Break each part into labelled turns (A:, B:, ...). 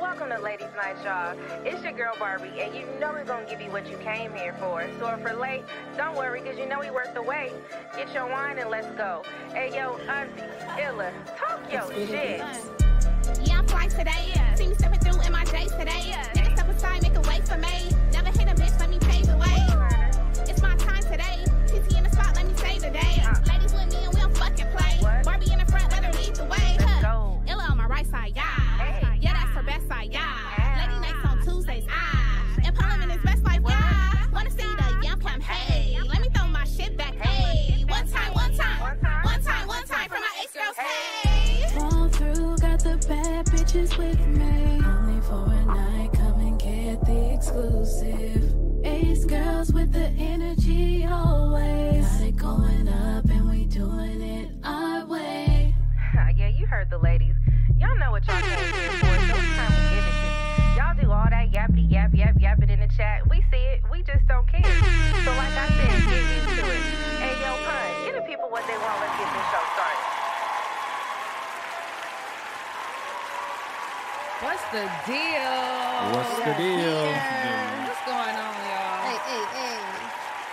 A: Welcome to Ladies Night, y'all. It's your girl Barbie, and you know we're gonna give you what you came here for. So if we're late, don't worry, cause you know we worth the wait. Get your wine and let's go. Hey yo, auntie, Illa, talk your shit.
B: Yeah, I'm fly today. See me stepping through in my J's today. Niggas step aside, make a way for me. Never hit a bitch, let me pave the way. It's my time today. TT in the spot, let me save the day. Ladies with me and we don't fucking play.
A: What?
B: Barbie in the front, let her lead the way.
A: Let's
B: Huh.
A: go.
B: Illa on my right side, yeah.
A: Hey.
B: Yeah, that's her best side, yeah. Lady nights on Tuesdays, ah. Empowerment is best life, yeah. Wanna see the yum clam, hey. Let me throw my shit back, hey. One time, one time. One time, one time for my ex girls, hey.
C: Fall through, got the bad bitches with me. Only for a night, come and get the exclusive. Ace girls with the energy always. Got it going up and we doing it our way.
A: yeah, you heard the ladies. Y'all know what y'all came here for. So it's time we give it to you. Y'all do all that yappity yap yap yapping in the chat. We see it. We just don't care. So like I said, get used to it. Hey yo, pun, give the people what they want. Let's get this show started.
D: What's the deal?
E: What's the deal?
D: What's going on, y'all?
F: Hey, hey, hey.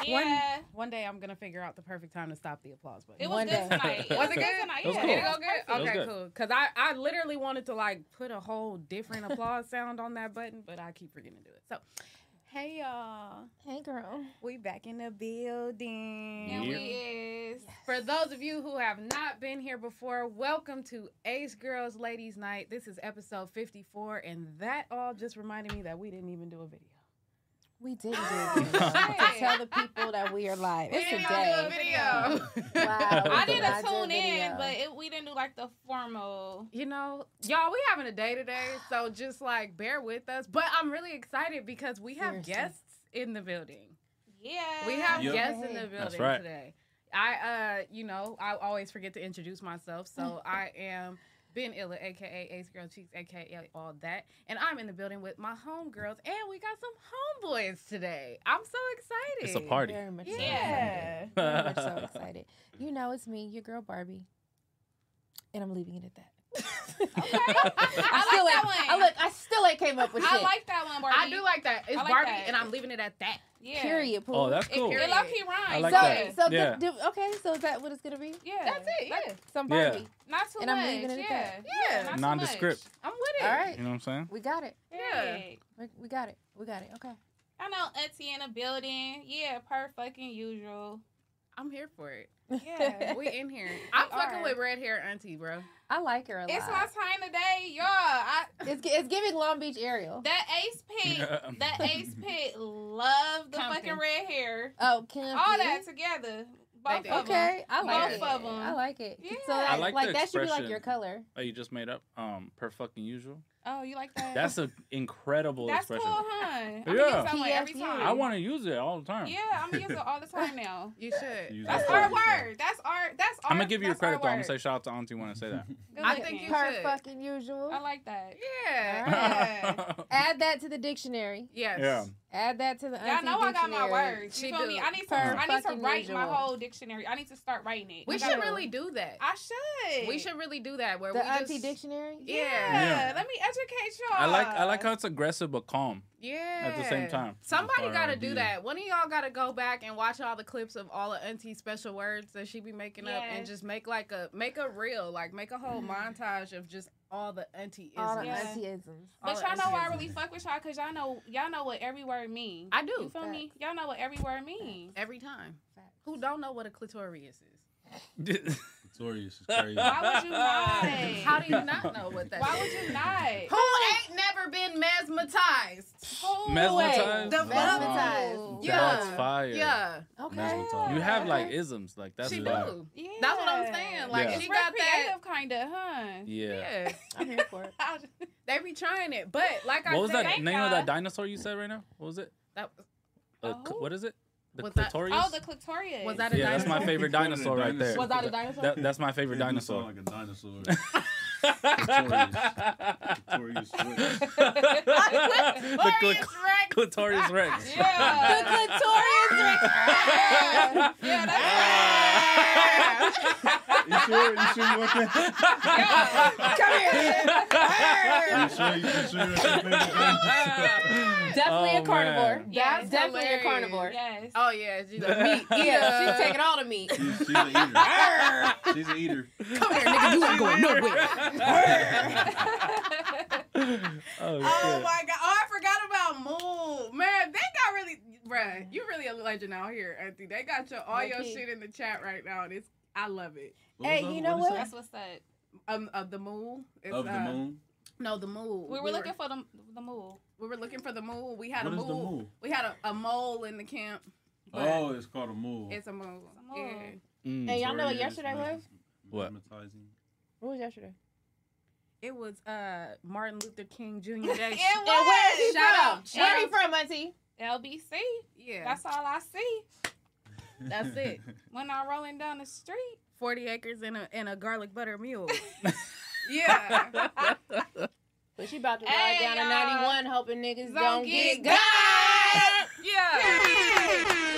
D: Yeah. One, one day I'm gonna figure out the perfect time to stop the applause button.
G: It was
D: one
G: good
D: day.
G: tonight.
D: Was it good?
G: tonight?
E: It was
G: Yeah.
E: cool.
D: Did it go good?
E: was
D: Okay,
E: good.
D: cool. Cause I, I literally wanted to like put a whole different applause sound on that button, but I keep forgetting to do it. So, hey y'all,
F: Hey, girl.
D: we back in the building.
G: And
E: Yeah.
G: we is.
D: For those of you who have not been here before, welcome to Ace Girls Ladies Night. This is episode 54, and that all just reminded me that we didn't even do a video.
F: We did do it. to tell the people that we are live. It's a day.
D: do a video.
F: Wow, we
G: I did
F: not
G: a
F: do
G: tune in,
F: video.
G: but it, we didn't do like the formal.
D: you know, y'all, we having a day today, so just like bear with us. But I'm really excited because we have
F: Seriously.
D: guests in the building.
G: Yeah.
D: We have
E: Yep.
D: guests in the
F: Hey.
D: building
E: That's right.
D: today. I, uh, you know, I always forget to introduce myself, so I am Ben Illa, aka Ace Girl Cheeks, aka all that, and I'm in the building with my homegirls, and we got some homeboys today. I'm so excited.
E: It's a party.
F: Very much so excited.
D: Yeah.
F: Very much so excited. You know, it's me, your girl Barbie. And I'm leaving it at that.
G: I like
F: still
G: that
F: ain't-
G: one.
F: I look, I still ain't came up with
G: I
F: shit.
G: like that one, Barbie.
D: I do like that. It's
G: I like
D: Barbie,
G: that.
D: and I'm leaving it at that.
G: Yeah.
F: Period. Pooh.
E: Oh, that's
G: It,
E: cool.
G: it low key rhymes.
E: I like
F: so,
E: that.
F: so
E: Yeah.
F: do- do- okay, so is that what it's gonna be?
G: Yeah.
D: That's it. Yeah,
G: Like,
F: Some
E: Yeah.
F: Barbie.
G: not too
F: And
G: much.
F: I'm leaving it at
G: yeah.
F: that.
D: Yeah.
G: Not too
E: Nondescript.
G: much.
D: I'm with it.
F: All right,
E: You know what I'm saying?
F: we got it.
D: Yeah.
G: Period.
F: We, we got it. We got it. Okay.
G: I know Etsy in a building. Yeah, per fucking usual.
D: I'm here for it.
G: Yeah.
D: We in here. I'm fucking
G: are.
D: with red hair auntie, bro.
F: I like her a lot.
G: it's my time today, y'all. I
F: it's, gi- it's giving Long Beach Ariel.
G: that ace pit, that ace pit love the
D: Compton.
G: fucking red hair.
F: Oh, Kim.
G: All
F: P.
G: that together. Both
D: They do.
G: of them.
F: Okay, I like
G: Both
F: it.
G: of 'em.
F: I like it.
G: Yeah.
F: So
G: I
F: that,
E: like
F: like,
E: the
F: that should be like
E: expression.
F: your color.
E: Oh, you just made up um per fucking usual.
G: Oh, you like that?
E: That's an incredible
G: That's
E: expression.
G: cool, huh? I'm gonna
E: Yeah.
G: use that one every
F: PFU.
G: time.
E: I want to use it all the time.
G: Yeah, I'm gonna use it all the time now.
D: You
E: Use
D: should.
G: That's
E: it
G: our
E: all the time.
G: word. That's our. That's our.
E: I'm gonna give you your
G: that's our
E: credit though. I'm gonna
G: word.
E: say shout out to Auntie when I say that.
G: Good
D: I
G: looking.
D: think you
F: per
D: should.
F: fucking usual.
G: I like that.
D: Yeah.
F: All right.
G: Yeah.
F: Add that to the dictionary.
D: Yes.
E: yeah.
F: Add that to the.
G: Y'all
F: auntie
G: know I got my
F: dictionary.
G: words. You
D: She
G: feel
D: do.
G: me? I need to.
F: Per
G: I need to
F: fucking
G: write my
F: usual.
G: whole dictionary. I need to start writing it.
D: We
G: I
D: should
G: gotta-
D: really do that.
G: I should.
D: We should really do that. Where
F: The
D: we
F: auntie
D: just,
F: dictionary.
D: Yeah.
G: Yeah.
E: Yeah.
G: Let me educate y'all.
E: I like I like how it's aggressive but calm.
D: Yeah.
E: At the same time.
D: Somebody
E: Fire
D: got to
E: idea.
D: do that. One of y'all got to go back and watch all the clips of all the auntie special words that she be making up and
G: Yes.
D: just make like a make a reel, like make a whole montage of just all the auntie
F: All the
D: isms.
G: Yeah.
F: auntie-isms.
D: All
G: But
D: the
G: y'all know why I
D: auntie-isms.
G: really fuck with y'all because y'all know y'all know what every word means.
D: I do.
G: You feel me? Y'all know what every word means.
D: Every time.
F: Facts.
D: Who don't know what a clitoris is?
H: notorious. It's crazy.
G: Why would you
D: How
G: not?
D: do you not know what that
G: Why
D: is?
G: would you not?
D: Who ain't never been mesmerized?
E: Mesmerized?
D: The
H: Mesmerized.
D: bubble.
E: That's
D: Yeah.
E: fire.
D: Yeah.
F: Okay.
H: Mesmerized.
E: You have like
F: Okay.
E: isms, like that's
D: she
E: fire.
D: do. That's what I'm saying. Like
E: Yeah.
D: she
G: she
D: got that.
G: creative kind of, huh?
E: Yeah.
D: Yeah.
F: I'm here for it.
G: I just-
D: They be trying it, but like I
E: What was
D: said,
E: that
G: Thank
E: name of
G: God.
E: that dinosaur you said right now? What was it?
D: that,
E: Uh,
G: Oh.
E: What is it? The
D: Was that-
E: clitoris.
G: Oh, the clitoris.
D: Was that a
E: yeah, that's my
D: dinosaur?
E: favorite
H: He called it a
E: dinosaur right there.
H: dinosaur. Was
D: that a dinosaur?
E: That- that's my favorite
H: You
E: dinosaur.
H: sound like a dinosaur. Notorious. Notorious. Rex.
E: the cli- clitoris Rex.
G: yeah.
F: The clitoris.
G: yeah, that's
H: You sure? You sure you want that?
D: come here.
H: You sure? You sure? that's your favorite dinosaur?
F: Definitely
E: Oh,
F: a carnivore.
G: Yeah,
F: That's
G: it's
F: definitely
D: hilarious.
F: a carnivore.
G: Yes.
D: Oh yeah, she's like meat.
F: Yeah,
D: Yeah,
F: she's taking all the meat.
H: She's, she's an eater. She's an eater.
D: Come here, nigga. You ain't going nowhere. Oh
E: Oh, shit.
D: my god! Oh, I forgot about Mool. Man, they got really, bruh. You really a legend out here, Auntie. They got your all your
F: Low-key.
D: shit in the chat right now, and it's I love it.
H: What
F: Hey,
H: was that?
F: you know
H: is
F: what?
G: That's what's up.
D: Um, of the Mool. It's,
H: that? Of the
D: uh,
H: moon.
D: No, the Mool.
G: We were looking for the the mule.
D: We were looking for the Mool. We had
H: What
D: a
H: is the
D: Mool.
H: Mool?
D: We had a, a mole in the camp. but
H: Oh, it's called a moon.
D: it's a Mool.
G: a mole.
D: Yeah.
E: Mm.
F: Hey, y'all know what yesterday was?
E: What?
F: What was yesterday?
D: It was uh Martin Luther King Jr. Day.
G: It
F: And where is
G: was.
F: he
D: Shout
F: from?
D: out.
F: Where
G: Shout
F: he
G: out.
F: from, Auntie?
G: LBC.
D: yeah,
G: That's all I see
D: That's it.
G: when I'm rolling down the street.
D: forty acres and a and a garlic butter mule. yeah.
F: But she about to ride
G: Hey,
F: down
G: y'all.
F: to 91 hoping niggas
G: Don't
F: don't, get,
G: get
F: got.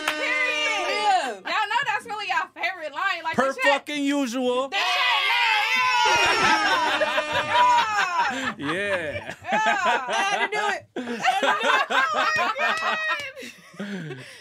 G: Period. Y'all know that's really y'all favorite line. Like
E: Per
G: the shit-
E: fucking usual.
G: the shit- Yeah.
E: Yeah.
G: Yeah.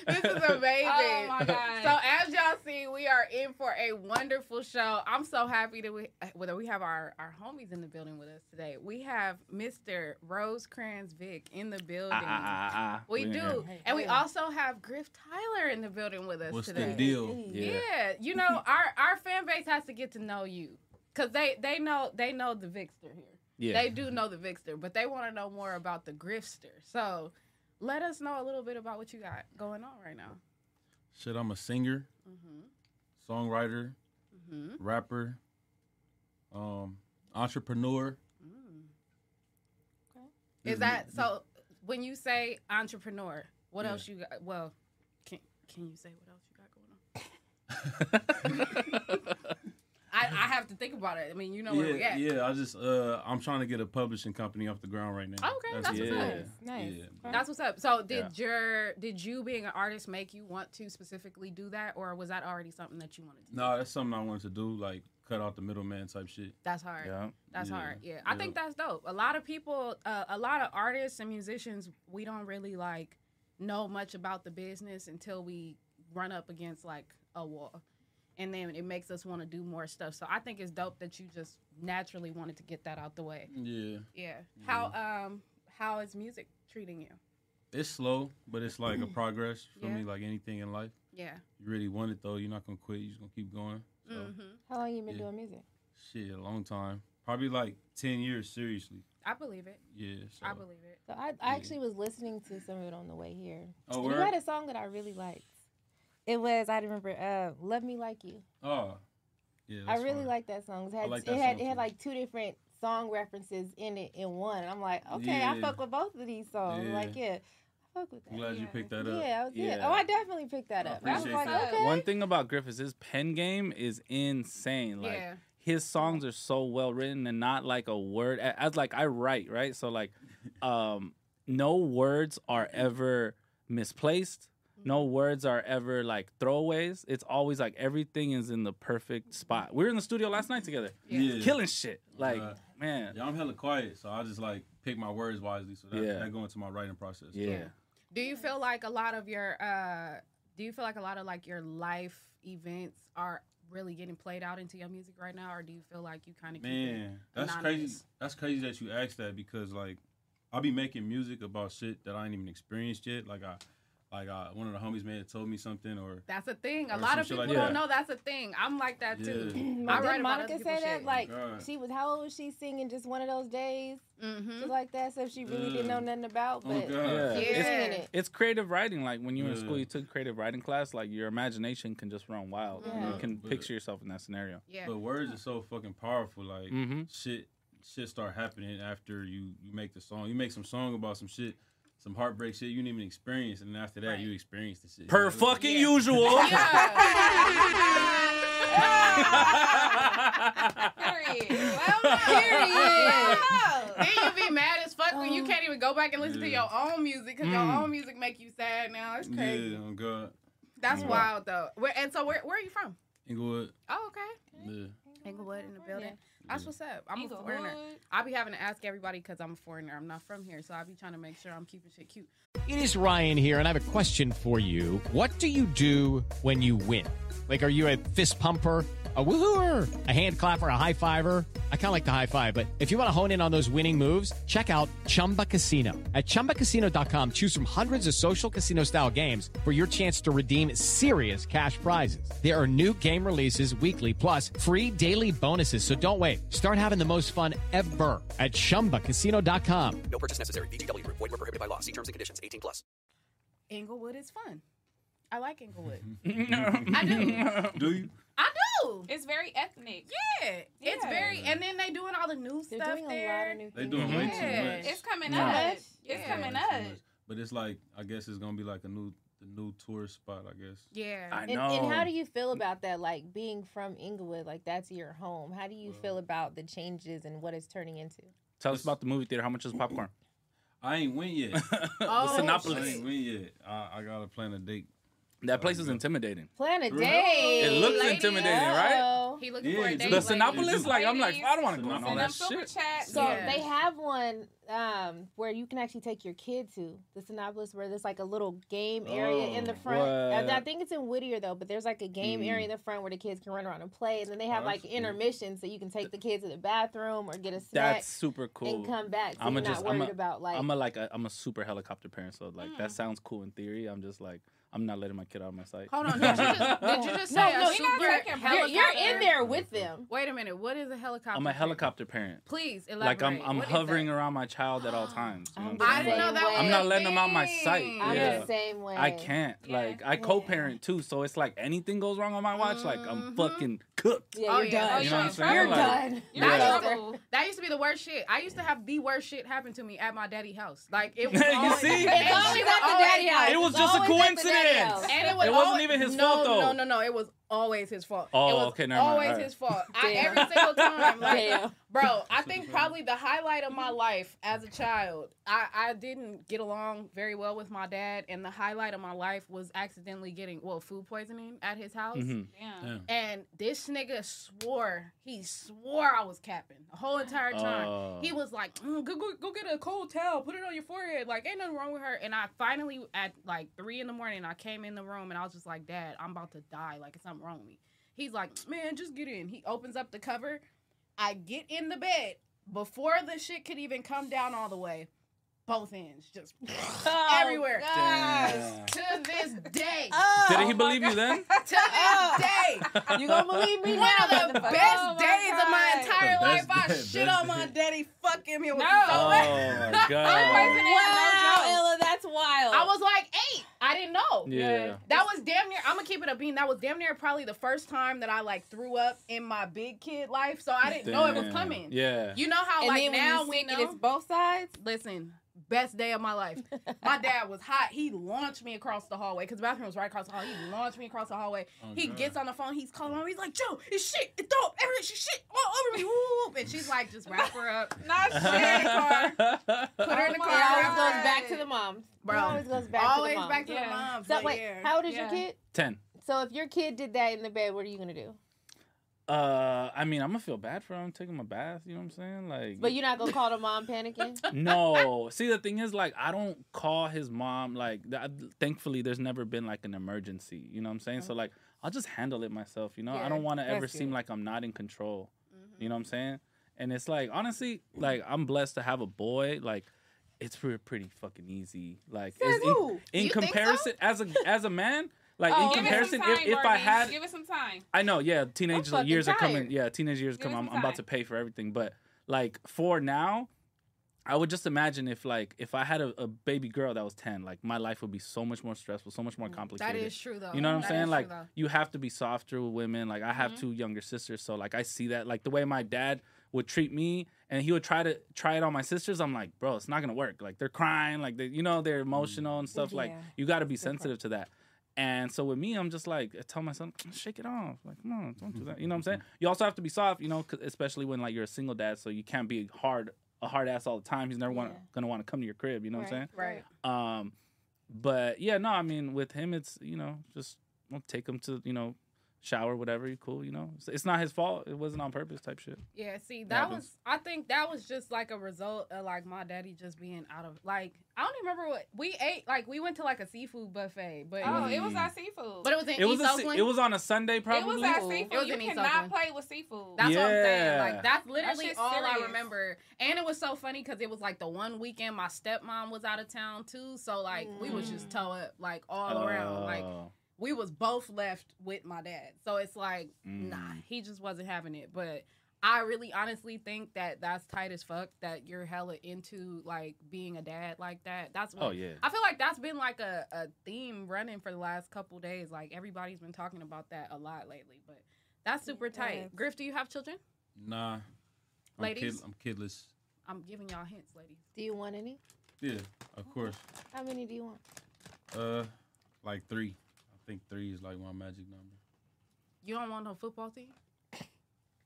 D: This is amazing.
G: Oh my
D: So
G: god.
D: as y'all see, we are in for a wonderful show. I'm so happy that we whether we have our, our homies in the building with us today. We have Mr. Rosecrans Vic in the building.
E: Ah,
D: we
E: in here.
D: do. And we also have Griff Tyler in the building with us
H: What's the
D: today.
H: deal?
E: Yeah.
D: Yeah. you know, our our fan base has to get to know you. Cause they they know they know the Vixter here.
E: Yeah.
D: They do know the Vixter, but they want to know more about the Grifster. So let us know a little bit about what you got going on right now.
H: Shit, I'm a singer,
D: Mm-hmm.
H: songwriter,
D: Mm-hmm.
H: rapper, um, entrepreneur. Mm-hmm.
D: Is that so? When you say entrepreneur, what
H: Yeah.
D: else you got? Well, can can you say what else you got going on? I, I have to think about it. I mean, you know where we
H: yeah,
D: at.
H: yeah. I just uh, I'm trying to get a publishing company off the ground right now.
D: Oh, Okay, that's
E: what's
H: yeah,
E: up.
F: Nice.
H: Yeah.
D: That's what's up. So, did your did you being an artist make you want to specifically do that, or was that already something that you wanted to? do?
H: No, that's something I wanted to do, like cut out the middleman type shit.
D: That's hard.
E: Yeah.
D: That's
H: Yeah.
D: hard. Yeah. I
H: Yeah.
D: think that's dope. A lot of people, uh, a lot of artists and musicians, we don't really like know much about the business until we run up against like a wall. And then it makes us want to do more stuff. So I think it's dope that you just naturally wanted to get that out the way.
H: Yeah,
D: Yeah.
H: Mm-hmm.
D: How um how is music treating you?
H: it's slow, but it's like a progress for
D: Yeah.
H: me, like anything in life.
D: Yeah.
H: You really want it though, you're not gonna quit. You're just gonna keep going. So
D: Mhm.
F: How long you been
H: Yeah.
F: doing music?
H: shit, a long time, probably like ten years, seriously.
D: I believe it.
H: Yeah. So.
D: I believe it.
F: So I, I actually was listening to some of it on the way here.
H: Oh,
F: And you
H: word?
F: had a song that I really liked. It was I remember uh, "Love Me Like You."
H: Oh, yeah.
F: I
H: that's
F: really
H: fire.
F: liked that song. It had
H: like
F: it
H: that
F: had
H: song,
F: it had
H: too.
F: like two different song references in it in one. And I'm like, okay, I
H: Yeah.
F: fuck with both of these songs.
H: Yeah.
F: Like, yeah, I fuck with that.
H: I'm glad you
G: Yeah.
H: picked that up.
F: yeah, I was, yeah,
E: Yeah.
F: Oh, I definitely picked that
H: I
F: up. I was
H: appreciate
F: like,
G: that.
F: okay.
E: One thing about Griffiths, his pen game is insane. Like
D: Yeah.
E: his songs are so well written and not like a word. a- As like I write, right? So like, um, no words are ever misplaced.
H: Mm-hmm.
E: No words are ever like throwaways. It's always like everything is in the perfect spot. We were in the studio last night together,
H: Mm-hmm. Yeah.
E: killing shit. Like
H: Uh,
E: man,
H: Yeah, I'm hella quiet, so I just like pick my words wisely. So that,
E: Yeah.
H: that go into my writing process.
E: yeah.
D: Do you feel like a lot of your uh do you feel like a lot of like your life events are really getting played out into your music right now or do you feel like you kind of
H: Man, that's crazy.
D: Anonymous.
H: That's crazy that you asked that because like, I be making music about shit that I ain't even experienced yet. Like I, like uh, one of the homies may have told me something or
D: That's a thing. A
H: Or
D: lot
H: some
D: of
H: shit
D: people
H: like
D: don't
H: that.
D: know that's a thing. I'm like that too.
H: Yeah.
D: I
F: Did
D: write about
F: Monica
D: other
F: say
D: people's
F: that?
D: shit.
F: Like
H: God.
F: she was how old was she singing just one of those days?
D: Mhm.
F: Just like that stuff she really didn't know
H: Mm.
F: nothing about,
H: oh
F: but
H: god
E: Yeah.
F: she's
D: Yeah.
F: singing it.
E: It's creative writing. Like when you were in school,
H: Yeah.
E: you took creative writing class. Like your imagination can just run wild.
F: Yeah.
E: You can
H: But-
E: picture yourself in that scenario.
D: yeah.
H: but words are so fucking powerful like
E: Mm-hmm.
H: shit shit start happening after you you make the song you make some song about some shit some heartbreak shit you didn't even experience and then after that
D: Right.
H: you experience the shit
E: Per
H: You know,
E: fucking
D: Yeah.
E: usual.
G: Period.
D: Period.
G: Wow.
D: then you be mad as fuck when
F: Uh-huh.
D: you can't even go back and listen to
H: Yeah.
D: your own music because
E: Mm.
D: your own music make you sad now. It's crazy.
H: yeah oh god
D: That's
H: Yeah.
D: wild though. Where and so where where are you from?
H: Inglewood
D: Oh okay.
H: yeah
D: Inglewood in the building. That's
H: Yeah.
D: what's up. I'm a
G: Eagle
D: foreigner.
G: Wood.
D: I be having to ask everybody because I'm a foreigner. I'm not from here, so I be trying to make sure I'm keeping shit cute.
I: It is Ryan here, and I have a question for you. What do you do when you win? Like, are you a fist pumper? A woohooer, a hand clapper, a high fiver. I kind of like the high five, but if you want to hone in on those winning moves, check out Chumba Casino. At chumbacasino.com, choose from hundreds of social casino style games for your chance to redeem serious cash prizes. There are new game releases weekly, plus free daily bonuses. So don't wait. Start having the most fun ever at chumbacasino.com.
D: Inglewood is fun. I like Inglewood.
E: I
D: do.
H: do you
D: I do.
G: It's very ethnic.
D: Yeah. It's
G: Yeah.
D: very and then they doing all the new
F: They're
D: stuff
F: doing
D: there.
F: a lot of new
H: they
F: things.
H: doing way
D: Yeah.
H: too much
G: It's coming
E: Yeah.
G: up. It's
D: Yeah.
G: coming
H: Way
G: up.
H: too much. but it's like i guess it's gonna be like a new the new tourist spot i guess
D: yeah.
E: I
F: And,
E: know.
F: and how do you feel about that? Like being from Inglewood, like that's your home. How do you feel about the changes and what it's turning into?
E: Tell us about the movie theater. How much is popcorn?
H: i ain't went yet
D: Oh,
H: i
E: Synopsis.
H: ain't went yet i, I gotta plan a date
E: That place is intimidating.
F: Plan a
H: Really?
F: day.
E: It looks
D: lady,
E: intimidating, right?
F: Oh.
D: He looking
H: Yeah,
D: for a
H: it's
D: date.
E: The
H: lady.
E: Sinopolis, like I'm like, I don't want to go on
H: Send
E: all
G: Send
E: that
G: them super
E: shit.
G: chat.
F: So
D: Yeah.
F: they have one um, where you can actually take your kid to the Sinopolis, where there's like a little game area in the
H: Oh,
F: front. And
E: what?
F: I
E: Hmm.
F: think it's in Whittier though, but there's like a game area in the front where the kids can run around and play, and then they have
H: Oh,
F: like
H: that's cool.
F: intermission, so you can take the kids to the bathroom or get a snack
E: That's super cool.
F: and come back. So
E: I'ma
F: you're not
E: just-
F: worried
E: I'ma-
F: about like.
E: I'm a like a, I'm a super helicopter parent, so like
D: Mm.
E: that sounds cool in theory. I'm just like I'm not letting my kid out of my sight.
D: Hold on, did you just did you just
F: No,
D: say a
F: no, you're not
D: super
F: taking- you're, you're in
D: helicopter?
F: there with them.
D: Wait a minute, what is a helicopter?
E: I'm a
D: parent?
E: helicopter parent.
D: Please
E: Like
D: elaborate.
E: I'm I'm
D: What is
E: hovering
D: that?
E: around my child at all times. you know
F: I'm
E: what
D: I
E: I'm
D: didn't
E: saying?
D: know that.
F: I'm
E: I'm
D: was
E: not
D: a
E: letting them out my
D: thing.
E: sight.
F: I'm
E: Yeah.
F: the same way.
E: I can't.
D: Yeah.
E: Like I co-parent too, so it's like anything goes wrong on my watch, like I'm
D: Mhm.
E: fucking cooked.
F: Mm-hmm. Yeah,
D: Oh,
F: you're
D: yeah.
F: done.
G: Oh,
E: You know what I'm saying?
F: You're
E: Like,
F: done.
G: You're
E: Yeah.
G: in
F: You're
G: trouble.
F: done.
D: That used to be the worst shit. I used to have the worst shit happen to me at my daddy house. Like it was
E: You
D: always, and
E: see? It's
D: she would
F: always at the
D: always-
F: daddy house.
E: It was
F: It's
E: just a
F: always at the daddy
E: coincidence.
F: house.
D: And it, was
E: It wasn't
D: always-
E: even his
D: no,
E: fault, though.
D: No, no, no. It was always his fault.
E: Oh,
D: it was
E: okay, never mind.
D: always
E: Alright.
D: his fault. I,
F: Damn.
D: every single time. Like,
F: Damn.
D: Bro, I think probably the highlight of my life as a child, I, I didn't get along very well with my dad, and the highlight of my life was accidentally getting well food poisoning at his house.
E: Mhm.
G: Damn.
D: And this nigga swore, he swore I was capping the whole entire time.
E: Oh.
D: He was like, "Mm, go, go, go get a cold towel, put it on your forehead. Like, ain't nothing wrong with her. And I finally, at like three in the morning, I came in the room and I was just like, Dad, I'm about to die. Like, it's something wrong with me. He's like, Man, just get in. He opens up the cover. I get in the bed before the shit could even come down all the way. Both ends just everywhere.
E: Damn.
D: To this day.
E: Did he believe you
D: To
E: then?
D: this day.
F: You gonna believe me
D: One
F: now?
D: of the
F: motherfucker?
D: best
G: Oh my
D: days of my
G: God.
D: entire
H: The
D: life.
H: best
D: I
H: day,
D: shit
H: best
D: on my
H: day.
D: daddy. Fuck him. It was
G: No.
D: so
E: Oh
D: bad.
E: my
G: poisoning
E: god.
G: it.
F: Wow,
G: No joke.
F: Ella, that's wild.
D: I was like eight. I didn't know.
E: Yeah.
D: That was damn near. I'm gonna keep it a bean. That was damn near probably the first time that I like threw up in my big kid life. So I didn't know oh, it was
E: Damn.
D: coming.
E: Yeah.
D: You know how
F: and
D: like
F: then when
D: now
F: you
D: we
F: sick and
D: know.
F: it's both sides.
D: Listen, best day of my life. My dad was hot. He launched me across the hallway because the bathroom was right across the hall. He launched me across the hallway. he
H: God.
D: gets on the phone. He's calling me. He's like, Joe, it's shit. It's dope. Everything, it's shit all over me. Whoop. And she's like, just wrap her up.
G: Not
D: Put her in the car. Put her in the
F: It
D: car.
F: always
D: wrap her
F: goes
D: up.
F: back to the moms.
D: Bro.
F: It always goes back
D: Always
F: to the moms.
D: back to the
G: Yeah.
D: mom.
F: so wait, how old is your
G: Yeah.
F: kid?
E: Ten.
F: So if your kid did that in the bed, what are you gonna do?
E: Uh, I mean, I'm gonna feel bad for him taking my bath. You know what I'm saying? Like,
F: But you're not gonna call the mom panicking.
E: no. See, the thing is, like, I don't call his mom. Like, th- thankfully, there's never been like an emergency. You know what I'm saying? So, like, I'll just handle it myself. You know, I
F: Yeah,
E: don't want to ever
F: that's
E: seem
F: good.
E: like I'm not in control.
G: Mm-hmm.
E: You know what I'm saying? And it's like, honestly, like, I'm blessed to have a boy. Like, it's pre- pretty fucking easy. Like
G: Says
E: it's, in-
G: who?
E: in,
G: You think so?
E: comparison as a as a man, like
G: Oh,
E: in
G: give it some
E: comparison, if,
G: time,
E: if I
G: Barbie.
E: had
G: give it some time.
E: I know, yeah. Teenage
G: fucking
E: years are
G: tired.
E: coming. Yeah, teenage years
G: Give me
E: come. I'm,
G: some
E: I'm about
G: time.
E: to pay for everything. But like for now, I would just imagine if like if I had a, a baby girl that was ten, like my life would be so much more stressful, so much more complicated.
D: is true, though.
E: You know what I'm
D: That is
E: saying?
D: true,
E: Like
D: though.
E: you have to be softer with women. Like I have
D: Mhm.
E: two younger sisters, so like I see that. Like the way my dad would treat me, and he would try to try it on my sisters. I'm like, bro, it's not gonna work. Like they're crying, like they, you know, they're emotional and stuff. Like
G: Yeah.
E: you got to be sensitive to that. And so with me, I'm just like, I tell my son, shake it off. Like, come on, don't do that. You know what I'm saying? You also have to be soft, you know, 'cause- especially when like you're a single dad, so you can't be hard a hard ass all the time. He's never wanna, gonna want to come to your crib. You know what I'm saying?
D: Right.
E: Um, but yeah, no, I mean with him, it's you know just well, take him to you know shower, whatever. You cool, you know. It's, it's not his fault. It wasn't on purpose, type shit.
D: Yeah, see,
E: It
D: that
E: happens.
D: was I think that was just like a result of like my daddy just being out of like I don't even remember what we ate. Like we went to like a seafood buffet, but
G: Oh, it
E: Mm.
G: was our seafood.
D: But it was in
E: It was
D: East
E: a, se-
D: Oakland.
E: it was on a Sunday
G: It
E: probably.
G: was our seafood.
D: It was
G: you
D: in East
G: cannot
D: Oakland.
G: play with seafood.
D: That's what I'm saying.
E: Yeah.
D: Like that's literally
G: shit's
D: all I
G: serious.
D: remember. And it was so funny because it was like the one weekend my stepmom was out of town too. So like we was just toe up like all around. Like
E: Mm. Oh.
D: we was both left with my dad. So it's like nah,
E: Mm.
D: he just wasn't having it. But I really honestly think that that's tight as fuck that you're hella into like being a dad like that. That's what
E: Oh, yeah.
D: I feel like that's been like a, a theme running for the last couple days. Like everybody's been talking about that a lot lately, but that's super tight. Griff, do you have children?
H: Nah. I'm
D: Ladies?
H: Kid, I'm kidless.
D: I'm giving y'all hints, ladies.
F: Do you want any?
H: Yeah, of course.
F: How many do you want?
H: Uh, like three. I think three is like my magic number.
D: You don't want no football team?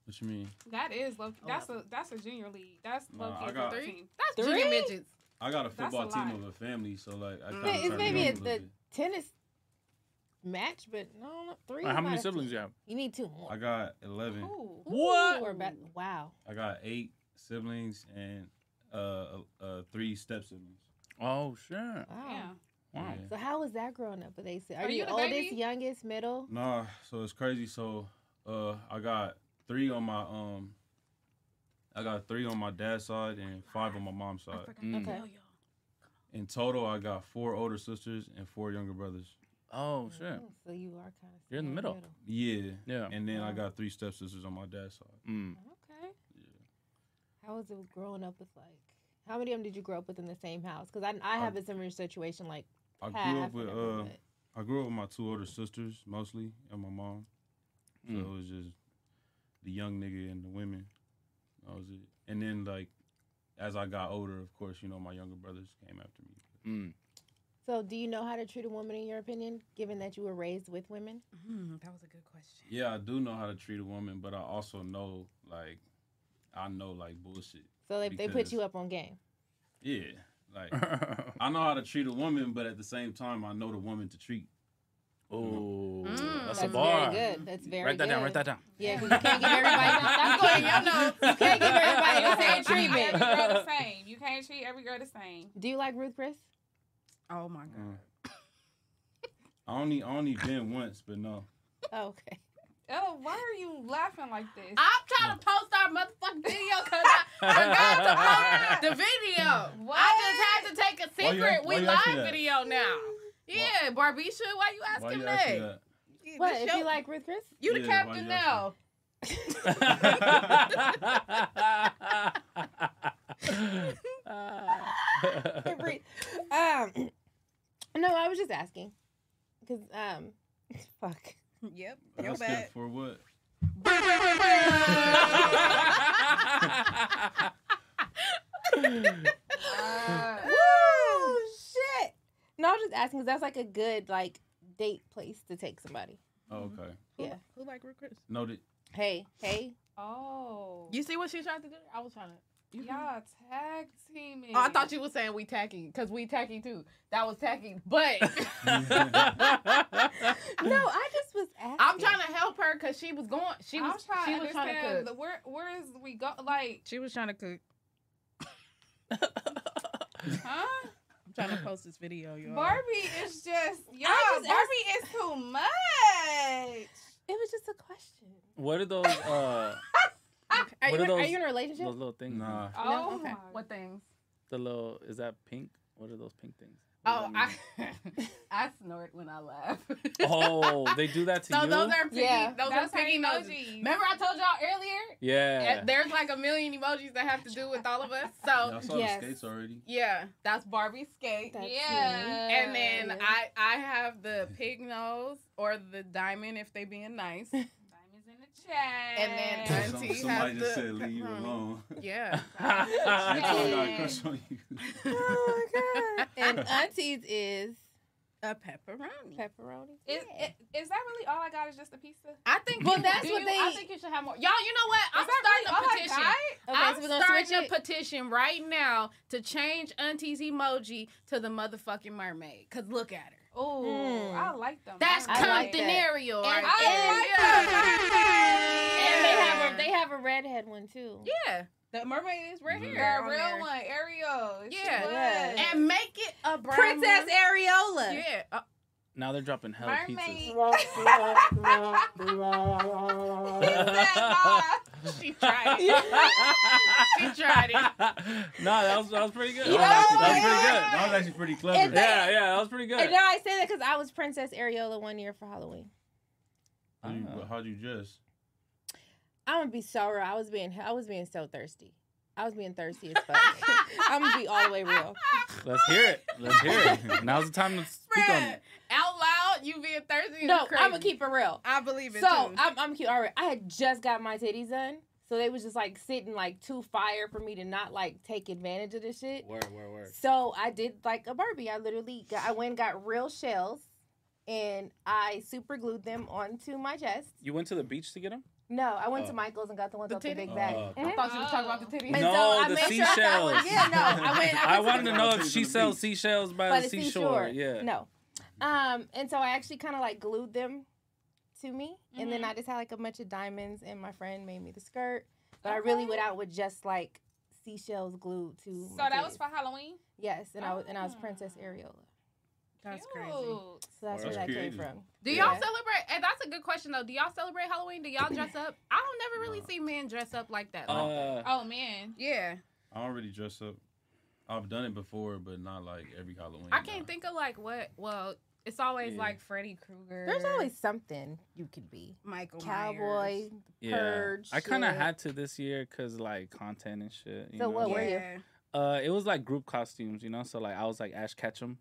H: What you mean?
G: That is low. That's a that's a junior league. That's
H: Nah,
G: low
H: I
G: key
H: got-
G: for
H: Three?
G: team.
D: That's junior Three? midgets.
H: I got a
G: That's a
H: football team
G: lot.
H: of a family, so like I
G: Mm.
H: kinda
F: It's
H: turn it
F: maybe
H: up a
F: at
H: little
F: the
H: bit.
F: tennis match, but no, no, three.
H: Alright,
F: is
H: how many
F: not a
H: siblings
F: team.
H: you have?
F: You need two more.
H: I got eleven.
D: Oh.
F: What? wow.
H: I got eight siblings and uh, uh three step siblings.
E: Oh sure.
F: Wow.
H: Wow.
F: So how was that growing up with AC? Are,
G: Are
F: you,
G: you the
F: oldest,
G: baby?
F: youngest, middle?
H: Nah, so it's crazy. So uh I got three on my um I got three on my dad's side and five on my mom's side.
D: Oh,
F: Okay.
H: In total I got four older sisters and four younger brothers.
E: Oh shit.
F: Mm, So you are kind of.
E: You're in the middle.
H: Yeah.
E: Yeah.
H: And then I got three stepsisters on my dad's side.
E: Mm.
F: Okay. How was it growing up with like? How many of them did you grow up with in the same house? Because I, I have a similar situation. Like
H: I grew
F: half
H: up
F: and
H: with
F: everything,
H: uh
F: but-
H: I grew up with my two older sisters mostly and my mom. So
E: Mm.
H: it was just the young nigga and the women. That was it. And then like as I got older, of course, you know, my younger brothers came after me.
E: Mm.
F: So do you know how to treat a woman in your opinion, given that you were raised with women?
D: that was a good question.
H: Yeah, I do know how to treat a woman, but I also know like I know like bullshit.
F: So they, they put
H: because-
F: you up on game.
H: Yeah. Like I know how to treat a woman, but at the same time I know the woman to treat.
E: Oh,
D: Mm,
F: that's a That's very bar. good. That's very
E: Write that down.
F: good.
E: Write that down.
F: Yeah, 'cause you can't give everybody. That's going in your notes. You can't give everybody the same
G: Every girl the
F: treatment.
G: same. You can't treat every girl the same.
F: Do you like Ruth Chris?
D: Oh my god.
H: Uh, I only I only been once, but no.
F: Oh, okay.
G: Oh, why are you laughing like this?
D: I'm trying to post our motherfucking video because I forgot to post the video. I just had to take a
H: Why you
D: secret.
H: ask- why
D: we
H: you ask
D: live
H: me that?
D: video now. Yeah, Barbisha, why you
H: Why
D: asking
H: you
D: that?
H: ask me that?
F: What
D: This
F: if
D: your-
F: you like Ruth Chris?
D: You the
H: Yeah, why
D: captain
H: you
D: now.
F: Every- um, no, I was just asking because um, fuck.
D: Yep.
H: I skipped for what? Oh,
F: Woo! Shit. No, I'm just asking because that's like a good like date place to take somebody.
H: Oh, okay.
F: Yeah.
D: Who like Ruth Chris?
H: Noted.
F: Hey, hey.
G: Oh.
D: You see what she tried to do? I was trying to.
G: Y'all tag teaming.
D: Oh, I thought you were saying we tacky because we tacky too. That was tacky, but
F: No, I just was asking.
D: I'm trying to help her because she was going. She was.
G: I'm
D: She
G: trying
D: was
G: to
D: trying to cook.
G: understand the- where where is we go like
D: She was trying to cook.
G: huh?
D: I'm trying to post this video, y'all.
G: Barbie is just y'all.
F: just
G: Barbie is too much.
F: It was just a question.
E: What are those? Uh,
F: Are
E: what
F: you,
E: are
F: in- are
E: those-
F: you in a relationship?
E: Those little things. Uh,
H: Nah.
G: Ah! Oh
F: okay.
G: my.
D: What things?
E: the little? Is that pink? What are those pink things?
D: Oh, I, I snort when I laugh.
E: Oh, they do that to
D: so
E: you.
D: those are picky.
F: Yeah.
D: those
G: That's
D: are
G: how
D: picky
G: you know
D: emojis.
G: G.
D: Remember I told y'all earlier?
E: yeah.
D: Uh, There's like a million emojis that have to do with all of us.
H: I
D: So
H: saw
F: Yes.
H: the skates already.
D: yeah, that's Barbie's skate.
F: That's
G: Yeah.
D: And then
F: Yeah.
D: I I have the pig nose or the diamond if they being nice.
G: Diamonds in the chat.
D: And then-
H: Some-
D: Auntie
H: somebody
D: had
H: just
D: the
H: said leave you
D: pepperoni."
H: alone.
D: Uh-huh. Yeah.
H: I told her I had a
G: Yeah.
H: crush on you.
F: Oh my god. and aunties is
D: a pepperoni.
F: pepperoni.
G: Is, i- is that really all I got? Is just a pizza?
D: I think
F: Well,
D: you-
F: that's
D: do
F: what
D: you-
F: they-
D: I think you should have more. Y'all, you know what? I'm
G: Is that
D: starting
G: really
D: a
G: all I
D: petition.
G: got?
F: Okay,
D: I'm
F: so we're gonna
D: starting
F: switch
D: a
F: it.
D: petition right now to change Auntie's emoji to the motherfucking mermaid. Cause look at her.
G: Oh,
F: Mm.
G: I like them.
D: That's
F: I like that.
D: continental.
F: And-
D: right there.
F: and- And they have a they have a redhead one too.
D: yeah. yeah. The mermaid is right
H: Mhm.
D: here.
G: The
D: on
G: real
D: there.
G: one, Ariel. She
D: Yeah.
G: was.
F: Mm-hmm. Yeah.
D: And make it a brown
G: Princess
D: one.
G: Areola.
D: Yeah. Uh,
E: now they're dropping hella
G: Mermaid.
E: pizzas.
D: she tried it. She tried it.
E: no, that was that was pretty good.
F: You
E: That was actually-
F: know
E: that was pretty good.
H: That was actually pretty clever.
E: Yeah, yeah, that was pretty good.
F: And now I say that because I was Princess Areola one year for Halloween.
H: How you-
E: Ah.
H: How'd you dress?
F: I'm gonna be so real. I was being I was being so thirsty. I was being thirsty as fuck. I'm gonna be all the way real.
E: Let's hear it. Let's hear it. Now's the time to speak on
D: Bruh,
E: it.
D: out loud, you being thirsty. is
F: No,
D: crazy.
F: I'm gonna keep it real.
D: I believe it.
F: So
D: too.
F: I'm, I'm cute. All right, I had just got my titties done, so they was just like sitting like too fire for me to not like take advantage of this shit.
E: Word, word, word.
F: So I did like a Barbie. I literally got, I went and got real shells, and I super glued them onto my chest.
E: You went to the beach to get them?
F: No, I went
E: Oh.
F: to Michael's and got the ones
D: The Oh.
F: off the
D: titty?
F: big bag.
E: Oh, okay.
F: Mhm.
D: I thought you were talking about the titties.
F: And
E: No,
F: so I
E: the
F: made sure I got one-
E: seashells.
F: yeah, no, I went.
E: I
F: I, went
E: wanted to know if
H: Titties
E: she
H: on the
E: sells
H: beach.
E: seashells by,
F: by
E: the, seashore. Yeah.
F: No. Um, and so I actually kind of like glued them to me, and
D: Mm-hmm.
F: then I just had like a bunch of diamonds, and my friend made me the skirt. But I really went out with just like seashells glued to.
G: So
F: my
G: that was
F: titties.
G: for Halloween.
F: Yes, and I was and I was Princess
D: Ah.
F: Areola.
D: That's
G: Cute.
F: So that's
E: Wow.
F: where that came
H: Creative.
F: from.
D: Do y'all celebrate? And that's a good question though. Do y'all celebrate Halloween? Do y'all dress up? I don't never really see men dress up like that. like that.
E: Uh,
G: Oh man.
D: yeah,
H: I don't really dress up. I've done it before, but not like every Halloween.
D: I can't
H: nah.
D: think of like what. Well, it's always
H: Yeah.
D: like Freddy Krueger.
F: There's always something you could be.
D: Michael
F: Cowboy,
D: Myers.
E: yeah.
F: purge
E: I kind of
F: shit.
E: had to this year because like content and shit. You
F: So
E: know?
F: what were you?
D: Yeah.
E: Uh, it was like group costumes, you know. So like I was like Ash Ketchum.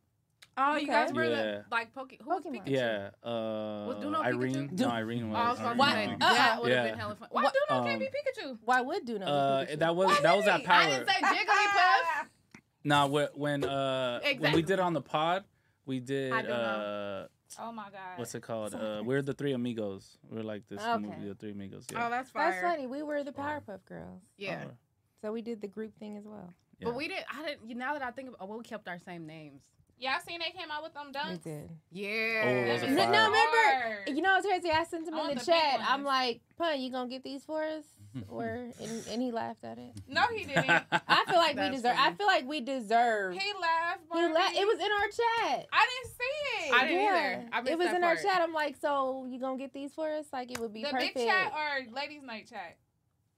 D: Oh, you guys
F: Okay.
D: were
E: Yeah.
D: the like Poke- who was
F: Pokemon.
D: Pikachu?
E: Yeah. Uh,
D: Was Duno Pikachu?
E: Irene. No, Irene
D: Oh, I was about to
H: Irene.
E: was.
D: say,
H: Why-
D: that
F: uh-uh.
D: would have
E: Yeah.
D: been hella fun. Why
F: What-
D: Duno can't be
E: um,
D: Pikachu?
F: Why would do no?
E: Uh, that was that was at power.
D: I didn't say Jigglypuff.
E: Nah, whe- when uh when we
D: Exactly.
E: did on the pod, we did
D: I don't
E: uh
G: Oh my god.
E: what's it called? Uh, we're the Three Amigos. We're like this
F: Okay.
E: movie, the Three Amigos.
D: Oh,
E: Yeah.
D: that's fire.
F: That's funny. We were the Powerpuff Girls,
D: Yeah.
E: Oh,
F: so we did the group thing as well.
E: yeah.
D: But we didn't. I didn't. You now that I think of, oh, well, we kept our same names.
G: Y'all seen they came out with them
F: We
G: dunks?
F: did.
D: Yeah.
E: Oh, those are
F: No,
E: fire.
F: no, remember,
G: Hard.
F: you know what's crazy? I sent him
G: I
F: in the,
G: want the big
F: chat. I'm
G: ones.
F: like, "Pun, you gonna get these for us?" Or and, and he laughed at it.
G: No, he didn't.
F: I feel like we
D: That's
F: deserve. I
D: funny.
F: feel like we deserve.
G: he laughed.
F: He
G: Barbie.
F: la- it was in our chat.
G: I didn't see it.
D: I didn't either. I missed
F: it was
D: that
F: in our
D: part.
F: chat. I'm like, so you gonna get these for us? Like it would be
G: the
F: perfect.
G: big chat or ladies' night chat.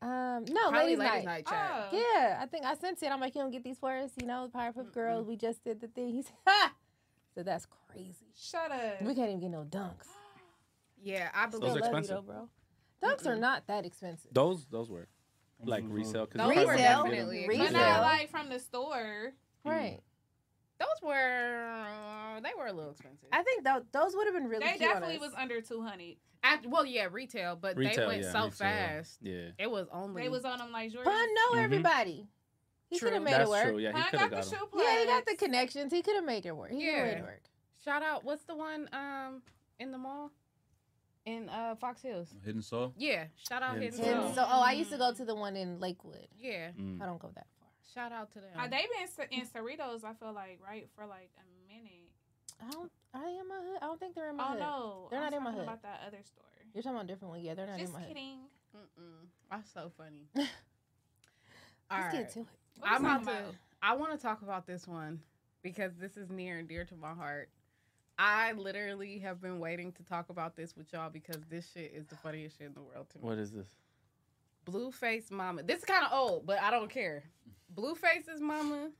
F: um, no,
D: Probably
F: ladies,
D: ladies'
F: night.
D: night chat.
G: Oh.
F: Yeah, I think I sent it. I'm like, you don't get these for us, you know, Powerpuff Girls. We just did the thing. He said, ha! So that's crazy.
G: Shut up.
F: We can't even get no dunks.
D: Yeah, I
E: Those
F: Still
E: are
D: believe.
F: love
E: expensive.
F: you though, bro. Dunks are not that expensive.
E: Those those were
H: I'm
E: like
H: so-
E: resale.
D: Those
E: you probably
F: were
E: wouldn't get 'em.
D: definitely
F: Resale.
G: but
F: Resale.
G: not like from the store.
F: Right.
D: Those were uh, they were a little expensive.
F: I think tho- those would have been really
G: They
F: cute on
G: definitely
F: us.
G: was under two hundred.
D: uh, At, well, yeah, retail, but they
E: Retail,
D: went
E: yeah,
D: so
E: retail.
D: fast.
E: Yeah.
D: It was only.
G: They was on them like Jordan.
F: Pun know
E: Mhm.
F: everybody. He
D: True.
F: could have made
E: That's
F: it work.
E: true. Yeah, he
G: Pun
E: could have
G: got
E: got
G: the
E: 'em.
G: shoe plug.
F: Yeah, he got the connections. He could have made it work. He could have made
D: Yeah.
F: it work.
D: shout out. What's the one um in the mall in uh Fox Hills?
H: Hidden soul.
D: Yeah, shout out
H: Hidden
D: Hidden
H: Soul.
D: Soul.
F: And so, oh, I
G: Mm-hmm.
F: used to go to the one in Lakewood.
D: Yeah,
E: Mm.
F: I don't go that far.
D: shout out to them.
G: Uh, they been in Cerritos. I feel like right for like a minute.
F: I don't. Are they in my hood? I don't think they're in my
G: Oh
F: hood.
G: no,
F: They're
G: I'm
F: not in my
G: talking
F: hood.
G: About that other store.
F: You're talking about a different one. Yeah, they're not in
G: Just
F: my hood.
G: kidding.
D: Mm-mm. That's so funny. All
F: Let's
D: right.
F: get to it.
G: What
D: I'm
G: was I
D: about to. I want to talk about this one because this is near and dear to my heart. I literally have been waiting to talk about this with y'all because this shit is the funniest shit in the world to me.
E: What is this?
D: Blueface Mama. This is kind of old, but I don't care. Blueface's mama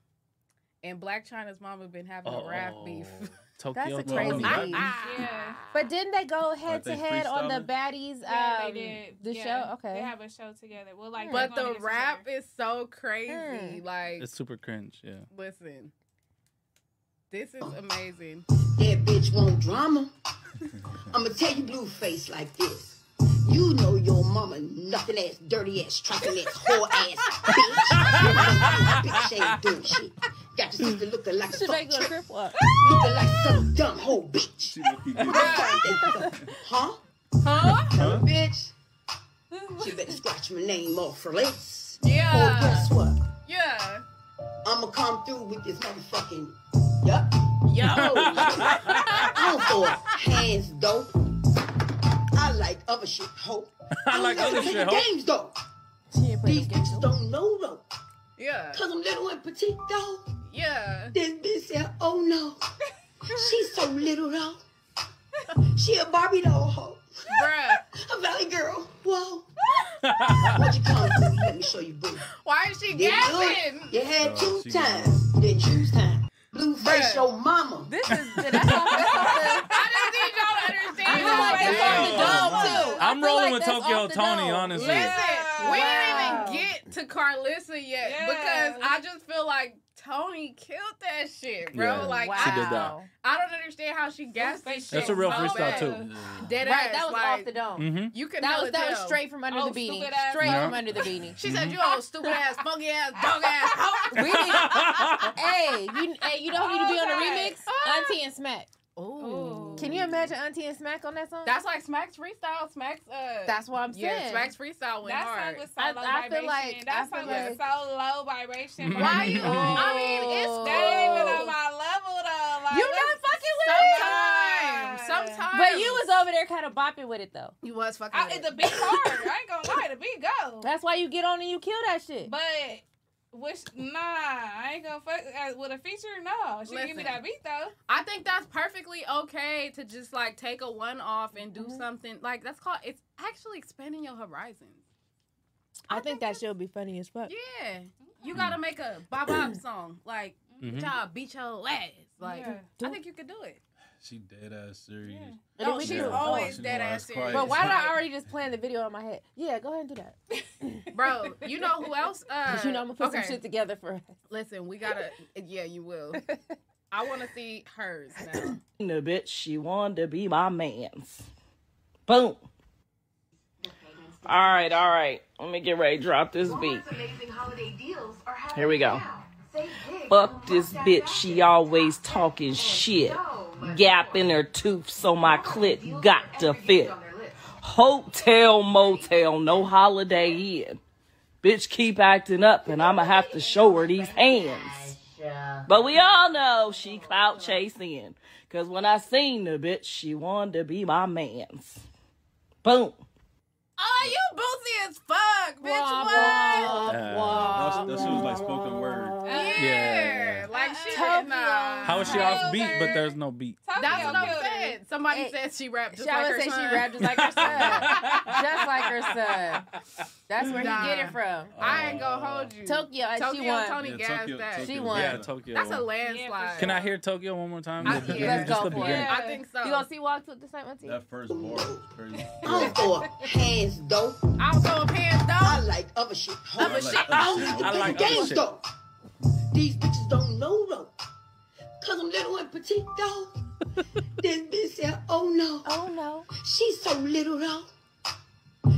D: and Black China's mama been having a rap beef.
E: Tokyo
F: That's a
E: Dome,
F: crazy
E: right?
F: beef. But didn't they go head to
E: they
F: head on the
E: freestyling?
F: baddies? Um,
G: Yeah, they did.
F: The
G: Yeah.
F: show. Okay. Hmm.
G: They have a show together. Well, like,
D: But
G: they're going
D: the
G: against
D: rap
G: each
D: is so crazy. Like,
E: It's super cringe. Yeah.
D: listen, this
J: Oh.
D: is amazing.
J: That bitch want drama. I'ma tell you blue face like this. You know your mama nothing ass, dirty ass, trifling ass, whore ass bitch. You bitch ain't doing shit. Got your sister looking like a
F: Should
J: fuck
F: make a
J: trick.
F: crip walk.
J: Looking like some dumb hoe bitch. huh? Huh? Bitch. She better scratch my name off for less.
D: Yeah.
J: Oh, guess what?
D: Yeah.
J: I'ma come through with this motherfucking. Yup. Yo. I'm for hands though. I like other shit, ho.
E: I like
J: don't
E: other
J: play
E: shit,
J: the
E: ho.
J: games though. These bitches don't know though.
D: Yeah.
J: Cause I'm little and petite though.
D: Yeah.
J: This bitch said, oh no. She's so little though. She a Barbie doll ho.
D: Bruh.
J: A valley girl. Whoa. what you come through? Let me show you boo.
D: Why is she
J: Didn't do it.
D: gasping?
J: You had
D: No,
J: two
D: she
J: times. Then choose time. Blue face your mama. This is
E: I'm rolling with Tokyo Tony, honestly.
D: Listen, we didn't even get to Carlissa yet because I just feel like Tony killed that shit, bro.
E: Yeah,
D: like
E: she did
D: I,
E: that.
D: I don't understand how she gassed this shit.
E: That's a
F: Oh,
E: real
D: so
E: freestyle
D: bad.
E: too.
D: Dead
F: Right,
D: ass,
F: that was
D: like,
F: off the dome.
E: Mhm.
D: You can
F: That
D: hella
F: was- that was
D: tell. Oh,
F: straight from under the beanie.
D: stupid ass
F: Straight
D: fuck.
F: from under the beanie.
D: She said,
E: Mm-hmm.
F: Mhm.
D: "You old stupid ass, funky ass, dog ass." hoe."
F: We need, hey, you, hey, you know who need to be on the
D: Okay. Ah.
F: remix? Auntie and Smack.
D: Ooh.
F: Can you imagine Auntie and Smack on that song?
D: That's like Smack's freestyle. Smack's uh.
F: That's what I'm
D: Yeah,
F: saying.
D: Smack's freestyle went
G: That song
D: hard.
G: was so I- low I feel vibration. like- That I feel song was like- so low vibration.
D: Why you? I mean, it's
G: That ain't even on
D: cool.
G: my level though. Like,
D: You're
G: that's-
D: not fucking with
G: Sometimes.
D: me. Sometimes.
F: But you was over there kind of bopping with it though.
D: You was fucking.
G: I, the beat hard. I ain't gonna lie. The beat go.
F: That's why you get on and you kill that shit.
G: But which nah, I ain't gonna fuck uh, with a feature. No, she give
D: Listen.
G: me that beat though.
D: I think that's perfectly okay to just like take a one off and
F: Mm-hmm.
D: do something like that's called. It's actually expanding your horizons.
F: I, think that should be funny as fuck.
D: Yeah, you gotta make a bop bop song like
G: Mm-hmm.
H: Mhm.
D: y'all beat your ass. Like
H: Yeah.
D: I think you could do it.
H: She dead ass serious.
F: And then we
D: Oh, she's
F: do it.
D: always
H: She
D: dead
H: know
D: ass
H: it's quiet.
D: serious.
F: But why did I already just plan the video in my head? Yeah, go ahead and do that.
D: bro? You know who else? Uh,
F: 'Cause you know I'm gonna put
D: okay.
F: some shit together for us.
D: Listen, we gotta. Yeah, you will. I want to see hers now.
K: The bitch, she wanted to be my man's. Boom. All right, all right. Let me get ready to drop this beat. Here we go. Fuck this bitch, she always talking shit. Gap in her tooth, so my clit got to fit. Hotel, motel, no holiday inn. Bitch keep acting up, and I'ma have to show her these hands. But we all know she clout chasing. Cause when I seen the bitch, she wanted to be my man's. Boom.
D: Oh, you boozy as fuck, bitch. what?
H: That's- That shit was like spoken word.
E: Yeah.
D: Like she
F: Tokyo.
D: nah.
E: How is she off beat, but there's no beat?
D: That's what I'm saying. Somebody said she rapped just
F: She
D: like
F: always
D: her
F: say
D: son.
F: she rapped just like her son. just like her son. That's where
D: Nah.
F: he get it from.
D: I ain't gonna hold you.
F: Tokyo, and she won.
D: Tony
F: Yeah,
D: gassed
F: Tokyo-
D: that.
F: Tokyo She won.
E: Yeah, Tokyo.
D: That's a
E: won.
D: landslide.
E: Can I hear Tokyo one more time?
D: I-
E: The
D: yeah.
E: beginning,
D: Let's
E: just
D: go
E: the
D: for it.
E: beginning.
D: I think so.
F: You gonna see walk to the same one Oh. too?
H: That first bar was crazy.
J: I'm for hands though.
D: I'm for hands though. I
J: like other shit, ho.
H: Other shit.
J: I don't like to
H: I
J: play
H: like
J: the
H: other
J: games
H: shit.
J: though. These bitches don't know though. Cause I'm little and petite though. this bitch said, oh no.
F: Oh no.
J: She's so little though.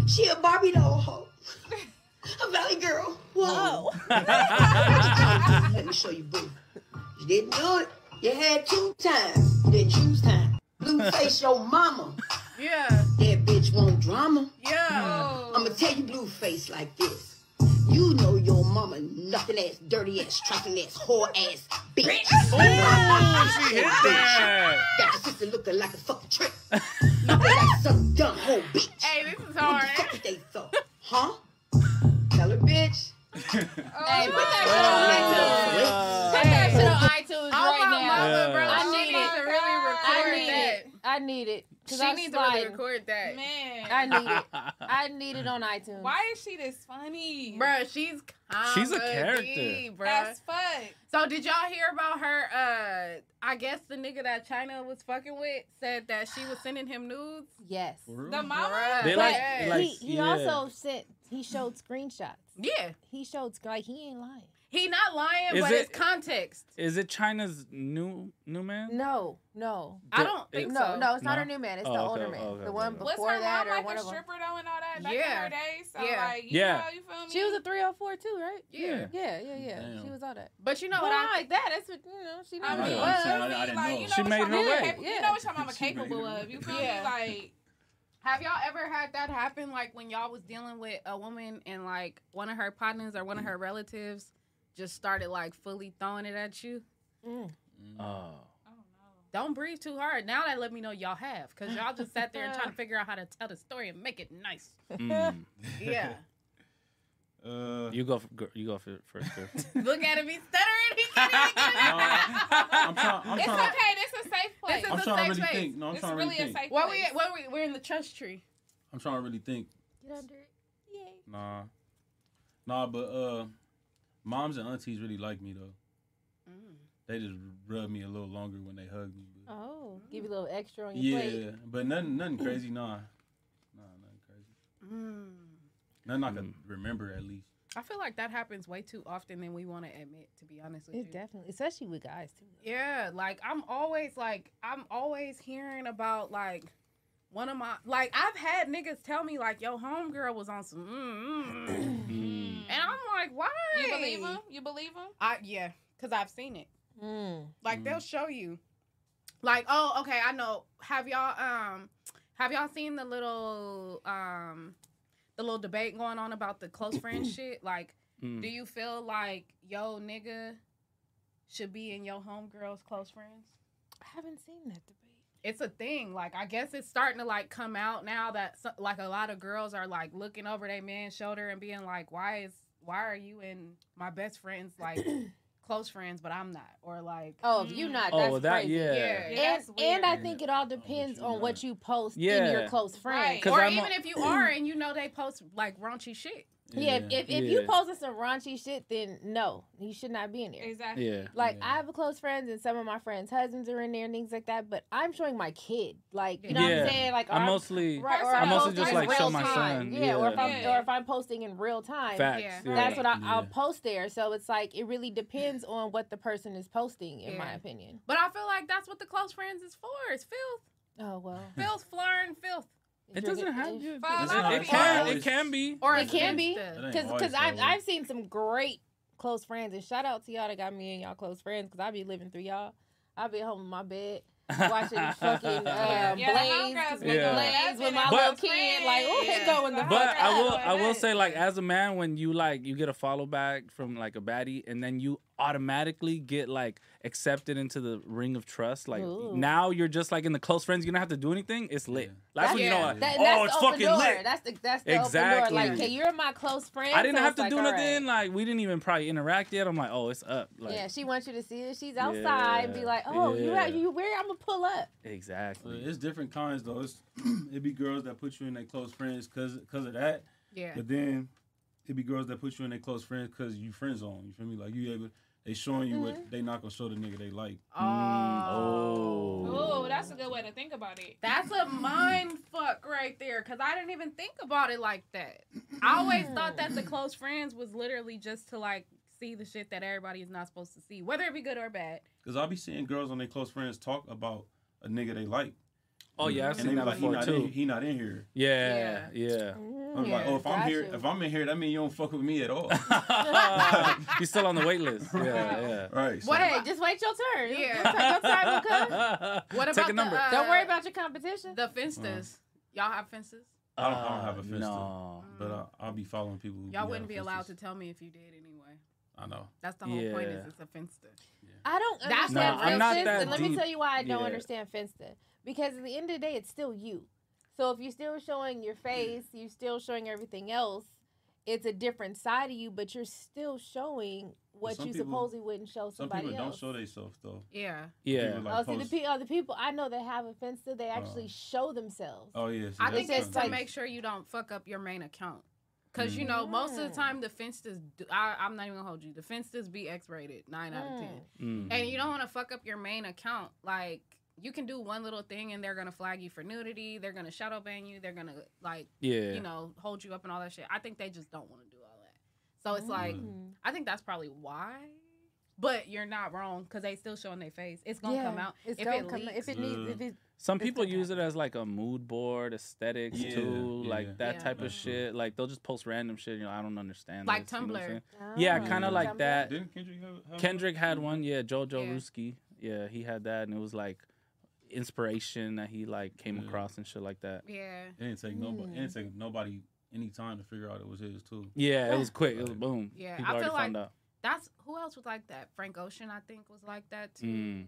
J: She a Barbie doll ho. a valley girl. Whoa. Let me show you boo. You didn't do it. You had two times. Then choose time. Blue face your mama.
D: Yeah.
J: That bitch want drama.
D: Yeah.
J: I'ma tell you blue face like this. You know your mama nothing ass, dirty ass, trifling ass, whore ass, bitch.
E: Oh, she hit
J: Bitch.
E: that.
J: Got your sister looking like a fucking trick. Looking like some dumb hoe bitch.
D: Hey, this is
J: What the
D: hard.
J: fuck they thought? Huh? Tell her bitch.
F: Hey, put
E: Uh,
F: that shit on iTunes. Put that shit on iTunes
D: Oh,
F: right
D: my
F: now.
D: mama, bro.
F: I
D: She
F: need
D: needs
F: it.
D: to really
F: I
D: record
F: need
D: that.
F: it. I need it. 'cause
G: She
F: I'm
G: needs to really
F: sliding.
G: record that. Man.
F: I need it. I need it on iTunes.
G: Why is she this funny?
D: Bruh, she's
E: She's
D: comedy,
E: a character.
D: bruh.
G: As fuck.
D: So did y'all hear about her? Uh, I guess the nigga that China was fucking with said that she was sending him nudes.
F: Yes.
D: The mama.
F: But
D: like,
F: he he also sent he showed screenshots.
D: Yeah.
F: He showed sc- like he ain't lying.
D: He not lying,
E: Is
D: but
E: it-
D: it's context.
E: Is it China's new new man?
F: No, no.
E: I don't think
F: no,
E: so.
F: No, it's not
E: No?
F: her new man. It's
E: Oh,
F: the
E: okay,
F: older man.
E: okay,
F: the
E: okay,
F: one
E: okay.
G: Was
F: before
G: her
F: that
G: mom
F: or
G: like
F: one
G: a
F: of them.
G: stripper though and all that back in
F: Yeah.
G: her day? So
F: Yeah.
G: like, you
E: Yeah.
G: know, you feel me?
F: She was a 304 too, right?
G: Yeah.
F: Yeah, yeah, yeah.
E: Damn.
F: She was all that.
D: But you know
F: But
D: what
F: I
D: I-
F: like that. That's what you know. She
G: I
F: didn't
G: mean,
F: really
G: what?
F: was.
G: I mean, like, you know
E: She
G: what
E: made
G: your
E: her
G: mama
E: way.
G: cap- You
F: Yeah.
G: know what your mama
F: She made her
G: capable
F: way.
G: of. You feel
D: Yeah.
G: me? Like,
D: Have y'all ever had that happen? Like when y'all was dealing with a woman and like one of her partners or one of her relatives just started like fully throwing it at you.
F: Mm.
E: Oh.
D: Don't breathe too hard. Now that let me know y'all have, cause y'all just sat there and trying to figure out how to tell the story and make it nice.
E: Mm.
D: Yeah. Uh,
E: you go. f- gir- You go for first. girl.
D: Look at him, he's stuttering. He's stuttering.
E: I'm
H: trying- I'm
G: it's
H: trying-
G: okay. This is a safe place.
D: This is
H: I'm
D: a
H: trying to
D: safe
H: really
D: place.
H: think. No, I'm
G: This
H: trying to
G: really
H: really
G: a
H: think.
G: safe
D: Where we at? Where we? We're in the trust tree.
H: I'm trying to really think.
F: Get under it. Yay.
H: Nah, nah, but uh, moms and aunties really like me though.
G: Mm.
H: They just rub me a little longer when they hug me. but-
F: Oh, give you a little extra on your
H: yeah,
F: plate.
H: but nothing, nothing crazy. Nah, nah, nothing crazy. Mm. Nothing I can remember at least.
D: I feel like that happens way too often than we want to admit. To be honest with you.
F: It definitely, especially with guys too.
D: Yeah, like I'm always like I'm always hearing about like one of my like I've had niggas tell me like yo homegirl was on some mm, mm, mm. and I'm like why
G: You believe him? You believe him?
D: I yeah, cause I've seen it.
F: Mm.
D: Like they'll show you, like oh okay I know. Have y'all um have y'all seen the little um the little debate going on about the close friend shit? Like
E: Mm.
D: do you feel like yo nigga should be in your homegirl's close friends?
F: I haven't seen that debate.
D: it's a thing. Like I guess it's starting to like come out now that so, like a lot of girls are like looking over their man's shoulder and being like, "Why is why are you and my best friends like close friends, but I'm not?" Or like,
F: Oh, if you not,
E: Oh,
F: that's
E: that-
F: crazy.
E: yeah.
D: Yeah,
F: and
D: that's
F: and I
D: weird.
F: think it all depends on what you post in
E: Yeah.
F: your close friends.
D: Or
E: I'm a-
D: even if you are and you know they post like raunchy shit.
F: Yeah, if, if, if
E: Yeah.
F: you posting some raunchy shit, then no, you should not be in there.
G: Exactly.
E: Yeah.
F: Like I have a close friends and some of my friends' husbands are in there and things like that, but I'm showing my kid. Like you know what
E: Yeah.
F: I'm saying? Like
E: I
F: I'm-
E: mostly-
F: right, or
E: I
F: I'm
E: mostly just,
F: posting
E: like,
F: in
E: show
F: real
E: my
F: time.
E: son.
F: Yeah, or if I'm
E: Yeah.
F: or if I'm posting in real time.
E: Facts, Yeah. yeah.
F: That's what I, I'll
E: Yeah.
F: post there. So it's like it really depends on what the person is posting, in my
D: Yeah.
F: opinion.
D: But I feel like that's what the close friends is for. It's filth,
F: Oh
G: Uh-huh.
F: well.
D: filth, flaring filth.
E: It doesn't have to.
D: Fuck,
E: It,
D: I
E: it
D: don't
E: can.
D: know.
E: It can be.
D: Or
F: it can be
D: That
H: ain't
F: because
H: always
F: because I've
H: that way.
F: I've seen some great close friends and shout out to y'all that got me and y'all close friends because I be living through y'all. I be home in my bed watching fucking uh,
G: Yeah,
F: Blaze
G: homegirls
F: with
G: been doing
E: that
F: Blaze with
G: since
F: my
E: But-
F: little kid like oh they going the
E: But
F: fuck
E: I will.
F: up.
E: I will say, like, as a man, when you like you get a follow back from like a baddie, and then you automatically get like accepted into the ring of trust. Like
F: Ooh.
E: now you're just like in the close friends. You don't have to do anything. It's lit. That's, when you know.
F: yeah.
E: Like,
F: That-
E: oh,
F: that's
E: it's
F: the open
E: fucking
F: door.
E: lit.
F: That's the that's the open
E: Exactly.
F: door. Like hey, you're my close friend.
E: I didn't
F: so
E: have
F: it's
E: to
F: like,
E: do
F: all right.
E: nothing. Like we didn't even probably interact yet. I'm like, oh, it's up. Like,
F: yeah, she wants you to see it. She's outside. Be
E: Yeah,
F: like, oh, you
E: yeah.
F: out you where? I'm gonna pull up.
E: Exactly.
H: But Uh, it's different kinds though. It's it be girls that put you in their close friends cause cause of that.
D: Yeah.
H: But then it be girls that put you in their close friends cause you friend zone. You feel me? Like you able they showing you
F: Mm-hmm.
H: what they not gonna show the nigga they like.
E: Oh.
G: Oh, that's a good way to think about it.
D: That's a mind fuck right there because I didn't even think about it like that. I always thought that the close friends was literally just to like see the shit that everybody is not supposed to see, whether it be good or bad.
H: Cause I be seeing girls on their close friends talk about a nigga they like.
E: Oh, yeah,
H: And
E: I've
H: they
E: seen
H: be
E: that
H: like,
E: before,
H: he not
E: too.
H: In, he not in here.
E: Yeah, yeah.
H: I'm like, oh, if I'm
E: Got
H: here,
E: you.
H: if I'm in here, that mean you don't fuck with me at all.
E: You're still on the wait list. Yeah, yeah.
H: Right.
F: What? Hey, just wait your turn.
D: Yeah.
F: Your time will come.
D: What
E: Take
D: about
E: a number. Uh-huh.
D: the uh,
F: Don't worry about your competition.
D: the finsters? Y'all have fences?
H: I don't, I don't have a fist.
E: no.
H: But I, I'll be following people. Who
D: Y'all
H: be
D: wouldn't be
H: having
D: allowed to tell me if you did anyway.
H: fists. I know.
D: That's the whole point is
H: Yeah.
D: it's a finster.
F: I don't
D: That's
F: understand
E: not- I'm
F: real
E: not
F: Finsta,
E: that
F: and let me
E: deep.
F: tell you why I don't
E: Yeah.
F: understand Finsta. Because at the end of the day, it's still you. So if you're still showing your face, you're still showing everything else. It's a different side of you, but you're still showing what
H: some
F: you
H: people-
F: supposedly wouldn't show
H: Some
F: somebody
H: people don't
F: else.
H: show themselves though.
D: Yeah.
E: Yeah.
H: People, like,
F: oh, see,
H: post-
F: the pe- oh, the people I know that have offensive, they
H: Uh,
F: actually show themselves.
H: Oh yeah. see,
D: I think
H: that's
D: it's
H: kinda-
D: to make sure you don't fuck up your main account. Because, you
H: Mm.
D: know, most of the time the fensters, do, I, I'm not even going to hold you, the fensters be X rated, 9 out of 10.
E: Mm.
D: And you don't want to fuck up your main account. Like, you can do one little thing and they're going to flag you for nudity. They're going to shadow ban you. They're going to, like,
E: Yeah.
D: you know, hold you up and all that shit. I think they just don't want to do all that. So it's like,
F: Mm.
D: I think that's probably why. But you're not wrong because they still showing their face. It's going to
F: Yeah,
D: come out.
F: it's gonna come-
D: leaks-
F: if it
H: Mm.
F: needs- if it-
E: Some people use it as like a mood board aesthetics
H: Yeah,
E: too,
H: yeah.
E: like that
D: Yeah.
E: type of
H: That's true.
E: shit. Like they'll just post random shit. You know, I don't understand.
D: Like
E: this, you know what
D: Tumblr.
E: I'm saying? yeah,
F: Ah.
E: kind of like that.
H: Didn't Kendrick have, have
E: Kendrick had one, yeah, Jojo
D: Yeah.
E: Ruski. Yeah, he had that and it was like inspiration that he like came across and shit like that.
D: Yeah.
H: It didn't
F: Mm.
H: take nobody. It didn't take nobody any time to figure out it was his too.
E: Yeah, it was quick. It was boom.
D: Yeah,
E: People
D: I
E: already
D: feel like
E: found out.
D: that's who else was like that. Frank Ocean, I think, was like that too.
E: Mm.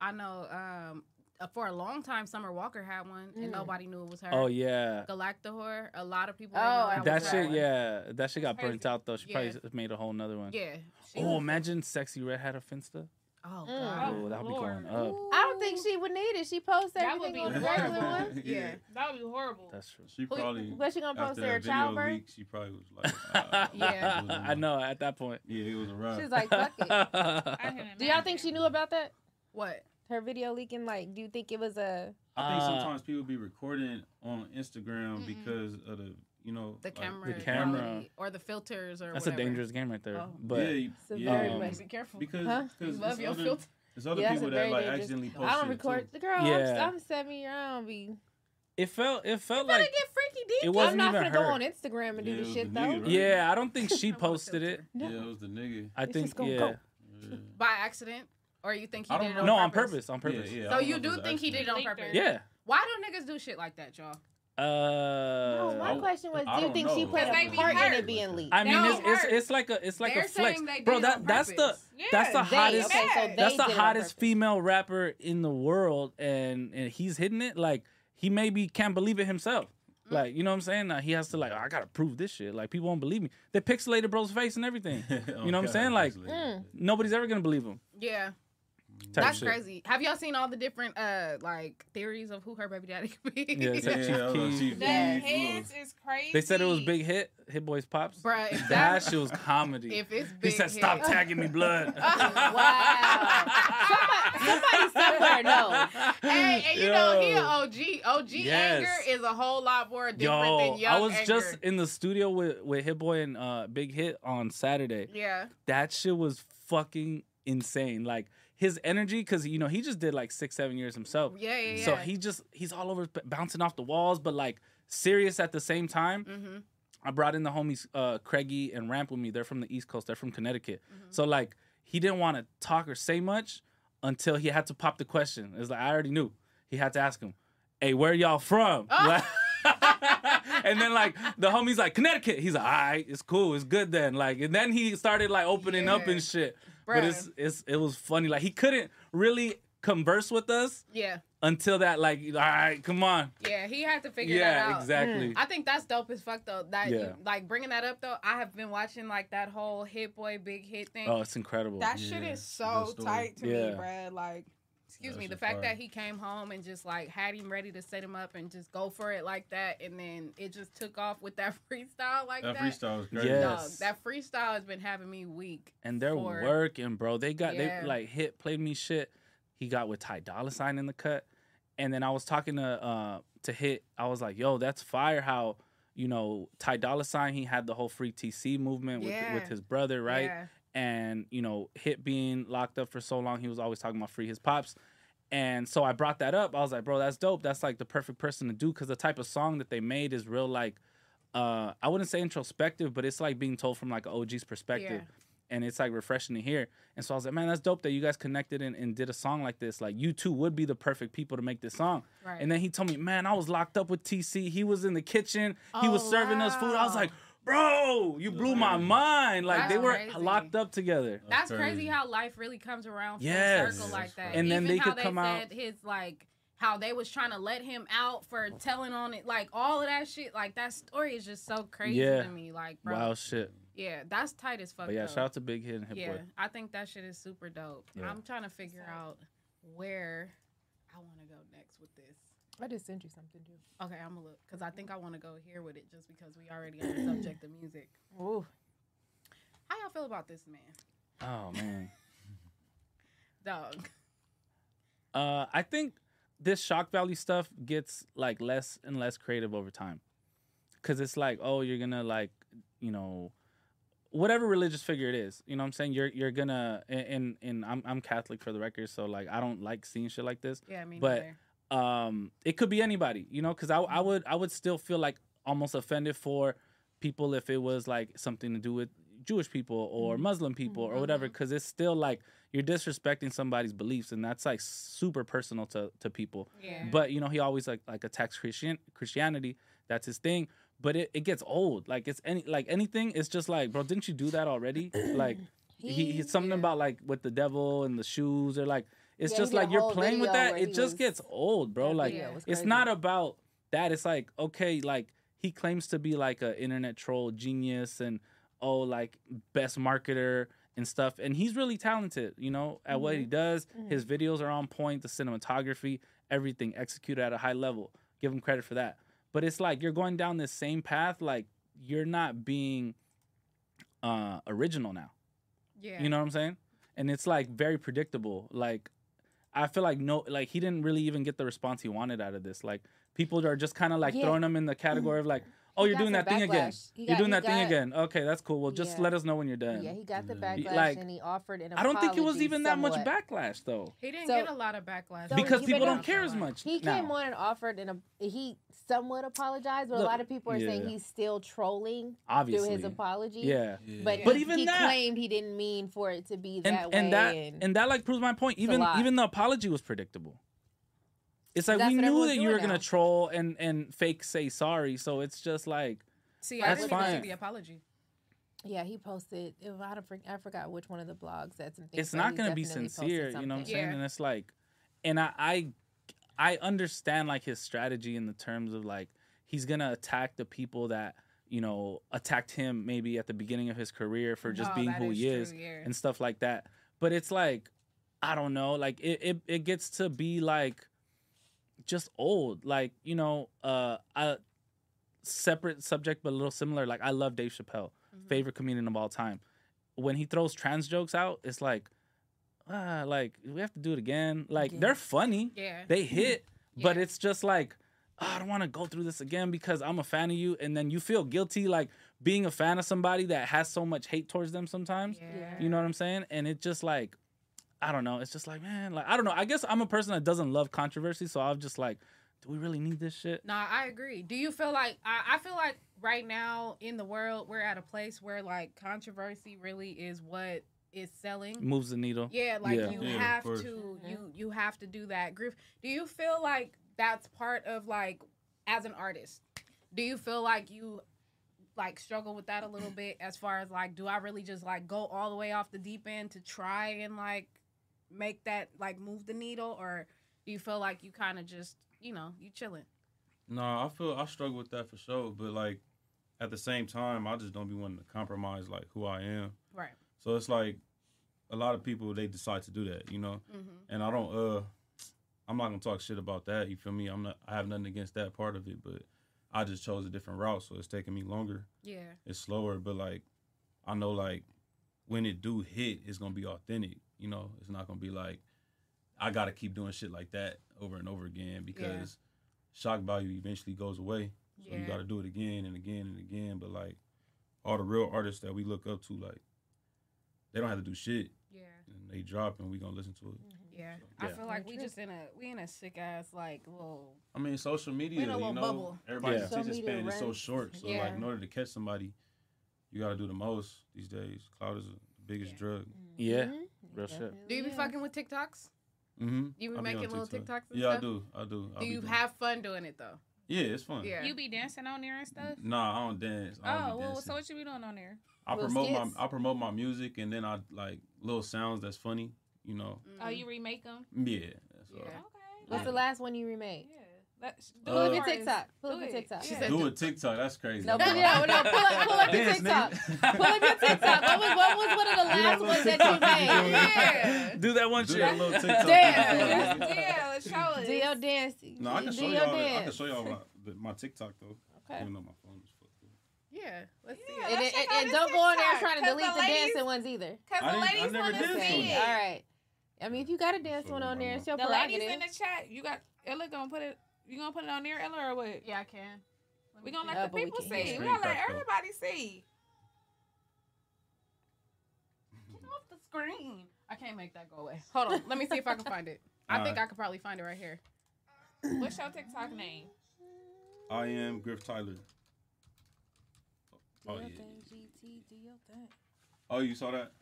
D: I know. Um, uh, for a long time, Summer Walker had one,
F: Mm.
D: and nobody knew it was her.
E: Oh, yeah.
D: Galactahor. A lot of people.
F: Oh,
D: didn't know
E: That
D: was her.
E: shit, yeah. That shit got burnt
D: crazy.
E: out though. She
D: Yeah.
E: probably made a whole nother one.
D: Yeah.
E: Oh, imagine sexy red had a finsta.
D: Oh
E: Oh,
D: god.
E: that'd be going up.
F: Mm. I don't think she would need it. She posts
G: That would
F: everything
G: be
F: on the regular
G: horrible.
F: one.
H: Yeah.
G: That would be horrible.
E: That's true.
H: She probably.
F: But she gonna
H: after
F: post her
H: that video
F: childbirth?
H: leak, she probably was like,
D: Yeah.
E: I know at that point.
H: yeah, it was a wrap.
F: She's like, fuck it.
G: I
E: I
G: can
F: Do y'all think she knew about that?
D: What?
F: Her video leaking, like, do you think it was a
H: I think
E: Uh,
H: sometimes people be recording on Instagram because of the, you know,
D: The
H: like,
D: camera.
E: camera.
D: quality Or the filters or.
E: That's a
D: whatever.
E: dangerous game right there.
D: Oh.
E: But
H: yeah, you-
F: So
H: yeah,
F: very
H: um,
F: much-
D: Be careful.
H: because
F: Huh?
H: because
D: Love
H: there's
D: your
H: other,
D: filter.
H: there's other
F: Yeah, that's
H: people
F: a
H: that
F: very
H: like
F: dangerous-
H: accidentally post.
F: I don't
H: shit,
F: record
H: too.
F: the girl.
E: Yeah.
F: I'm, I'm seven year. I don't be.
E: it felt it felt
D: Gotta
E: like
D: get freaky deep.
E: it wasn't
F: I'm not
E: even
F: gonna
E: her.
F: go on Instagram and do
H: Yeah, it
F: the
H: was
F: shit
H: the
F: though.
H: nigga, right?
E: Yeah, I don't think she posted it.
H: Yeah, it was the nigga.
E: I
F: It's
E: think
F: just gonna
E: yeah.
F: go.
H: Yeah.
D: By accident, or you think he
H: I
D: did
H: don't
D: it
H: know.
D: on
E: No, on
D: purpose?
E: purpose. On
H: Yeah,
E: purpose.
H: yeah, I
D: So
H: don't know
D: you
H: if it
D: do
H: was
D: think he did it
H: accident.
D: on
G: Leaked
D: purpose?
G: her.
E: Yeah.
D: Why do niggas do shit like that, y'all?
E: Uh
F: No, Oh, my
H: I-
F: question was,
H: I
F: do you
H: don't
F: think she
H: know.
F: played
H: Because
F: a
G: they be
F: part in
G: hurt.
F: it being leaked?
E: I mean,
G: They
E: it's,
G: don't
E: it's
G: hurt.
E: it's like a it's like
D: They're
E: a flex,
D: saying they did
E: bro.
D: it
E: That
D: on
E: that's the
D: purpose.
E: that's the
G: Yeah,
F: They-
E: hottest
F: okay, so
G: Yeah.
E: that's
F: they
E: the
F: did it on
E: hottest
F: purpose.
E: female rapper in the world, and and he's hitting it like he maybe can't believe it himself.
D: Mm.
E: Like you know what I'm saying? Like, he has to like "Oh, I gotta prove this shit. Like people won't believe me. They pixelated bro's face and everything.
H: Oh,
E: You know what I'm
H: God,
E: saying? Like
H: that's
D: Mm.
H: lit.
E: nobody's ever gonna believe him.
D: Yeah.
E: type
D: That's
E: shit.
D: crazy. Have y'all seen all the different uh like theories of who her baby daddy could be?
E: Yeah, it's
H: Yeah,
E: like
H: yeah,
E: Chief
H: I was like,
E: Keef.
H: Chief
G: That
H: Keef, you
G: hits is crazy.
E: They said it was big hit, hit boys pops.
D: Bruh, if
E: That
D: that-
E: shit was comedy.
D: If it's
E: he
D: big
E: said,
D: hit-
E: "Stop tagging me, blood."
F: Somebody somewhere knows.
D: Hey, and you know he
E: Yo.
D: an OG. OG
E: Yes.
D: anger is a whole lot more different
E: Yo,
D: than young
E: I was
D: anger.
E: just in the studio with with Hit Boy and uh, Big Hit on Saturday.
D: yeah.
E: That shit was fucking insane. Like his energy, because you know he just did like six, seven years himself.
D: Yeah, yeah,
E: So
D: yeah.
E: he just he's all over b- bouncing off the walls, but like serious at the same time.
D: Mm-hmm.
E: I brought in the homies uh, Craigie and Ramp with me. They're from the East Coast. They're from Connecticut.
G: Mm-hmm.
E: So like he didn't want to talk or say much until he had to pop the question. It's like I already knew. He had to ask him, "Hey, where y'all from?"
G: Oh.
E: and then like the homie's like Connecticut. He's like, "All right, it's cool, it's good then." Like and then he started like opening up
D: Yeah.
E: and shit. But
D: Bruh.
E: it's it's it was funny. Like he couldn't really converse with us
D: Yeah.
E: until that like all right, come on.
D: Yeah, he had to figure that
E: yeah,
D: out.
E: exactly.
D: I think that's dope as fuck though. That
E: Yeah.
D: you, like bringing that up though, I have been watching like that whole hit boy big hit thing.
E: Oh, it's incredible.
G: That
H: Yeah,
G: shit is
H: good
G: so
H: story.
G: tight to
E: Yeah.
G: me, bruh. Like,
D: excuse
H: That
D: me, the
H: shit
D: fact
H: fire.
D: that he came home and just like had him ready to set him up and just go for it like that, and then it just took off with that freestyle like
H: That
D: that.
H: freestyle was crazy.
E: Yeah.
D: Dog,
E: Yes.
D: that freestyle has been having me weak.
E: and they're
D: for-
E: working, bro. They got
D: Yeah.
E: they like hit played me shit. He got with Ty Dolla Sign in the cut, and then I was talking to uh to hit. I was like, "Yo, that's fire!" How you know Ty Dolla Sign? He had the whole free TC movement with
D: Yeah.
E: with his brother, right?
D: Yeah.
E: And you know, hit being locked up for so long, he was always talking about free his pops. And so I brought that up. I was like, "Bro, that's dope. That's like the perfect person to do because the type of song that they made is real like." uh I wouldn't say introspective, but it's like being told from like an OG's perspective. And it's like refreshing to hear. And so I was like, man, that's dope that you guys connected and, and did a song like this. Like you two would be the perfect people to make this song.
D: Right.
E: And then he told me, man, I was locked up with TC. He was in the kitchen. he was
D: Oh,
E: serving us food. I was
D: wow.
E: like, bro, you blew my mind. Like
D: That's
E: they were
D: crazy.
E: locked up together.
D: That's
H: That's
D: crazy
H: crazy.
D: how life really comes around full
E: Yes.
D: circle like that.
E: And then
D: Even
E: they
D: how
E: could
D: they
E: come out-
D: said his like how they was trying to let him out for telling on it, like all of that shit. Like that story is just so crazy
E: Yeah.
D: to me. Like, bro,
E: Wow shit.
D: Yeah, that's tight as fuck.
E: But yeah,
D: though.
E: shout out to Big Hit and Hip
D: yeah,
E: Boy.
D: I think that shit is super dope.
E: Yeah.
D: I'm trying to figure out where I want to go next with this.
F: I just sent you something, dude.
D: Okay, I'm gonna look because I think I want to go here with it just because we already on the subject of music.
F: Ooh.
D: How y'all feel about this man,
E: Oh man.
D: dog?
E: Uh, I think this shock value stuff gets like less and less creative over time, because it's like, oh, you're gonna like, you know, whatever religious figure it is, you know, what I'm saying you're you're gonna and and, and I'm I'm Catholic for the record, so like I don't like seeing shit like this.
D: Yeah, me
E: But
D: neither.
E: um, it could be anybody, you know, because I
L: Mm-hmm.
E: I would I would still feel like almost offended for people if it was like something to do with Jewish people or
L: Mm-hmm.
E: Muslim people or whatever, because it's still like you're disrespecting somebody's beliefs, and that's like super personal to to people.
L: Yeah.
E: But you know, he always like like attacks Christian Christianity. That's his thing. But it, it gets old. Like it's any like anything. It's just like, bro, didn't you do that already? like he, he's something about like with the devil and the shoes or like it's
L: Yeah, he
E: just
L: did a
E: like you're
L: whole
E: playing with
L: video
E: that.
L: where
E: It
L: he
E: just
L: was-
E: gets old, bro.
L: That
E: Like
L: video was
E: it's
L: crazy.
E: not about that. It's like okay, like he claims to be like a internet troll genius and oh like best marketer and stuff and he's really talented you know at what he
L: Mhm.
E: does
L: Mhm.
E: his videos are on point the cinematography everything executed at a high level give him credit for that but it's like you're going down this same path like you're not being uh original now
D: Yeah.
E: you know what I'm saying? And it's like very predictable. Like I feel like no like he didn't really even get the response he wanted out of this. Like people are just kind of like
L: Yeah.
E: throwing him in the category of like, "Oh,
F: He
E: you're
F: got
E: doing
F: some
E: that thing again.
F: backlash. He
E: You're
F: got-
E: doing
F: he
E: that thing
F: got-
E: again. Okay, that's cool. Well, just
F: Yeah.
E: let us know when you're done."
F: Yeah, he got the
E: He-
F: backlash
E: like,
F: and he offered an
E: I don't think it was
F: apology
E: even that much
F: somewhat.
E: backlash though.
D: He didn't
F: So-
D: get a lot of backlash
F: So
E: because
F: he
E: people
F: better-
E: don't care as much.
F: He
E: now.
F: came on and offered, and uh, he somewhat apologized, but
E: Look,
F: a lot of people are saying
E: yeah.
F: he's still trolling through
E: Obviously.
F: his apology.
E: Yeah. Yeah.
F: but
E: But
F: he,
E: even
F: he
E: that-
F: claimed he didn't mean for it to be
E: and
F: that way.
E: and that
F: and-
E: and that like proves my point.
F: It's a
E: Even
F: lot.
E: even the apology was predictable. It's like
F: That's
E: we
F: what
E: knew
F: everyone's
E: that you were
F: doing now.
E: gonna troll and and fake say sorry, so it's just like
D: See, I
E: that's
D: didn't
E: fine.
D: even see the apology.
F: yeah, he posted. It, I, don't, fr- I forgot which one of the blogs that's in.
E: it's not going to be sincere you know what i'm saying and it's like and I, I i understand like his strategy in the terms of like he's going to attack the people that you know attacked him maybe at the beginning of his career for just
L: Oh,
E: being
L: that
E: who
L: is
E: he
L: true,
E: is
L: yeah.
E: and stuff like that but it's like i don't know like it, it, it gets to be like just old like you know uh I, separate subject but a little similar like i love dave chappelle
L: Mm-hmm.
E: favorite comedian of all time when he throws trans jokes out it's like ah, like we have to do it again. Like they're funny.
L: Yeah.
E: They hit, but it's just like "Ah, I don't want to go through this again because I'm a fan of you, and then you feel guilty like being a fan of somebody that has so much hate towards them sometimes.
L: Yeah.
E: You know what I'm saying? And it just like I don't know. It's just like man, like I don't know. I guess I'm a person that doesn't love controversy, so I'm just like, do we really need this shit?
D: Nah, I agree. Do you feel like I, I feel like right now in the world we're at a place where like controversy really is what is selling.
E: Moves the needle.
D: Yeah, like
E: Yeah.
D: you
E: Yeah, of
D: have
E: course.
D: to you you have to do that group. Do you feel like that's part of like as an artist? Do you feel like you like struggle with that a little bit as far as like do I really just like go all the way off the deep end to try and like make that like move the needle or do you feel like you kind of just, you know, you chilling?
H: No, I feel I struggle with that for sure. But like at the same time, I just don't be wanting to compromise like who I am.
D: Right.
H: So it's like a lot of people they decide to do that, you know.
D: Mhm.
E: Mm-hmm.
H: And I don't. Uh, I'm not gonna talk shit about that. You feel me? I'm not. I have nothing against that part of it, but I just chose a different route, so it's taking me longer.
D: Yeah.
H: It's slower, but like I know like when it do hit, it's gonna be authentic. You know, it's not gonna be like I gotta keep doing shit like that over and over again because shock value eventually goes away. So you
L: Yeah.
H: gotta do it again and again and again. But like all the real artists that we look up to, like they don't have to do shit.
D: Yeah. Mm-hmm.
H: And they drop and we gonna listen to it.
D: Yeah.
H: Yeah.
D: I feel like we just in a we in a sick ass like little
H: I mean, social media,
D: in a
H: you
D: little
H: know,
D: bubble.
H: everybody's
D: Yeah.
H: attention
D: Social media
H: span is so
D: runs.
H: short. So, like,
D: Yeah.
H: in order to catch somebody, you got to do the most these days. Cloud is the biggest drug.
D: Mm-hmm.
E: Yeah, real shit.
D: Do you be fucking with TikToks?
H: Mm-hmm.
D: You be making little TikToks and
H: yeah,
D: stuff?
H: I do. I do. I
D: Do
H: be
D: you
H: doing-
D: have fun doing it though?
H: Yeah, it's fun.
D: Yeah.
G: You be dancing on there and stuff.
H: Nah, I don't dance. I don't
G: oh
H: be
G: well,
H: dancing.
G: so what you be doing on there?
H: I promote my I promote my music and then I like little sounds that's funny. You know.
D: Mm-hmm.
G: Oh, you remake them.
H: Yeah. That's all.
G: Yeah.
F: What's the last one you remade?
G: That,
F: Pull up your TikTok. Pull up your
G: do it.
F: TikTok.
G: She
H: Uh, Do a TikTok. That's crazy.
F: No, pull, yeah, no, pull up, pull up your
H: Dance, nigga.
F: TikTok. Pull up your TikTok. What was, what was one of the last ones that you made?
E: Do that one shit.
H: that little TikTok.
F: Dance.
G: Yeah, let's show it.
F: Do your dance.
H: No, I can
F: Do
H: show
F: your
H: y'all. the- I can
F: dance.
H: show y'all my, the- my TikTok though.
F: Okay.
H: Even though my phone is fucked
D: Yeah, let's see.
F: And, and, and, and don't go in there trying to delete the,
G: ladies-
F: dancing ones either.
G: Because
H: I
G: the
H: didn't- I
G: ladies
H: never
G: want to
H: did it.
G: see it.
F: All right. I mean, if you got a dance one on there, it's your
G: The ladies
F: prerogative.
G: in the chat, you got Ella gonna put it. You gonna put it on there, Ella, or what?
D: Yeah, I can.
G: We gonna
F: Oh,
G: let
F: but
G: the
F: we
G: people
F: can't.
G: see. We
H: Screen
G: gonna let
H: crack, though.
G: everybody see.
D: Off the screen. I can't make that go away. Hold on. Let me see if I can find it. I think I could probably find it right here.
G: What's your TikTok name?
H: up. I am Griff Tyler. Oh yeah. Oh, you saw that?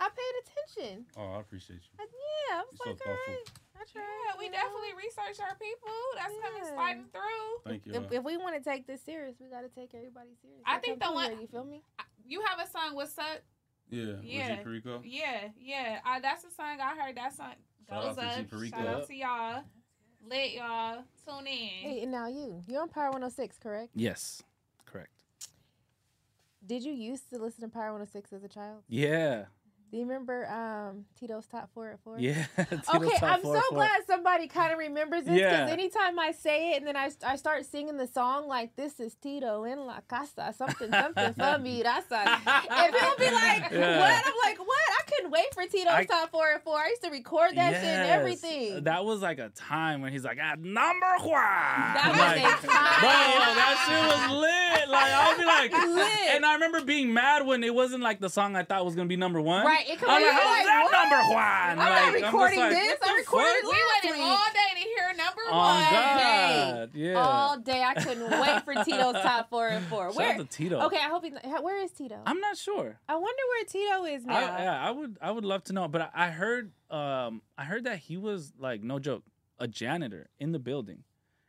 F: I paid attention.
H: Oh, I appreciate you.
F: I, yeah, I was
H: You're
F: like,
H: so
F: all
H: thoughtful.
F: right. I tried.
G: Yeah, we
F: you know.
G: definitely research our people. That's coming
F: Yeah.
G: sliding through.
H: Thank you.
F: If,
H: huh?
F: if we want to take this serious, we got to take everybody serious.
G: I
F: Y'all
G: think
F: come through
G: the one-
F: Here, you feel me?
G: You have a song. What's up?
H: Yeah.
G: Yeah.
H: With G Perico.
G: Yeah, yeah. I, that's the song I heard. That song
H: Shout out
G: goes
H: to
G: up.
H: G Perico.
G: Shout out to y'all. Lit y'all. Tune in.
F: Hey, and now you. You're on Power 106, correct?
E: Yes, correct.
F: Did you used to listen to Power 106 as a child?
E: Yeah,
F: Do you remember um, Tito's Top 4 at 4?
E: yeah.
F: Okay, I'm so glad
E: glad.
F: somebody kind of remembers this
E: Yeah.
F: because anytime I say it and then I, I start singing the song like this is Tito in la casa something something famiraza and people be like
E: Yeah.
F: what I'm like what I couldn't wait for Tito's
E: I-
F: top four and four I used to record that shit and everything
E: That was like a time when he's like, ah, number one. That
F: was
E: like,
F: a
E: Bro, that shit was lit. Like, I'll be like,
F: Lit.
E: and I remember being mad when it wasn't like the song I thought was going to be number one.
F: Right, it come
E: I'm
F: on,
E: like,
F: you're
E: how's
F: like,
E: that
F: what?
E: number one?
F: I'm not
E: Like, just
F: recording
E: like,
F: this
E: what
F: I
E: the
F: recorded
E: fuck?
G: We
F: last
G: waited all
F: week
G: day to hear number
E: On
G: one.
E: God. Yeah.
F: all day I couldn't wait for Tito's top four and four
E: Shout
F: where
E: out to Tito.
F: okay I hope he's not, where is Tito
E: I'm not sure.
F: I wonder where Tito is now
E: I, yeah, I would I would love to know, but I, I heard um I heard that he was like no joke a janitor in the building,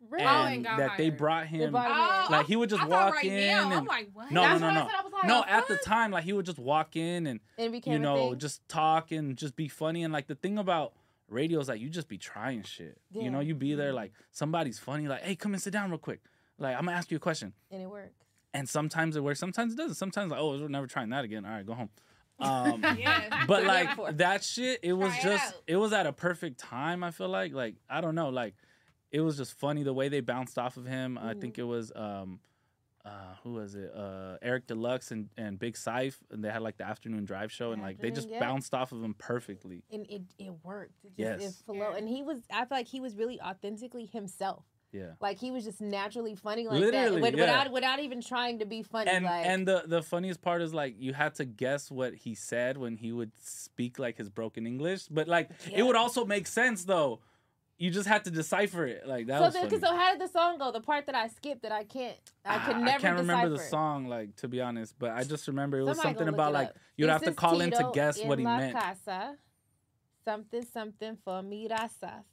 F: really
E: and
D: got
E: that they
D: hired.
E: brought
F: They
E: him.
F: brought him in.
G: Oh,
E: like he would just
G: I thought
E: walk
G: right
E: in.
G: now.
E: and,
G: I'm like, what?
E: No,
F: That's
E: no,
F: what I
E: no, no.
F: said, I was like,
E: no,
F: "Oh,
E: at the time, like he would just walk in and
F: and it became
E: you
F: a
E: know
F: thing.
E: just talk and just be funny. And like the thing about radio is like you just be trying shit. You know,
F: Yeah.
E: you be there like somebody's funny. Like, hey, come and sit down real quick. Like I'm gonna ask you a question.
F: and it worked
E: And sometimes it works. Sometimes it doesn't. Sometimes like, oh, we're never trying that again. All right, go home. Um,
G: Yeah.
E: but
F: for
E: like that shit it was
G: Try it
E: just
G: out.
E: it was at a perfect time i feel like like i don't know like it was just funny the way they bounced off of him i think it was um uh who was it uh eric deluxe and and big Syph, and they had like the afternoon drive show and like they
F: Afternoon,
E: just
F: yeah.
E: bounced off of him perfectly
F: and it, it worked. It just,
E: Yes.
F: It flowed. And he was, I feel like he was really authentically himself.
E: yeah
F: Like he was just naturally funny like
E: Literally,
F: that. With,
E: yeah.
F: Without without even trying to be funny.
E: and
F: like
E: and the the funniest part is like you had to guess what he said when he would speak like his broken english but like
F: Yeah.
E: it would also make sense though you just had to decipher it like that
F: so,
E: was
F: the,
E: funny.
F: so how did the song go? The part that I skipped that I can't I could
E: Ah,
F: never
E: I can't remember the
F: decipher.
E: song, like to be honest, but I just remember it was
F: Somebody
E: something
F: gonna
E: about
F: look it
E: like
F: up.
E: you'd
F: This
E: have to
F: is
E: call in to
F: Tito
E: guess what he
F: La
E: meant.
F: Casa. Something something for mirasas.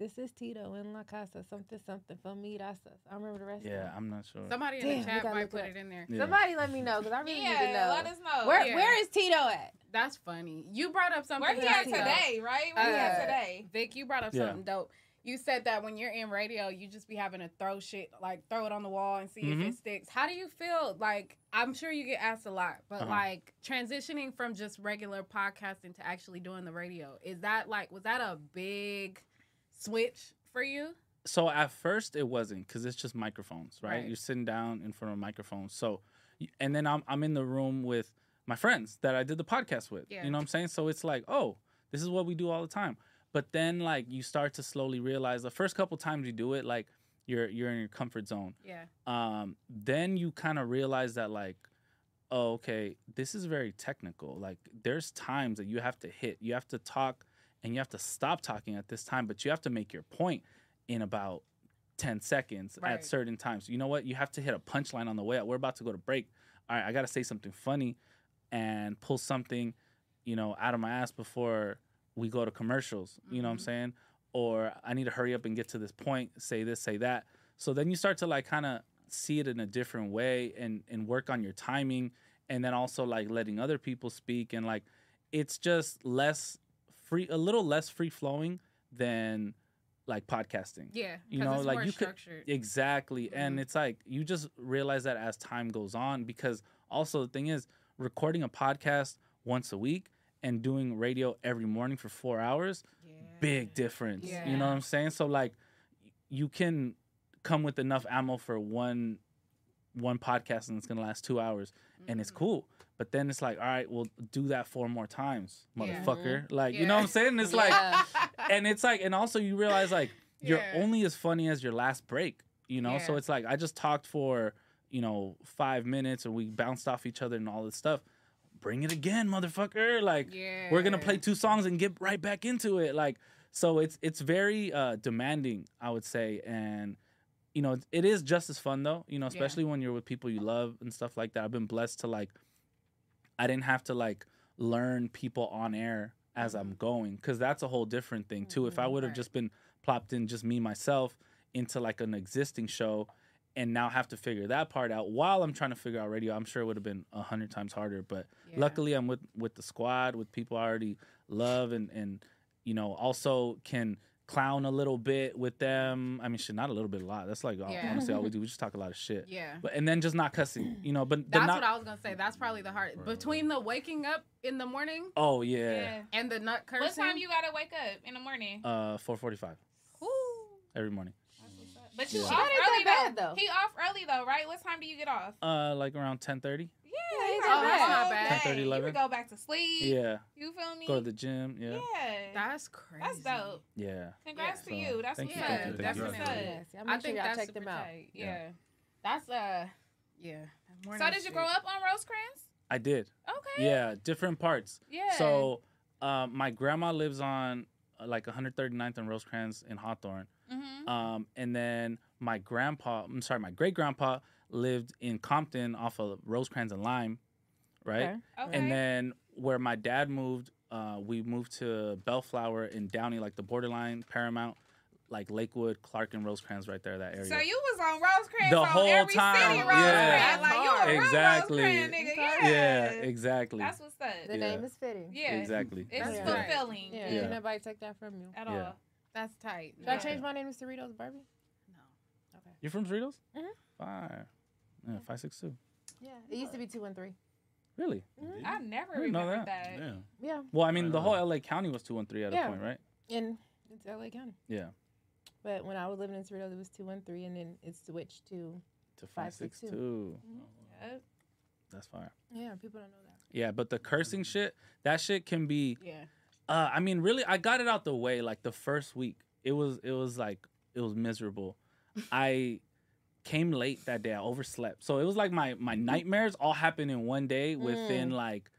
F: This is Tito in La Casa. Something something for mirasas. I don't remember the rest of
E: Yeah,
F: it.
E: I'm not sure.
D: Somebody in
F: Damn,
D: the
F: we
D: chat
F: gotta
D: might
F: look
D: put
F: it
D: it in there.
E: Yeah.
F: Somebody let me know because I really need to
G: Yeah,
F: know.
G: let us know.
F: Where
D: Yeah.
F: where is Tito at?
D: That's funny. You brought up something.
G: Where he
D: that I
G: at
D: saw.
G: today, right? Where he at
D: Uh,
G: today?
D: Vic, you brought up
E: Yeah.
D: something dope. You said that when you're in radio, you just be having to throw shit, like throw it on the wall and see
E: Mhm.
D: if it sticks. How do you feel? Like, I'm sure you get asked a lot, but
E: Uh-huh.
D: like transitioning from just regular podcasting to actually doing the radio, is that like, was that a big switch for you?
E: So at first it wasn't because it's just microphones, right?
D: Right.
E: You're sitting down in front of a microphone. So, y- and then I'm I'm in the room with my friends that I did the podcast with.
D: Yeah.
E: You know what I'm saying? So it's like, oh, this is what we do all the time. But then like you start to slowly realize the first couple times you do it, like you're you're in your comfort zone.
D: Yeah.
E: um, then you kind of realize that like oh okay this is very technical like there's times that you have to hit you have to talk and you have to stop talking at this time but you have to make your point in about 10 seconds
D: Right.
E: at certain times you know what you have to hit a punchline on the way out we're about to go to break all right i gotta say something funny and pull something you know out of my ass before we go to commercials you know what i'm
D: Mhm.
E: saying or i need to hurry up and get to this point say this say that so then you start to like kind of see it in a different way and and work on your timing and then also like letting other people speak and like it's just less free a little less free flowing than like podcasting.
D: Yeah,
E: you
D: 'cause
E: know,
D: it's
E: like
D: more
E: you
D: structured. Mm-hmm.
E: could exactly, and it's like you just realize that as time goes on. Because also the thing is, recording a podcast once a week and doing radio every morning for four hours, big difference. You know what I'm saying? So like, you can come with enough ammo for one one podcast and it's gonna last two hours and
D: Mm-hmm.
E: it's cool. But then it's like, all right, we'll do that four more times,
G: Yeah.
E: motherfucker.
G: Mhm.
E: Like, you know what I'm
G: Yeah.
E: saying? It's
G: Yeah.
E: like, and it's like, and also you realize like you're
G: Yeah.
E: only as funny as your last break, you know? So
G: Yeah.
E: it's like I just talked for you know five minutes and we bounced off each other and all this stuff. Bring it again, motherfucker! Like we're gonna play two songs and get right back into it. Like so, it's it's very uh, demanding, I would say, and you know, it is just as fun though, you know,
G: Yeah.
E: especially when you're with people you love and stuff like that. I've been blessed to like, I didn't have to like learn people on air as I'm going because that's a whole different thing too.
D: Mm-hmm.
E: If I would have just been plopped in just me, myself into like an existing show and now have to figure that part out while I'm trying to figure out radio, I'm sure it would have been a hundred times harder. But luckily, I'm with with the squad, with people I already love, and and you know also can clown a little bit with them. I mean, shit, not a little bit, a lot. That's like all-
D: Yeah.
E: honestly all we do. We just talk a lot of shit.
D: Yeah.
E: But and then just not cussing, you know. But the
D: That's
E: not.
D: what I was gonna say. That's probably the hard between the waking up in the morning
E: oh yeah.
D: and the nut cursing.
G: What time you gotta wake up in the morning?
E: Uh, four forty-five every morning.
G: But you
E: Yeah.
G: off
E: She
F: not
G: early
F: that
G: though. He off early though, right? What time do you get off?
E: Uh, like around 10.30.
G: Yeah, you
D: it's
G: got
D: not bad.
G: all
D: Not bad.
G: day.
E: 10:30,
G: You
E: 11.
G: can go back to sleep.
E: Yeah.
G: You feel me?
E: Go to the gym. Yeah.
G: yeah.
D: That's crazy.
G: That's dope.
E: Yeah.
G: Congrats
E: Yeah.
G: to
E: So,
G: you. That's
E: thank
G: what's
E: you, thank you,
G: up. That's
E: thank
G: what's
E: you.
G: up.
E: Yes,
F: y'all make
D: I
F: sure
D: think
F: y'all
D: that's
F: check
D: super
F: them out.
D: tight.
G: Yeah.
D: Yeah. That's uh yeah. that morning
G: So did you
D: shit.
G: grow up on Rosecrans?
E: I did.
G: Okay.
E: Yeah, different parts.
G: Yeah.
E: So, um, my grandma lives on uh, like 139th and Rosecrans in Hawthorne.
G: Mhm.
E: Um, and then my grandpa, I'm sorry, my great grandpa lived in Compton off of Rosecrans and Lime, right?
G: Okay. Okay.
E: And then where my dad moved, uh, we moved to Bellflower in Downey, like the borderline, Paramount, like Lakewood, Clark, and Rosecrans, right there, that area.
G: So you was on Rosecrans
E: the
G: on
E: whole
G: every
E: time,
G: city Rosecrans.
E: yeah,
G: Like you a real
E: exactly,
G: Rosecrans nigga. Yeah.
E: exactly.
G: That's what's up.
F: The name is fitting.
G: Yeah.
E: Exactly.
G: It's
E: Yeah.
G: fulfilling.
F: Yeah,
E: Yeah.
F: Ain't nobody take that from you
G: At
E: Yeah. all.
D: That's tight.
F: Should I change my name to Cerritos Barbie?
E: You're from Cerritos?
G: Mm-hmm.
F: Mhm.
E: Fire. Yeah, five six two.
F: Yeah. It used to be two and three.
E: Really?
G: Mm-hmm. I never
E: Didn't know
G: remembered
E: that.
G: that.
F: Yeah.
E: Well, I mean, the whole LA County was two one three at
F: Yeah.
E: a point, right?
F: And it's LA County.
E: Yeah.
F: But when I was living in Cerritos, it was two and three, and then it switched to
E: To
F: five,
E: five
F: six,
E: six
F: two.
E: two.
G: Mm-hmm.
E: Oh,
G: Yep.
E: That's fire.
F: Yeah, people don't know that.
E: Yeah, but the cursing shit, that shit can be.
D: Yeah.
E: Uh, I mean, really, I got it out the way like the first week. It was, it was like, it was miserable. I came late that day. I overslept, so it was like my my nightmares all happened in one day within
G: Mm-hmm. Mm.
E: like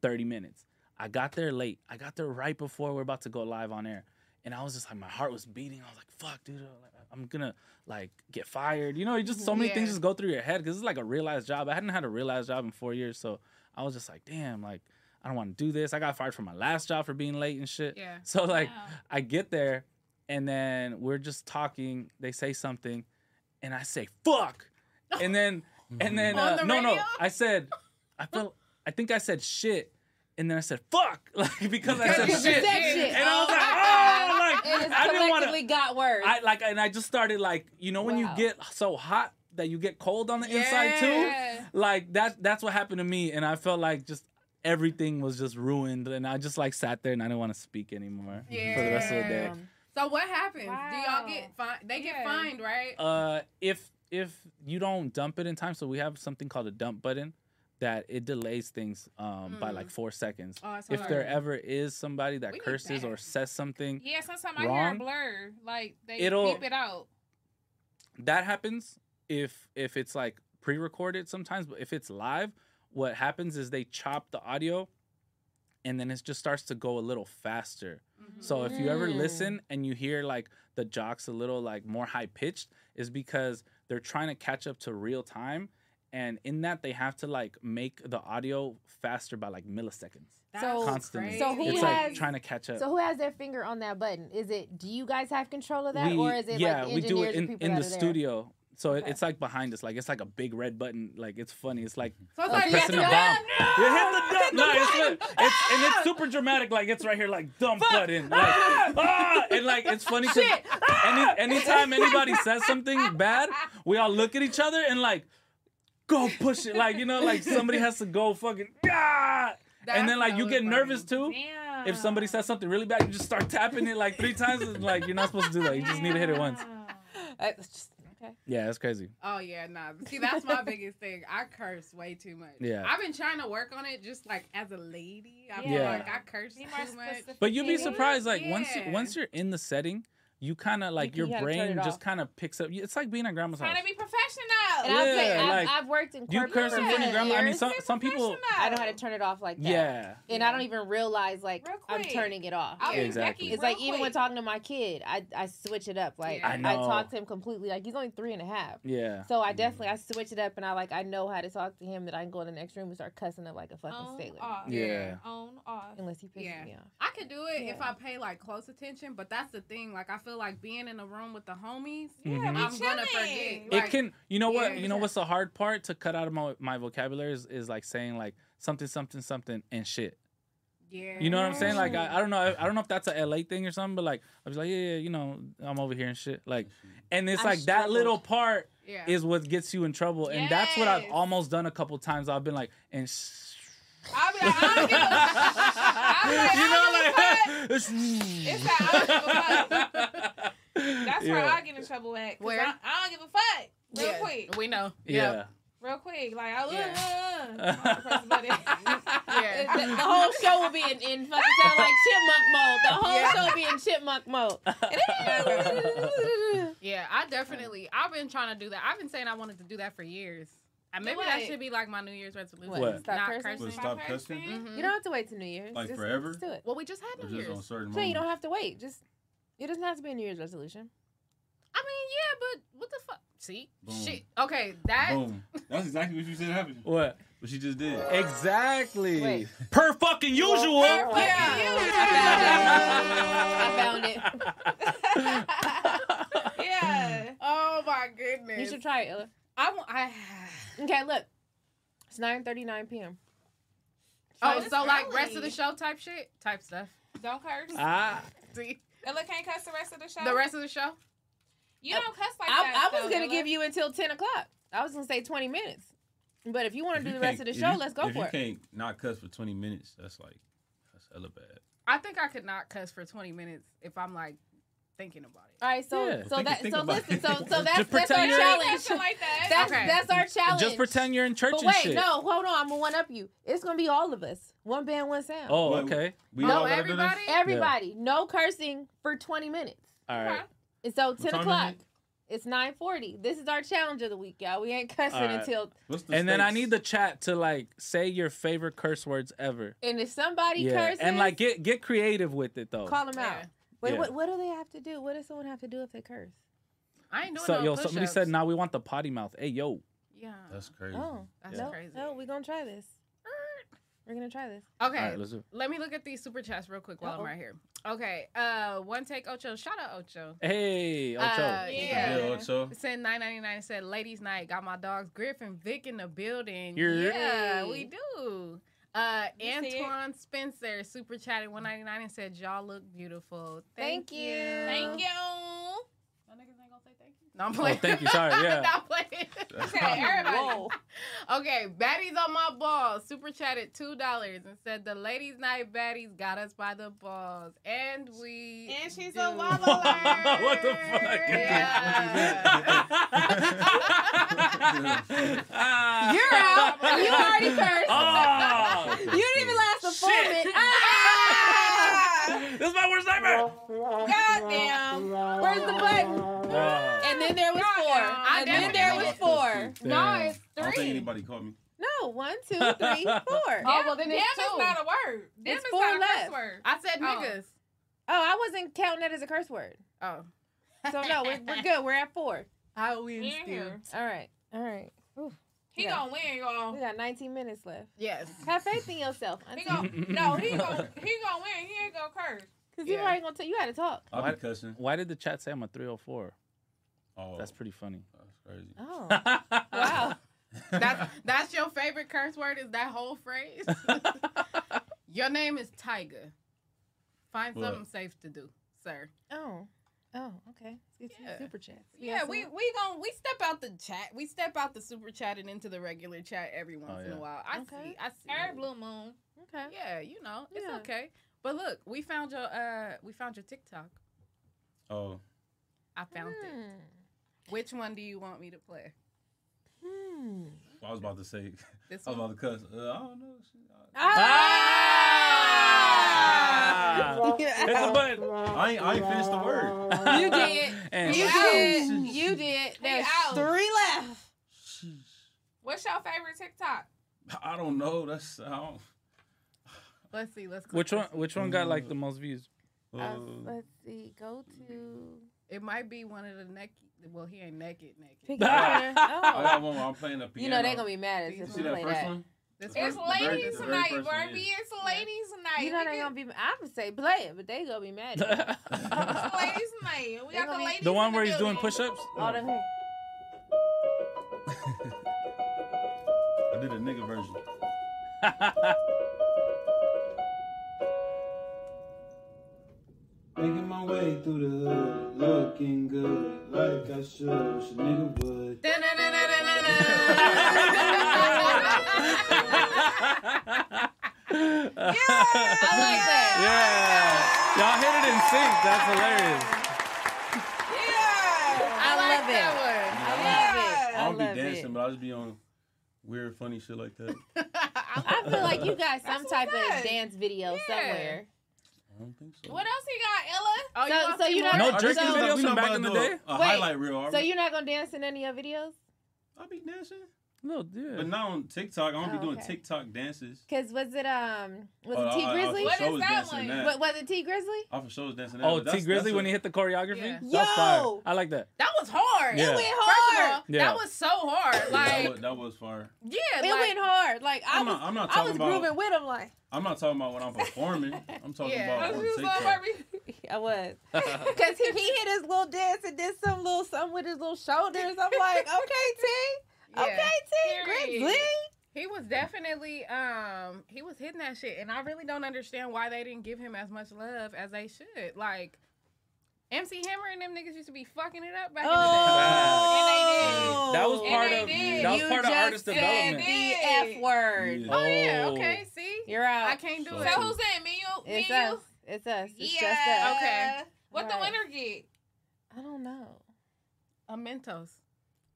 E: thirty minutes. I got there late. I got there right before we're about to go live on air, and I was just like, my heart was beating. I was like, fuck, dude, I'm like, I'm gonna like get fired. You know, you just so many
G: Yeah.
E: things just go through your head because it's like a realized job. I hadn't had a realized job in four years, so I was just like, damn, like I don't want to do this. I got fired from my last job for being late and shit.
G: Yeah.
E: So like,
G: Wow.
E: I get there, and then we're just talking. They say something, and I say fuck, and then and then
G: On
E: uh,
G: the
E: no no,
G: radio?
E: I said I felt I think I said shit. And then I said "fuck," like because I said shit, and I was like, "Oh, like I didn't want to."
F: got worse.
E: I like, and I just started like, you know, when
F: Wow.
E: you get so hot that you get cold on the inside
F: Yeah.
E: too. Like that, that's what happened to me, and I felt like just everything was just ruined, and I just like sat there and I didn't want to speak anymore for the rest of the day.
D: So what happens?
G: Wow.
D: Do y'all get fined? They
G: Yeah.
D: get fined, right?
E: Uh, if if you don't dump it in time, so we have something called a dump button that it delays things um, by
G: Mm.
E: like four seconds.
G: Oh, that's
E: if
G: what I
E: there
G: heard.
E: ever is somebody that
G: We need
E: curses
G: that.
E: or says something,
G: Yeah, sometimes I hear
E: Wrong.
G: a blur. Like they
E: It'll-
G: beep it out.
E: that happens if if it's like pre-recorded sometimes but if it's live what happens is they chop the audio and then it just starts to go a little faster so if you ever
G: Mm.
E: listen and you hear like the jocks a little like more high pitched is because they're trying to catch up to real time and in that they have to like make the audio faster by like milliseconds
F: So-
E: constantly
F: So who
E: it's like
F: has-
E: trying to catch up
F: So who has their finger on that button? Is it? Do you guys have control of that, or is it
E: yeah
F: like the
E: we
F: engineers
E: do it
F: or
E: in,
F: people
E: in
F: that
E: the
F: are there?
E: studio So it, it's like behind us, like it's like a big red button. Like it's funny. It's like
D: So it's
E: like
D: like, you
E: pressing a
D: hit
E: bomb.
D: the
E: You hit the dump. No, it's, it's and it's super dramatic. Like it's right here, like dump button. Like, ah! and like it's funny. 'cause
D: Shit. Ah!
E: Any, anytime anybody says something bad, we all look at each other and like go push it. Like you know, like somebody has to go fucking. Ah! And then like you get nervous too. If somebody says something really bad, you just start tapping it like three times. And, like you're not supposed to do that. You just need to hit it once.
F: I- it's just- okay.
E: Yeah, that's crazy.
D: Oh yeah, nah. See, that's my biggest thing. I curse way too much.
E: Yeah.
D: I've been trying to work on it, just like as a lady. I feel
E: Yeah.
D: like I curse too much.
E: But you'd be surprised, like once
D: Yeah.
E: you, once you're in the setting, you kind of like
D: You
E: your
D: gotta turn
E: brain
D: it
E: just
D: off.
E: kind of picks up. It's like being at grandma's house.
G: Trying to be professional.
F: And I'll say,
E: Yeah,
F: I've,
E: like,
F: I've worked in
E: you
F: corporate
E: curse in front of your
F: for
E: grandma, I mean,
F: years.
E: some- some people-
F: I know how to turn it off like that.
E: Yeah.
F: And I don't even realize like I'm
G: quick.
F: turning it off.
G: I'll be Exactly. Becky
F: It's like
G: real
F: even when
G: quick.
F: talking to my kid, I, I switch it up. Like
E: Yeah. I know.
F: talk to him completely. Like he's only three and a half.
E: Yeah. Mm-hmm.
F: So I definitely I switch it up and I like I know how to talk to him that I can go in the next room and start cussing up like a fucking
D: Oh,
F: sailor.
G: off.
E: Yeah.
G: On off.
F: Unless he pisses me off.
D: I could do it if
F: Yeah.
D: I pay like close attention, but that's the thing. Like I feel like being in a room with the homies,
E: Yeah, we
D: I'm gonna
G: chilling.
D: forget.
E: Mm-hmm. it
D: Like,
E: can. You know what?
D: yeah.
E: You know what's the hard part to cut out of my, my vocabulary is, is like saying like something something something and shit.
D: Yeah.
E: You know what I'm saying? Like I, I don't know. I, I don't know if that's a LA thing or something, but like I was like, yeah, yeah, you know, I'm over here and shit. Like, and it's
I: I
E: like that
I: struggled.
E: little part
I: Yeah.
E: is what gets you in trouble, and that's what I've
G: Yes.
E: almost done a couple times. I've been like, and sh-
G: I'll be like, I don't
E: you know, like
G: give a It's like, I don't give a fuck. That's where
E: Yeah.
G: I get in trouble at. 'cause
D: Where?
G: I, I don't give a fuck. Real
D: Yeah,
G: quick.
D: We know.
E: yeah.
G: Real quick. Like, I,
F: The, the whole show will be in, in fucking sound like chipmunk mode. The whole
D: Yeah.
F: show will be in chipmunk mode.
D: yeah, I definitely. I've been trying to do that. I've been saying I wanted to do that for years. Uh, Maybe that
F: What?
D: should be like my New Year's resolution.
H: What? Stop
D: Not
H: cursing?
D: cursing.
H: What, stop Stop cursing? cursing?
D: Mhm.
F: You don't have to wait till New Year's.
H: Like
F: Just-
H: forever?
F: Just do it.
D: Well, we just
H: Or
D: had
H: just
D: New Year's.
H: on certain
F: So you don't
H: moments?
F: have to wait. Just it doesn't have to be a New Year's resolution.
D: I mean, yeah, but what the fuck? See,
H: Boom.
D: shit. Okay, that.
H: Boom. That's exactly what you said happened.
E: What?
H: What she just did.
E: Exactly. Per fucking usual.
F: I found it.
G: yeah.
D: Oh my goodness.
F: You should try it, Ella.
D: I want. I.
F: Okay, look. It's nine thirty nine p.m.
D: Oh, so like rest of the show type shit, type stuff.
G: Don't curse.
E: Ah.
D: See,
G: Ella can't cuss the rest of the show.
D: the rest of the show.
G: You don't cuss like
F: I,
G: that.
F: I was
G: though,
F: gonna
G: Ella.
F: give you until ten o'clock. I was gonna say twenty minutes, but if you want to
H: If
F: do
H: you
F: the rest of
H: can't-
F: the
H: if
F: show,
H: you-
F: let's go
H: if
F: for
H: you
F: it.
H: can't not cuss for 20 minutes, that's like, that's hella bad.
D: I think I could not cuss for 20 minutes if I'm like thinking about it.
F: All right, so
E: Yeah.
F: so
E: Think-
F: that
E: think
F: so
E: about
F: listen,
E: it.
F: so so
E: Just
F: that's that's our
E: pretend you're-
F: challenge.
G: like that.
F: That's
D: Okay.
F: that's our challenge.
E: Just pretend you're in church
F: But
E: and
F: wait,
E: shit.
F: no, hold on. I'm gonna one up you. It's gonna be all of us. One band, one sound.
E: Oh, okay.
H: We
F: no,
H: all gotta do this?
F: everybody, everybody, no cursing for twenty minutes.
E: All right.
F: And so
E: time
F: ten
E: is
F: o'clock. It's nine forty. This is our challenge of the week, y'all. We ain't cussing
E: All right.
F: until.
H: What's
E: and then I need the chat to like say your favorite curse words ever.
F: And if somebody curses,
E: And like get get creative with it though.
F: call them out. Wait,
E: Yeah.
F: what? What do they have to do? What does someone have to do if they curse?
D: I ain't doing
E: So
D: no
E: yo, somebody
D: push-ups.
E: said now we want the potty mouth. Hey yo.
D: Yeah.
H: That's crazy.
F: Oh,
D: That's
F: no,
D: crazy.
F: No, we're gonna try this. We're gonna try this.
D: Okay.
E: All right, let's do it.
D: Let me look at these super chats real quick while
F: Uh-oh.
D: I'm right here. Okay. Uh, one take Ocho. Shout out Ocho.
E: Hey, Ocho.
D: Uh, yeah.
H: Yeah, Ocho.
D: Said 999 said ladies night. Got my dogs Griff and Vic in the building.
E: Yeah.
D: Yeah, we do. Uh,
G: You see it?
D: Antoine Spencer super chatted 199 and said y'all look beautiful. Thank,
F: Thank you.
G: Thank you.
D: No, I'm playing.
E: Oh, thank you. Sorry, yeah.
D: no, I'm playing.
G: Say everybody.
D: Okay, baddies on my balls. Super chatted two dollars and said the ladies' night baddies got us by the balls, and we
G: And she's
D: do.
G: a wobbler.
E: what the fuck?
F: You're out. You already cursed.
E: Oh,
F: you didn't even last a full
E: Shit.
F: minute. Ah!
E: this is my worst nightmare.
G: Goddamn.
F: Where's the button?
E: Oh.
F: And then there was four. And then there was four.
D: No, it's
H: I don't think
D: three.
H: anybody called me.
F: No, one, two, three, four.
D: Oh, well, then
G: Damn
D: it's
G: is
D: two.
G: not a word. Damn
F: It's
G: is
F: four
G: not a
F: left.
G: curse word.
D: I said
G: Oh.
D: niggas.
F: Oh, I wasn't counting that as a curse word.
D: Oh,
F: So no, we're, we're good. We're at four.
D: I win
G: Yeah.
D: still.
F: All right. All right. Oof.
G: He
F: Yeah.
G: gonna win, y'all.
F: We got 19 minutes left.
D: Yes.
F: Have faith in yourself.
G: He
F: Because
G: gonna no. He gonna he gonna win. He ain't gonna curse.
F: you already gonna tell you how to talk.
H: I'll be cussing. Oh.
E: Why did the chat say I'm a 304? That's pretty funny. That's
H: crazy.
D: Oh. wow. That's that's your favorite curse word is that whole phrase. your name is Tiger. Find
G: What?
D: something safe to do, sir.
F: Oh. Oh, okay. It's
D: Yeah.
F: super chats. We
D: Yeah,
F: have
D: we
F: some-
D: we gon' we step out the chat. We step out the super chat and into the regular chat every once in
G: Oh, yeah.
D: a while. I see. I see. Every blue moon. Okay. Yeah, you know, it's okay. But look, we found your uh we found your TikTok.
H: Oh,
D: I found it. Which one do you want me to play?
F: Hmm.
H: I was about to say.
D: This
H: I was
D: one?
H: about to cuss. Uh, I don't know.
F: Ah.
D: Yeah.
H: Hit the button. I ain't, I ain't finished the word.
D: You did.
H: And-
D: you did. You did. There's
G: out.
D: three left.
G: What's your favorite TikTok?
H: I don't know. That's I don't.
D: Let's see. Let's.
E: Which one? Which one got like the most views?
D: Uh,
F: Let's see. Go to.
D: It might be one of the naked. Well, he ain't naked. Naked.
F: Pick
H: I got one. where I'm playing a piano.
F: Oh. You know they gonna be mad at us
H: You
F: if
H: see
F: we
H: that
F: play
H: first
F: that.
H: one?
D: This
G: It's
H: one- the very-
G: ladies
H: the very
G: tonight,
H: first one,
G: Barbie.
H: yeah.
G: It's ladies tonight.
F: You know
G: We
F: they
G: get-
F: gonna be. I would say play it, but they gonna be mad. At us.
G: it's ladies tonight. We
F: They
G: got the
F: gonna be-
G: ladies.
E: The one
G: in
E: where he's doing
G: building.
E: push-ups.
H: Oh.
F: All them.
H: I did a nigga version.
L: Making my way through the hood, looking good, like I should, wish a nigga would.
E: Yeah. Y'all hit it in sync. That's hilarious.
F: I, love it. I
H: I
F: love
H: don't
F: it.
H: be
F: I love it.
H: dancing, but I'll just be on weird, funny shit like that.
F: I feel like you got some type of dance video somewhere.
H: I don't think so.
G: What else he got, Ella?
F: Oh, you So- want so some you more?
E: No
F: I
E: jerking
F: just-
E: videos
F: we
E: from
F: not
E: back
F: about
E: in
F: to
E: the
F: do a-
E: day.
H: a Wait, highlight reel,
F: So you're not gonna dance in any of your videos?
H: I'll be dancing.
E: No, dude.
H: But not on TikTok. I don't
F: Oh,
H: be doing
F: okay.
H: TikTok dances.
F: Cause was it um was
H: Oh,
F: it
H: I-
F: T
H: I- I
F: Grizzly?
H: for What sure is was that dancing one? that.
F: Wa- Was it T Grizzly?
H: I for sure was dancing. that,
E: Oh,
H: but that's-
E: T Grizzly
H: that's
E: when
H: a-
E: he hit the choreography.
D: Yeah.
E: That's fire.
D: Yo.
E: I like that.
D: That was hard.
E: Yeah. It went
D: First of all,
E: hard. Yeah.
D: That was so hard.
H: that,
D: Like,
H: was, that was fire.
D: yeah,
F: It
D: like-
F: went hard. Like I
H: I'm
F: was
H: not- I'm not
F: I was
H: talking about-
F: grooving with him like
H: I'm not talking about when I'm performing. I'm talking about on TikTok.
F: I was. Cause he, he hit his little dance and did some little something with his little shoulders. I'm like, okay, T. Okay, T. Grizzly.
D: He was definitely um he was hitting that shit, and I really don't understand why they didn't give him as much love as they should. Like MC Hammer and them niggas used to be fucking it up back
E: Oh. That was
D: And
E: part
D: they
E: of
D: did.
E: that was
D: You
E: part of
D: just
E: artist
D: said
E: development.
F: The F word.
D: in the day. Oh yeah, okay, see,
F: You're out.
D: I can't do
F: So
D: it.
F: who's
G: in? Me, you,
F: It's
G: me,
F: us.
G: you.
F: It's us. It's just us.
G: Yeah. Okay. What the
F: Right.
G: winner get?
F: I don't know.
D: A Mentos.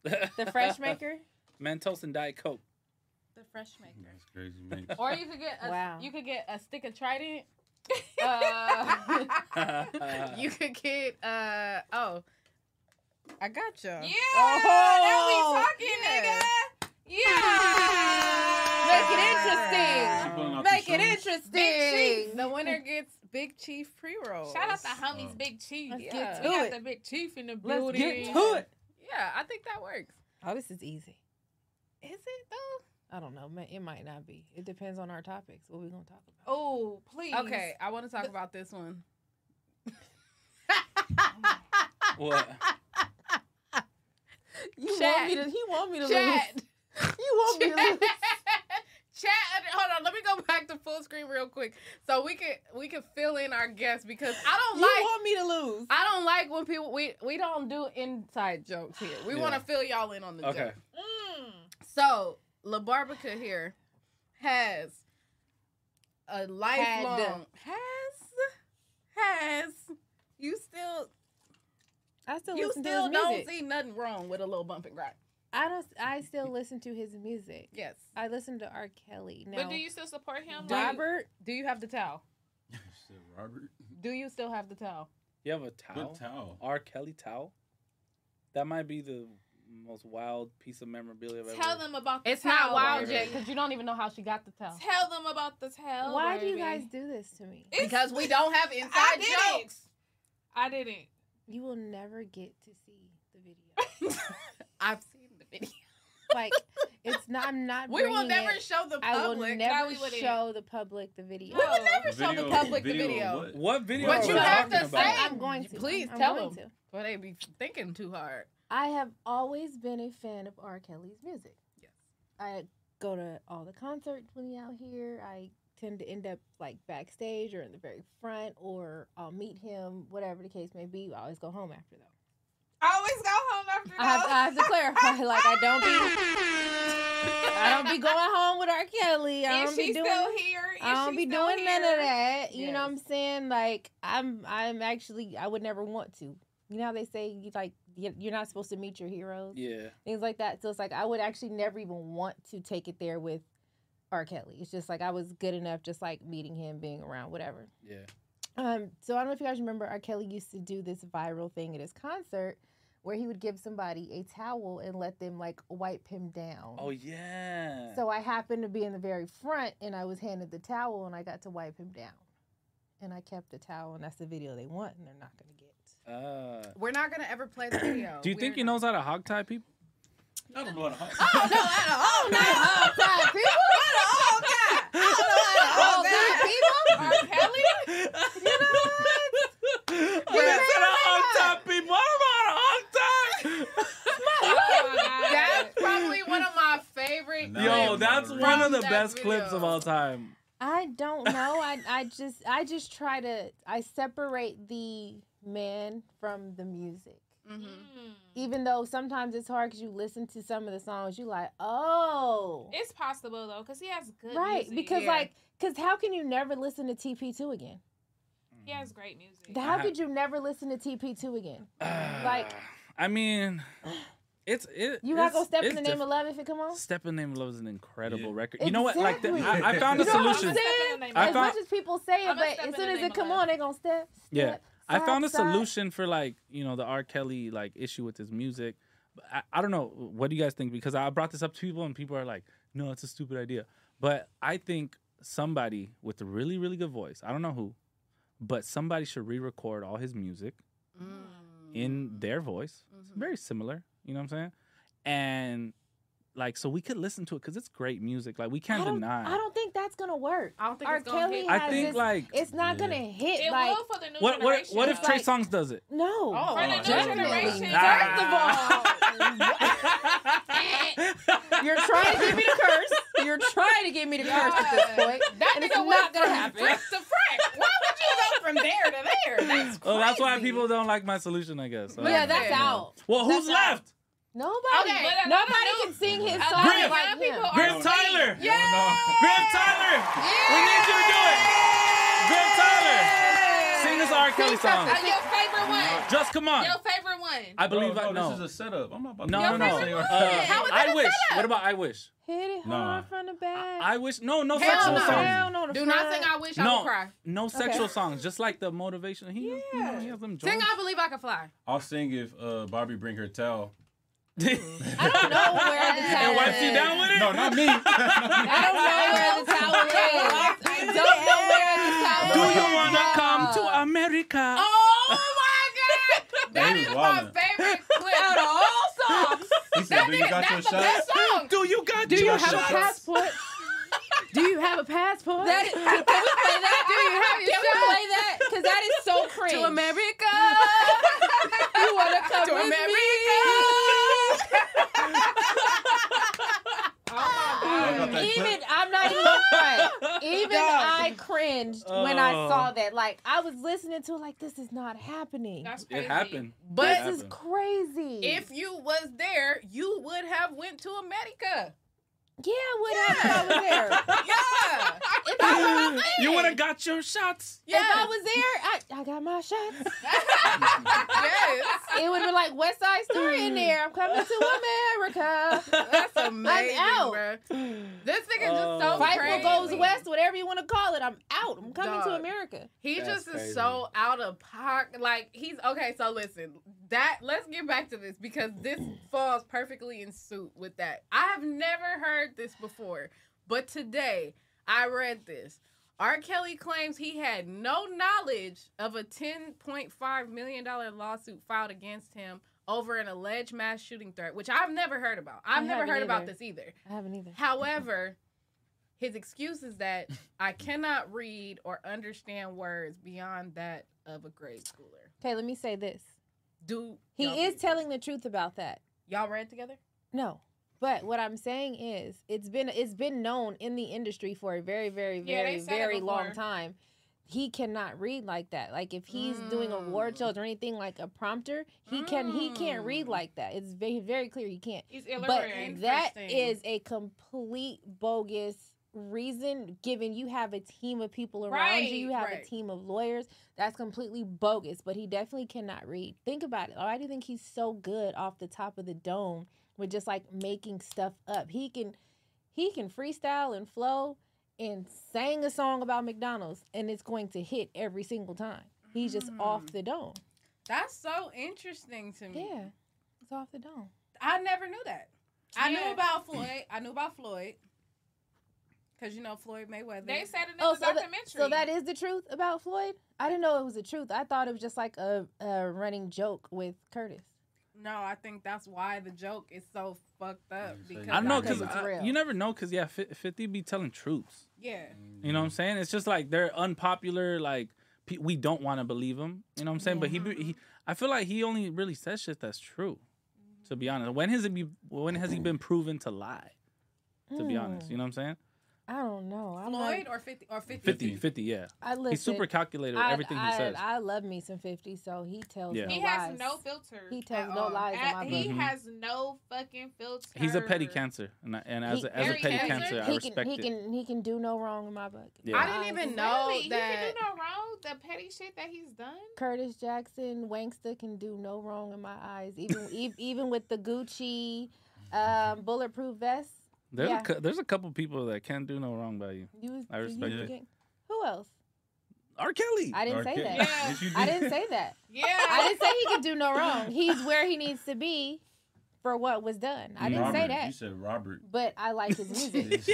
F: The Fresh Maker?
E: Mentos and Diet Coke.
D: The fresh maker.
H: That's crazy, man.
D: Or you could get a,
E: Wow.
D: you could get a stick of Trident. uh, you could get uh oh, I got you.
G: Yeah,
F: Oh.
G: now we talking, nigga.
F: Make it interesting. Make it
D: Big Chief.
F: interesting.
D: The winner gets Big Chief pre roll.
G: Shout out to homies, Big Chief.
D: Let's
G: yeah.
D: get
G: we
D: to
G: got
D: it.
G: the Big Chief in the
D: Let's
G: building.
D: get to it. Yeah, I think that works.
F: Oh, this is easy.
D: Is it though?
F: I don't know. ma- It might not be. It depends on our topics. What we gonna talk about?
G: Oh, please.
D: Okay, I want to talk about this one.
E: What?
F: You
D: Chat.
F: want me to? He want me to
D: Chat.
F: lose. You want me to lose?
D: Chat. Hold on, let me go back to full screen real quick so we could we could fill in our guests because I don't
F: You
D: like
F: want me to lose?
D: I don't like when people we we don't do inside jokes here. We
F: Yeah.
D: want to fill y'all in on the
F: Okay.
D: joke.
F: Mm.
D: So La Barbica here has a lifelong has has you still
F: I still
D: you
F: listen to
D: still
F: his
D: don't
F: music.
D: see nothing wrong with a little bump and grind.
F: I don't. I still listen to his music.
D: Yes.
F: I listen to R. Kelly. Now,
G: But do you still support him?
F: Robert?
D: Do you have the towel?
H: Said Robert.
D: Do you still have the towel?
E: You have a towel?
H: towel?
E: R. Kelly towel? That might be the most wild piece of memorabilia I've ever
G: Tell them about the
D: It's not
G: towel,
D: wild
G: Barbie.
D: yet because you don't even know how she got the towel.
G: Tell them about the towel.
F: Why do you
G: Barbie.
F: guys do this to me?
D: Because we don't have
G: I
D: inside
G: didn't.
D: jokes.
G: I didn't.
F: You will never get to see the video.
D: I've seen the video.
F: Like it's not. I'm not.
D: We will
F: bringing
D: never
F: it.
D: show the
F: I will
D: public.
F: never
D: No, we wouldn't.
F: show the public the video.
D: We would never show the
E: Video-
D: public
E: video
D: the video.
E: What video?
D: But
E: are
D: you
E: we
D: have to
E: talking
D: say.
E: about?
F: I'm going to.
D: Please
F: I'm
D: tell
F: going
D: them. But they be thinking too hard. I have always been a fan of R. Kelly's music. Yes. I go to all the concerts when he out here. I tend to end up like backstage or in the very front, or I'll meet him, whatever the case may be. I always go home after though.
G: Always go home after
D: I have,
G: those.
D: I have to clarify, like I don't be, I don't be going home with R. Kelly. I
G: Is
D: don't be
G: she
D: doing,
G: still here?
D: I
G: Is
D: don't
G: she
D: be
G: still
D: doing none of
G: here?
D: that. You
G: Yes.
D: know what I'm saying? Like I'm, I'm actually, I would never want to. You know how they say you like you- you're not supposed to meet your heroes.
E: Yeah.
D: things like that. So it's like I would actually never even want to take it there with R. Kelly. It's just like I was good enough, just like meeting him, being around, whatever.
E: Yeah.
D: Um, so I don't know if you guys remember, R. Kelly used to do this viral thing at his concert where he would give somebody a towel and let them like wipe him down.
E: Oh yeah.
D: So I happened to be in the very front and I was handed the towel and I got to wipe him down. And I kept the towel and that's the video they want and they're not gonna get.
E: Uh,
F: We're not gonna ever play the video.
E: do you think he knows how to hog tie people?
H: I don't know how to
F: Oh no! Oh no!
D: Oh God, people!
F: Oh God! Oh
D: no!
F: Oh God! People! R. Kelly?
E: When I Oh, said a hog tie people, I don't know how to hog tie.
F: That's probably one of my favorite.
E: Yo, that's
F: clips
E: one of
F: from
E: the
F: that
E: best
F: video.
E: clips of all time.
D: I don't know. I I just I just try to I separate the man from the music.
G: Mm-hmm. Hmm.
D: Even though sometimes it's hard because you listen to some of the songs, you like, oh,
G: It's possible though, cause he has good
D: right,
G: music.
D: because like, because how can you never listen to TP two again?
G: he has great music.
D: How could you never listen to TP two again?
E: Uh,
D: like,
E: I mean, it's it.
D: you not
E: it's-
D: gonna step in
E: it's
D: the name of
E: diff-
D: love if it come on.
E: Step in the Name of Love is an incredible record. You know what? Like, the,
D: Exactly.
E: I, I found a
D: You know what I'm
E: solution.
D: saying?
E: I
D: as
E: found,
D: much as people say it,
G: I'ma
D: but
G: step
D: as
G: in
D: soon
G: the
D: as
G: name
D: it come on, they gonna step.
E: yeah. I found a
D: side, side.
E: solution for like you know the R. Kelly like issue with his music. But I, I don't know. What do you guys think? Because I brought this up to people and people are like, "No, it's a stupid idea." But I think somebody with a really really good voice. I don't know who, but somebody should re-record all his music
D: Mm.
E: in their voice. It's
D: Mm-hmm.
E: Very similar. You know what I'm saying? And like so we could listen to it because it's great music. Like we can't deny.
D: I don't think that's gonna work. I don't
F: think
D: R.
F: it's gonna
D: Kelly
F: hit.
D: has
E: I think,
D: this-
E: like-
D: it's not
E: Yeah.
D: gonna hit.
G: It
D: like
G: will for the new
E: what what
G: generation.
E: what if
G: though.
E: Trey Songz does it?
F: Oh.
D: no,
G: For the new generation.
E: Ah.
D: You're trying to get me to curse. You're trying to get me to curse at this point.
F: That
D: and it's
F: nigga
D: not
F: went
D: gonna
F: from
D: happen.
F: frick to frick. Why would you go from there to there? That's
E: Oh, that's why people don't like my solution, I guess.
D: Yeah, that's out.
E: Well, who's
D: That's out.
E: left?
D: Nobody,
G: Okay, but another
D: nobody
G: new-
D: can sing his
G: another
D: song
G: new
D: like him.
G: people are
E: Griff Tyler.
G: Yeah.
E: Griff Tyler. We need you to do it. Griff Tyler. Sing this R. Kelly song.
G: Uh, your favorite one.
E: Just come on.
G: Your favorite one.
E: I believe
H: Bro,
E: I
H: no,
E: know.
H: this is a setup. I'm not about
E: no,
H: to
E: no, no.
H: say
E: Uh,
H: R.
G: How is that
E: I
G: a
E: wish.
G: setup?
E: What about I wish?
D: Hit it
E: Nah.
D: hard from the back.
E: I wish. No, no
D: Hell
E: sexual
D: no.
E: songs.
D: Down on the
F: Do not
D: front.
F: sing I Wish I Would
E: No,
F: Cry.
E: no
F: Okay.
E: sexual songs. Just like the motivational. He, yeah. you know, he has them
F: Sing
E: joints.
F: I Believe I Can Fly.
H: I'll sing if uh, Barbie bring her towel.
F: No, where the
E: And wipes you down with it? No,
H: not me.
D: I don't know where the towel is. I don't know where the towel
E: Do
D: is.
E: you wanna come to America?
F: Oh my God! That
H: He was
F: is my
H: wildin'.
F: favorite clip out of all songs.
H: He said, "Do you got your
F: That's the best
H: shots?"
F: song.
E: Do you got
D: Do you
E: your
D: have a
E: shots?
D: passport? Do you have a passport? That is, can we play that? Do you have your
F: Can we
D: shot? play that? Because that is so cringe.
F: To America.
D: You wanna come
F: To
D: with
F: America.
E: Oh,
D: me? Even I'm not even front. Even I cringed when I
E: Oh.
D: saw that. Like I was listening to it, like this is not happening.
E: It happened.
F: But-
E: It
D: this is
E: happened.
D: crazy.
F: If you was there, you would have went to America.
D: yeah, what happened over there?
F: Yeah.
D: If I, was,
E: you would have got your shots.
D: if I
F: Yes.
D: was there, I, I got my shots.
F: yes.
D: It would have been like West Side Story in there. I'm coming to America.
F: That's amazing,
D: out.
F: bruh. This nigga just so
D: Fightful
F: crazy.
D: goes west, whatever you want to call it. I'm out. I'm coming to
F: Dog.
D: America.
F: He
E: That's
F: just
E: crazy.
F: is so out of pocket. Like he's okay. So listen, that let's get back to this because this falls perfectly in suit with that. I have never heard this before, but today I read this. R. Kelly claims he had no knowledge of a $10.5 million lawsuit filed against him over an alleged mass shooting threat, which I've never heard about. I've
D: I
F: never
D: haven't
F: heard about
D: either.
F: this either.
D: I haven't either.
F: However, his excuse is that I cannot read or understand words beyond that of a grade schooler.
D: Okay, let me say this.
K: do
D: He
K: y'all-
D: is telling the truth about that.
K: Y'all read together?
D: No. But what I'm saying is it's been it's been known in the industry for a very, very,
G: Yeah, they
D: very,
G: said it
D: very long
G: before.
D: time. He cannot read like that. Like if he's doing award shows or anything like a prompter, he can he can't read like that. It's very very clear he can't.
G: He's
D: but
G: illiterate.
D: that
G: Interesting.
D: is a complete bogus reason given you have a team of people around you, you
G: Right,
D: have a
G: right.
D: team of lawyers. That's completely bogus, but he definitely cannot read. Think about it. I do think he's so good off the top of the dome with just like making stuff up. He can he can freestyle and flow and sang a song about McDonald's and it's going to hit every single time. He's just off the dome.
K: That's so Hmm. interesting to me.
D: Yeah. It's off the dome.
K: I never knew that. I
G: Yeah.
K: knew about Floyd. I knew about Floyd. Cause you know Floyd Mayweather.
G: They said it in the
D: Oh, so that-
G: documentary.
D: so that is the truth about Floyd? I didn't know it was the truth. I thought it was just like a, a running joke with Curtis.
K: No, I think that's why the joke is so fucked up. Because
E: I don't know
K: think
E: because
K: it's real.
E: you never know because yeah, Fi- Fifty be telling truths.
K: yeah.
E: You know what I'm saying? It's just like they're unpopular. Like pe- we don't want to believe him. You know what I'm saying? But he, be- he, I feel like he only really says shit that's true. To be honest, when has it be? When has he been proven to lie? To be honest, you know what I'm saying?
D: I don't know. I'm not-
K: Floyd or fifty or fifty.
E: 50, 50, yeah.
D: I listen,
E: He's super calculated with
D: I-
E: everything he
D: I-
E: says.
D: I love me some 50, so he tells
E: Yeah.
D: no
G: he
D: lies.
G: has no filter.
D: He tells
G: at
D: no
G: all.
D: lies in
G: At-
D: my
G: He
E: book.
G: has no fucking filter.
E: He's a petty cancer, and, I, and as,
D: He-
E: a, as a
G: Very
E: petty
G: cancer.
E: cancer, I
D: he
E: respect
D: can, he
E: it.
D: Can, he can do no wrong in my book.
E: Yeah. I
K: didn't even know
G: Literally, he
K: that-
G: can do no wrong. The petty shit that he's done.
D: Curtis Jackson, Wangsta can do no wrong in my eyes. Even e- even with the Gucci um, bulletproof vest.
E: There's,
D: yeah.
E: a, cou- there's a couple people that can't do no wrong by you.
D: You was-
E: I
D: you-
E: respect
D: you
E: it.
D: can- Who else?
E: R. Kelly.
D: I didn't
E: R.
D: say
E: Kelly.
D: that.
E: Yeah. Yes, you
D: I
E: did.
D: didn't say that.
G: Yeah.
D: I didn't say he could do no wrong. He's where he needs to be for what was done. I didn't
F: Robert,
D: say
F: You
D: that.
F: said Robert.
D: But I like his music.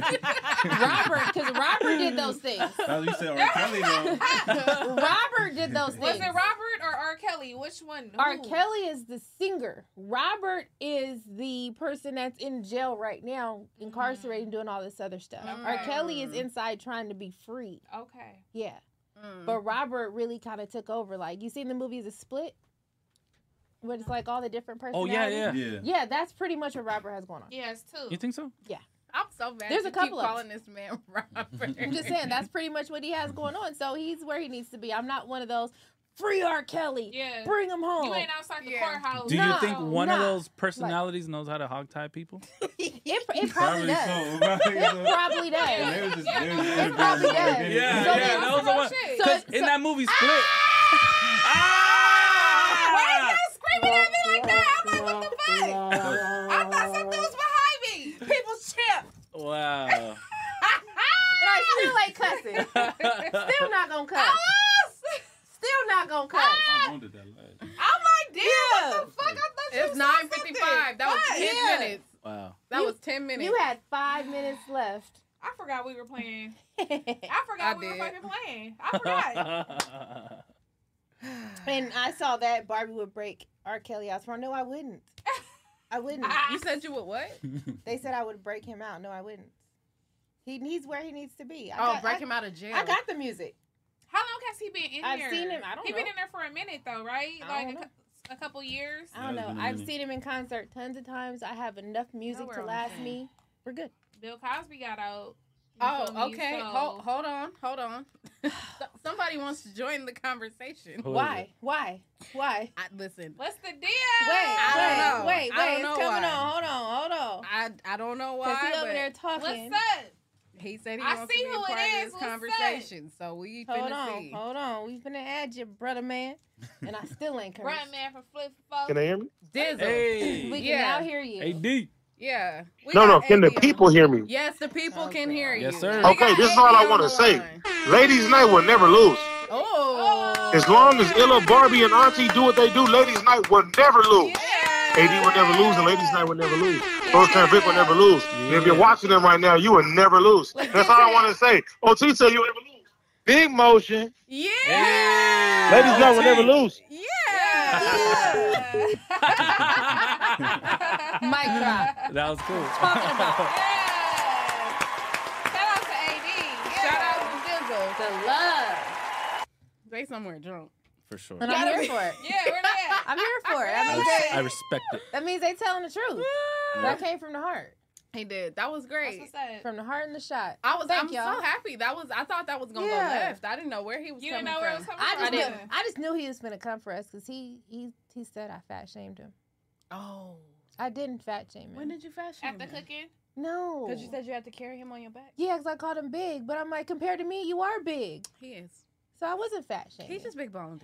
F: Robert,
D: Robert, because Robert did those things.
F: you said R. Kelly though.
D: Robert did those
G: Was
D: things.
G: it Robert or R. Kelly? Which one?
D: R.
G: Who?
D: Kelly is the singer. Robert is the person that's in jail right now, incarcerated, and doing all this other stuff. R.
G: Okay.
D: Kelly
E: Mm.
D: is inside trying to be free.
G: Okay.
D: Yeah.
G: Mm.
D: But Robert really kind of took over. Like, you seen the movie The Split? Where it's like all the different
E: Oh,
D: personalities?
E: yeah, yeah. Yeah.
D: Yeah, that's pretty much what Robert has going on.
G: Yes, too.
E: You think so?
D: Yeah.
K: I'm so mad.
D: There's
K: you
D: a couple
K: keep
D: of
K: calling this man Robert.
D: I'm just saying that's pretty much what he has going on. So he's where he needs to be. I'm not one of those free R. Kelly.
G: Yeah.
D: Bring him home.
G: You ain't outside the courthouse.
E: Do you
D: Nah,
E: think one of
D: nah.
E: those personalities knows how to hogtie people?
D: It, it probably does.
E: Probably
D: it
E: so.
D: probably does.
E: Yeah, there's this- Yeah. there's this-
D: it probably
E: there's this-
D: does.
E: Yeah,
D: So
E: yeah,
D: then-
E: that was the one.
D: So-
E: 'Cause in that movie Split. Ah!
G: Screaming at me like that. I'm like, what the fuck? I thought something was behind me. People chip.
E: Wow.
D: and I still ain't cussing. Still not gonna cuss. Still not gonna cuss.
F: I wanted that last.
G: I'm like, damn,
D: Yeah.
G: what the fuck? I thought you
K: It's
G: said
K: nine fifty five. That was
G: What?
K: ten
G: Yeah.
K: minutes.
E: Wow.
K: That was ten minutes.
D: You had five minutes left.
G: I forgot we were playing. I forgot
K: I
G: we
K: did.
G: were fucking playing. I forgot.
D: And I saw that Barbie would break R. Kelly out. So I know I wouldn't. I wouldn't.
K: You said you would what?
D: They said I would break him out. No, I wouldn't. He he's where he needs to be. I
K: oh,
D: got-
K: break
D: I-
K: him out of jail.
D: I got the music.
G: How long has he been in
D: I've
G: there?
D: seen him. I don't
G: He been
D: know.
G: in there for a minute though, right?
D: I
G: like
D: don't
G: a,
D: know.
G: cou- a couple years.
D: I don't know. I've seen him in concert tons of times. I have enough music
G: we're
D: to
G: on the
D: last
G: same.
D: me. We're good.
G: Bill Cosby got out. You feel me?
K: Oh, okay.
G: So-
K: Hold, hold on, hold on. So- Somebody wants to join the conversation.
D: Who is Why? it? Why? Why?
K: I, listen.
G: What's the deal? Wait,
K: I don't know.
D: Wait, wait,
K: I don't
D: it's
K: know
D: coming
K: why.
D: on. Hold on, hold on.
K: I I don't know why.
D: Cause he over
K: but
D: there talking.
G: What's up?
K: He said he
G: I
K: wants
G: see
K: to be a
G: who it
K: part
G: is.
K: of this
G: What's up?
K: conversation. So we
D: Hold
K: finna
D: on,
K: see.
D: hold on. We finna add you, brother man. And I still ain't cursed.
G: Run man from Flip Flop.
M: Can I hear me?
K: Dizzle.
E: Hey.
D: We can
K: Yeah.
D: now hear you.
E: D.
K: Yeah. We
M: No, no.
K: got
M: Can the
K: AB
M: people hear me?
K: Yes, the
G: Oh,
K: people can hear you.
E: Yes, sir.
M: Okay, this is all I want to say. Ladies' night will never lose.
K: Oh.
M: As long as Illa, Barbie, and Auntie do what they do, ladies' night will never lose. AD will never lose, and ladies' night will never lose. Those time Vic will never lose. And if you're watching them right now, you will never lose. That's all I want to say. OT said you will never lose. Big motion.
K: Yeah.
M: Ladies' night will never lose.
D: Mic drop.
E: That was cool.
G: Shout out to AD.
K: Shout out to Dizzle.
D: The love.
K: They somewhere drunk.
E: for sure.
D: And I'm here for it.
F: Yeah, we're there.
D: I'm here for it.
E: I,
D: I mean,
E: res- I
D: that-
E: respect it.
D: that means they telling the truth.
E: Yeah.
D: That came from the heart.
G: He did. That was great.
D: From the heart and the shot.
G: I was.
D: Thank
G: I'm
D: y'all.
G: so happy. That was. I thought that was gonna
D: Yeah.
G: go left. I didn't know where he was.
F: You didn't
G: coming
F: know where it was
G: from.
F: coming
D: I just
F: from?
D: knew, I just knew he was gonna come for us because he he he said I fat shamed him.
G: Oh.
D: I didn't fat shame him.
G: When did you fat shame
F: After
G: him? Oh.
F: cooking?
D: No.
F: Because you said you had to carry him on your back.
D: Yeah, because I called him big, but I'm like, compared to me, you are big.
G: He is.
D: So I wasn't fat shaming.
G: He's just big boned.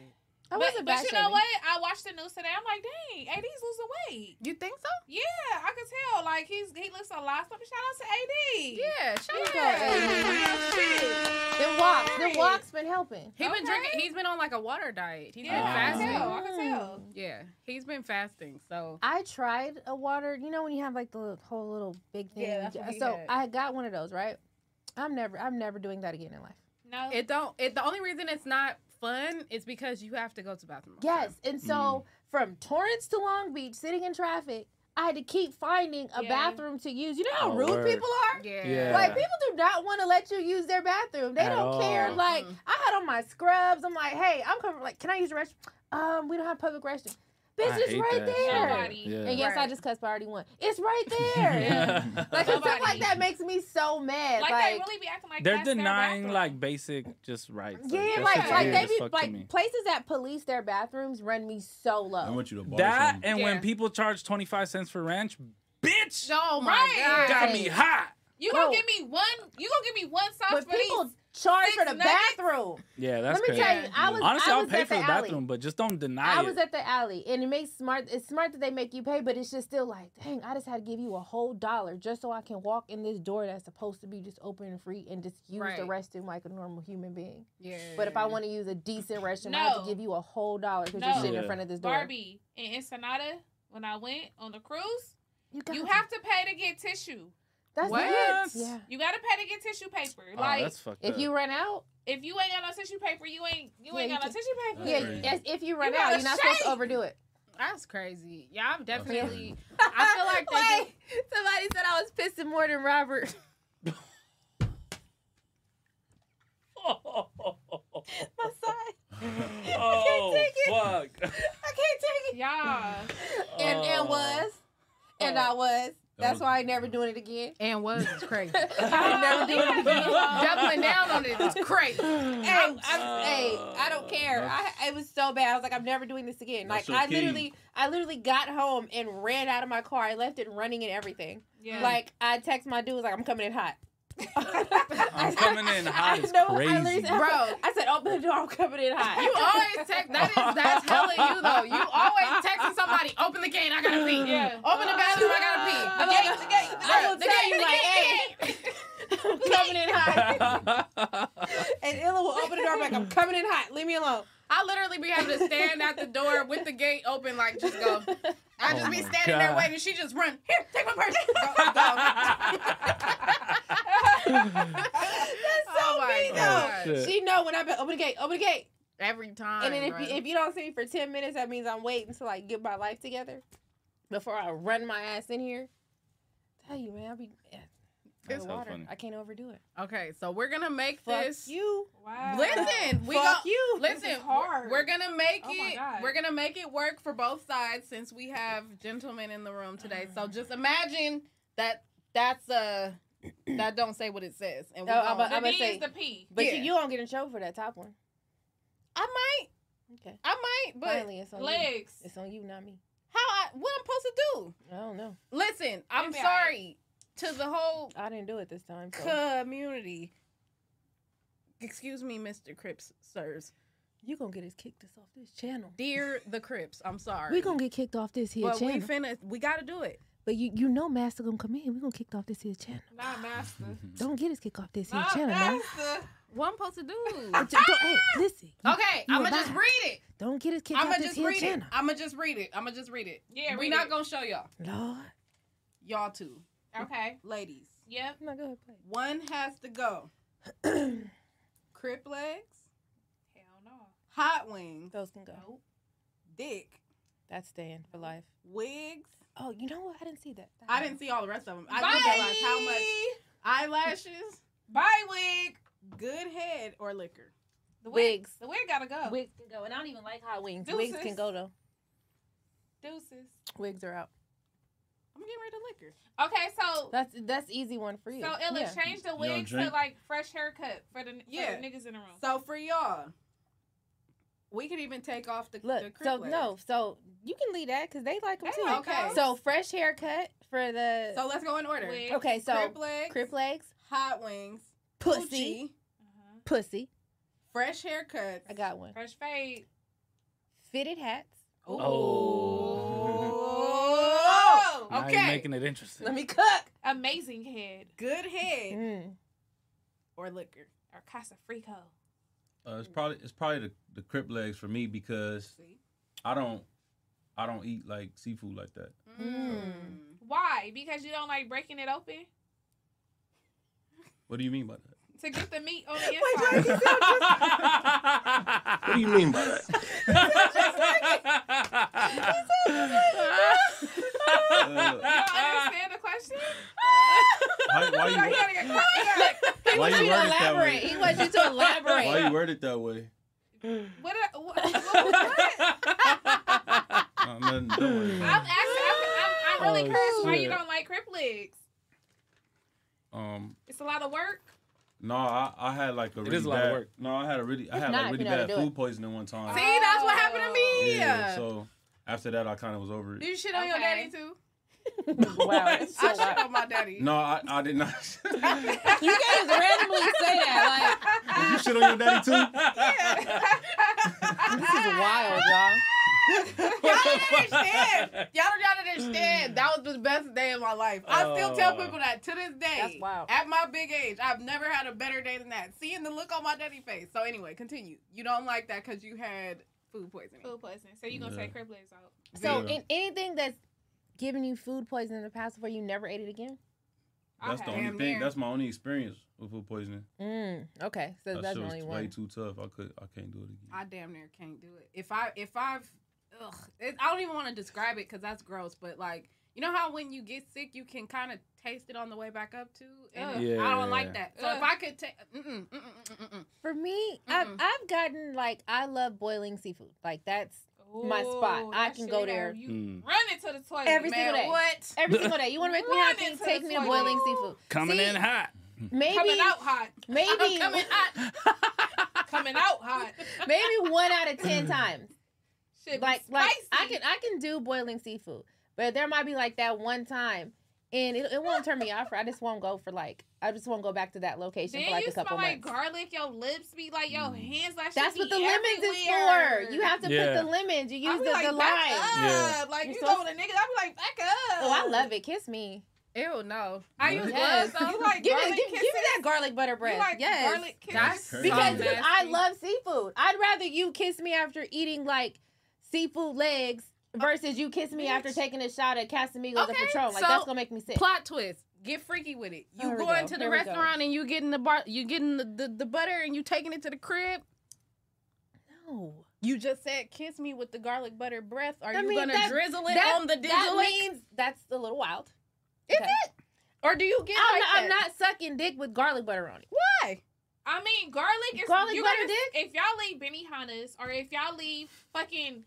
D: I
F: but,
D: wasn't
F: But
D: fat
F: you know
D: shaming.
F: what? I watched the news today. I'm like, dang, AD's losing weight.
G: You think so?
F: Yeah, I could tell. Like he's he looks a lot. Something. Shout out to AD.
G: Yeah, shout
F: yeah.
D: out
F: to AD.
D: Them walks, them walks been helping.
G: He been drinking. He's been on like a water diet. He's
D: Yeah, I
G: been
D: can
G: fasting.
D: tell, I can tell.
G: Yeah, he's been fasting. So
D: I tried a water. You know when you have like the little- whole little big thing.
G: Yeah, that's what he
D: so
G: had.
D: I got one of those, right? I'm never, I'm never doing that again in life.
F: no,
G: it don't. It the only reason it's not fun is because you have to go to bathroom.
D: Yes, and so from Torrance to Long Beach, sitting in traffic, I had to keep finding a
G: Yeah.
D: bathroom to use. You know how
G: Oh,
D: rude
G: word.
D: people are.
G: Yeah. Yeah.
D: like people do not want to let you use their bathroom. They
G: At
D: don't care.
G: all.
F: Mm-hmm.
D: Like I had on my scrubs. I'm like, hey, I'm coming. Like, can I use the restroom? Um, we don't have public restroom. Bitch,
E: I
D: it's
E: hate
D: right
E: that shit.
D: there.
E: Nobody. Yeah.
D: And yes, I
F: Right.
D: just cussed, but I already won. It's right there. Like stuff like that makes me so mad.
F: Like,
D: Like,
F: they really be acting like
E: They're
F: that's their
E: denying
F: bathroom.
E: like basic just rights.
D: yeah,
E: that
D: like
E: shit's
D: like
E: weird
D: they
E: as
D: be
E: fuck to me.
D: like places that police their bathrooms run me so low.
E: I
N: want you to bar
E: that
N: some.
E: and
D: Yeah.
E: when people charge twenty five cents for ranch, bitch,
G: Oh
F: my
D: Right. God.
E: got me hot.
F: You
D: Bro.
F: gonna give me one? You gonna give me one sauce
D: But
F: for these?
D: people charge for the
F: nuggets?
D: bathroom.
E: Yeah, that's
D: Let me
E: crazy.
D: tell you, I was-
E: honestly,
D: I
E: will
D: was
E: pay
D: at
E: for
D: the
E: the
D: alley.
E: bathroom, but just don't deny
D: I
E: it.
D: was at the alley, and it makes smart. It's smart that they make you pay, but it's just still like, dang, I just had to give you a whole dollar just so I can walk in this door that's supposed to be just open and free, and just use the
G: Right.
D: restroom like a normal human being.
G: Yeah.
D: But if I want to use a decent restroom, I have
F: No.
D: to give you a whole dollar because you're sitting in front of this door.
F: Barbie in Ensenada when I went on the cruise, you,
D: got it.
F: have to pay to get tissue.
D: That's What? it. Yeah.
F: You gotta pay to get tissue paper.
D: Oh,
F: like
D: that's fucked If up. you run out-
F: if you ain't got no tissue paper, you ain't you
D: Yeah,
F: ain't
D: you
F: got
D: can-
F: no tissue paper.
D: Yeah, yes, if you run out,
F: gotta
D: you're not supposed
F: shake.
D: to overdo it.
G: That's crazy. Yeah, I'm definitely.
D: I feel like Wait, somebody said I was pissing more than Robert.
F: My side.
E: oh fuck!
D: I can't take it.
F: Yeah.
D: And
E: Oh.
D: and was. And I was. That's why I ain't never doing it again.
G: And was it's crazy.
D: I ain't never doing it again.
G: Doubling down on it is crazy.
D: Hey, I'm, hey, I don't care. I, it was so bad. I was like, I'm never doing this again. Like,
G: That's your
D: I
G: key.
D: literally, I literally got home and ran out of my car. I left it running and everything.
F: Yeah.
D: Like, I text my dude, was like, I'm coming in hot.
E: I'm coming in hot. It's
D: No, I
E: crazy.
D: literally, said- I said, open the door. I'm coming in hot.
G: You always text. That is that's telling you though. You always texting somebody. Open the gate. I gotta pee.
F: Yeah.
G: Open the bathroom. I gotta pee. The
D: I'm
G: gate. The gate. The,
D: I will tell
G: the
D: you
G: gate, the
D: like, hey,
G: gate,
D: I'm coming in hot. and Illa will open the door like, I'm coming in hot. Leave me alone.
G: I literally be having to stand at the door with the gate open, like just go. I just
F: Oh
G: be
F: my
G: standing there
F: God.
G: waiting. She just run here. Take my purse.
D: That's so
G: Oh my
D: me
G: God.
D: though.
G: Shit.
D: She know when I be open the gate, open the gate.
G: Every time.
D: And then if you,
G: bruh.
D: if you don't see me for ten minutes, that means I'm waiting to like get my life together before I run my ass in here. Tell you, man, I be yeah,
G: That's so
D: water.
G: funny.
D: I can't overdo it.
G: Okay, so we're gonna make
D: Fuck
G: this
D: you.
F: Wow.
G: Listen, we
D: Fuck
G: go-
D: you.
G: Listen,
D: This is
F: hard.
G: We're, we're gonna make
F: Oh my
G: it.
F: God.
G: We're gonna make it work for both sides since we have gentlemen in the room today.
D: Mm.
G: So just imagine that that's uh that don't say what it says. And
D: No, I'm
G: gonna-
D: a- Oh, I'm The a D say- is the
F: P.
D: But
G: Yeah.
D: you, you don't get in trouble for that top one.
G: I might.
D: Okay.
G: I might, but
D: Finally, it's on you.
G: legs.
D: It's on you, not me.
G: How I what I'm supposed to do?
D: I don't know.
G: Listen, I'm
D: Maybe I-
G: sorry to the whole
D: I didn't do it this time. So.
G: community. Excuse me, Mr. Cripps, sirs.
D: You gonna get us kicked us off this channel.
G: Dear the Crips, I'm sorry.
D: We gonna get kicked off this here
G: But
D: channel.
G: we finna we gotta do it.
D: but you, you know, Master gonna come in. We gonna kicked off this here channel.
F: Not master.
D: Don't get us kicked off this here
F: Not
D: channel, man.
F: master.
G: What I'm supposed to do?
D: But you don't- hey, listen. you-
G: Okay,
D: you
G: I'm
D: a
G: gonna just
D: bot.
G: read it.
D: Don't get us kicked
G: I'm
D: off
G: gonna
D: this
G: just
D: here
G: read it.
D: channel.
G: I'm gonna just read it. I'm gonna just read it.
F: Yeah,
G: we're
F: read
G: not
F: it.
G: gonna show y'all.
D: Lord.
G: Y'all too,
F: Okay.
G: ladies.
F: Yep.
D: No, go ahead, play.
G: One has to go. Crip legs,
F: Hell no.
G: hot wings,
D: Those can go.
G: dick,
D: That's staying for life.
G: wigs.
D: Oh, you know what? I didn't see that.
G: I didn't see all the rest of them. I
F: Bye.
G: didn't realize how much eyelashes,
F: Bye wig.
G: good head, or liquor. The wig.
D: wigs.
G: The wig gotta go.
D: Wigs can go. And I don't even like hot wings. Wigs can
G: Deuces.
D: go though.
G: Deuces.
D: Wigs are out.
G: I'm getting rid of liquor. Okay, so
D: That's that's easy one for you.
G: so Ella,
D: Yeah.
G: change the wigs to
D: drink?
G: like fresh haircut for the, for
F: Yeah.
G: the niggas in the room.
F: So for y'all, we could even take off the
D: Look,
F: The creep
D: so
F: wig.
D: no, so you can leave that because they like them
F: They
D: too.
F: like Okay. those.
D: So fresh haircut for the.
F: So let's go in order. Wigs,
D: Okay, so
F: crip legs,
D: crip legs,
F: hot wings,
D: Pussy.
F: Gucci,
D: pussy.
F: fresh haircuts.
D: I got one.
G: Uh-huh. Fresh fade.
D: Fitted hats.
G: Oh.
E: Now you're making it interesting.
D: me cook.
G: Amazing head.
F: Good head.
H: Mm.
G: Or liquor. Or Casa Frico.
H: Uh, it's probably it's probably the the crip legs for me because I don't I don't eat like seafood like that.
G: Mm. Why? Because you don't like breaking it open
H: What do you mean by that?
G: to get the meat on the inside.
O: What do you mean by that?
G: you don't understand the question?
H: Why, why you,
G: Like,
H: word-
G: gotta get clarified.
H: why you
G: wants
H: word it that way?
G: you to elaborate. He wants you to elaborate.
H: Why you word it that way?
G: What? A, what, what?
H: Uh, nothing, don't worry
G: I'm
H: about it.
G: asking. I'm, I'm, I'm really
H: Oh,
G: curious why you
H: shit.
G: don't like crip legs.
H: Um,
G: It's a lot of work.
H: no, I, I had like a
E: It
H: really
E: is a lot of
H: bad.
E: work.
H: No, I had a really I
G: It's
H: had
G: not
H: like
G: if
H: really
G: you know how to
H: bad
G: do
H: food
G: it.
H: poisoning one time.
G: See, that's what happened to me.
H: So after that, I kind of was over it.
G: Did you shit on your daddy too?
D: wow,
G: I shit on my daddy.
H: No, I, I did not.
G: you can't just randomly say that. Like
H: you shit on your daddy too?
D: This is wild, y'all.
F: y'all don't understand. Y'all don't understand. That was the best day of my life. I still tell
G: Oh.
F: people that to this day.
G: That's wild.
F: At my big age, I've never had a better day than that. Seeing the look on my daddy face. So anyway, continue. You don't like that because you had food poisoning.
G: food poisoning. So you gonna
F: Yeah.
G: take crip legs out?
D: So
F: Yeah.
D: in, anything that's giving you food poisoning in the past where you never ate it again.
H: That's the
D: Okay.
H: only
D: Damn
H: thing.
D: near.
H: That's my only experience with food poisoning.
D: Mm, okay, so
H: that
D: that's
H: shit
D: the
H: was
D: only
H: way
D: one.
H: too tough. I could I can't do it again.
F: I damn near can't do it. If I if I've ugh, it, I don't even want to describe it because that's gross. But like you know how when you get sick you can kind of taste it on the way back up too. And
D: Ugh.
F: I don't
D: Yeah.
F: like that. So if I could take mm-mm, mm-mm, mm-mm, mm-mm.
D: For me, I've I've gotten like I love boiling seafood. Like that's my spot.
G: Ooh,
D: I
G: that
D: can
G: shit
D: go
G: on
D: there.
G: you. Run into the toilet
D: Every
G: man.
D: single day.
G: What?
D: Every single day. You want to make me
G: Run
D: happy?
G: into
D: Take
G: the
D: me to
G: toilet.
D: boiling seafood.
E: Coming in hot.
D: Maybe
G: Coming out hot.
D: Maybe
G: I'm coming out. coming out hot.
D: maybe one out of ten times.
G: Shit be
D: like like I
G: spicy.
D: can I can do boiling seafood, but there might be like that one time, and it, it won't turn me off. For, I just won't go for like I just won't go back to that location
G: Then
D: for like
G: you
D: a
G: smell
D: couple
G: like
D: months.
G: garlic. Your lips be like your hands like. shit
D: That's what
G: be
D: the lemons is
G: everywhere.
D: for. You have to
E: Yeah.
D: put the lemons. You
G: I
D: use
G: be
D: the,
G: like,
D: the
G: back
D: lime.
E: Yeah.
G: up. Like
D: You're
G: you
D: so-
G: go to niggas, I be like back up.
D: Oh, I love it. Kiss me.
F: Ew, no.
G: I use gloves, though. You like
D: give, me,
G: garlic
D: give, give me that garlic butter bread.
G: like
D: yes.
G: garlic kisses? That's
D: because
G: crazy.
D: because
G: So
D: I love seafood. I'd rather you kiss me after eating like seafood legs versus you kiss me after taking a shot at Casamigos or
F: Okay,
D: Patron. Like
F: so
D: that's gonna make me sick.
F: Plot twist. Get freaky with it. You
D: Here we
F: go
D: go,
F: into the
D: here we go.
F: restaurant and you getting the bar you getting the, the, the butter and you taking it to the crib.
D: No.
F: You just said kiss me with the garlic butter breath. Are
D: I
F: you
D: mean,
F: gonna
D: that-
F: drizzle it
D: that-
F: on the dizzle?
D: That means that's a little wild.
F: Is it? Or do you get
D: I'm,
F: like
D: not, I'm
F: that?
D: not sucking dick with garlic butter on it.
F: Why?
G: I mean, garlic is
D: Garlic
G: you
D: butter
G: gotta- If y'all leave Benihana's or if y'all leave fucking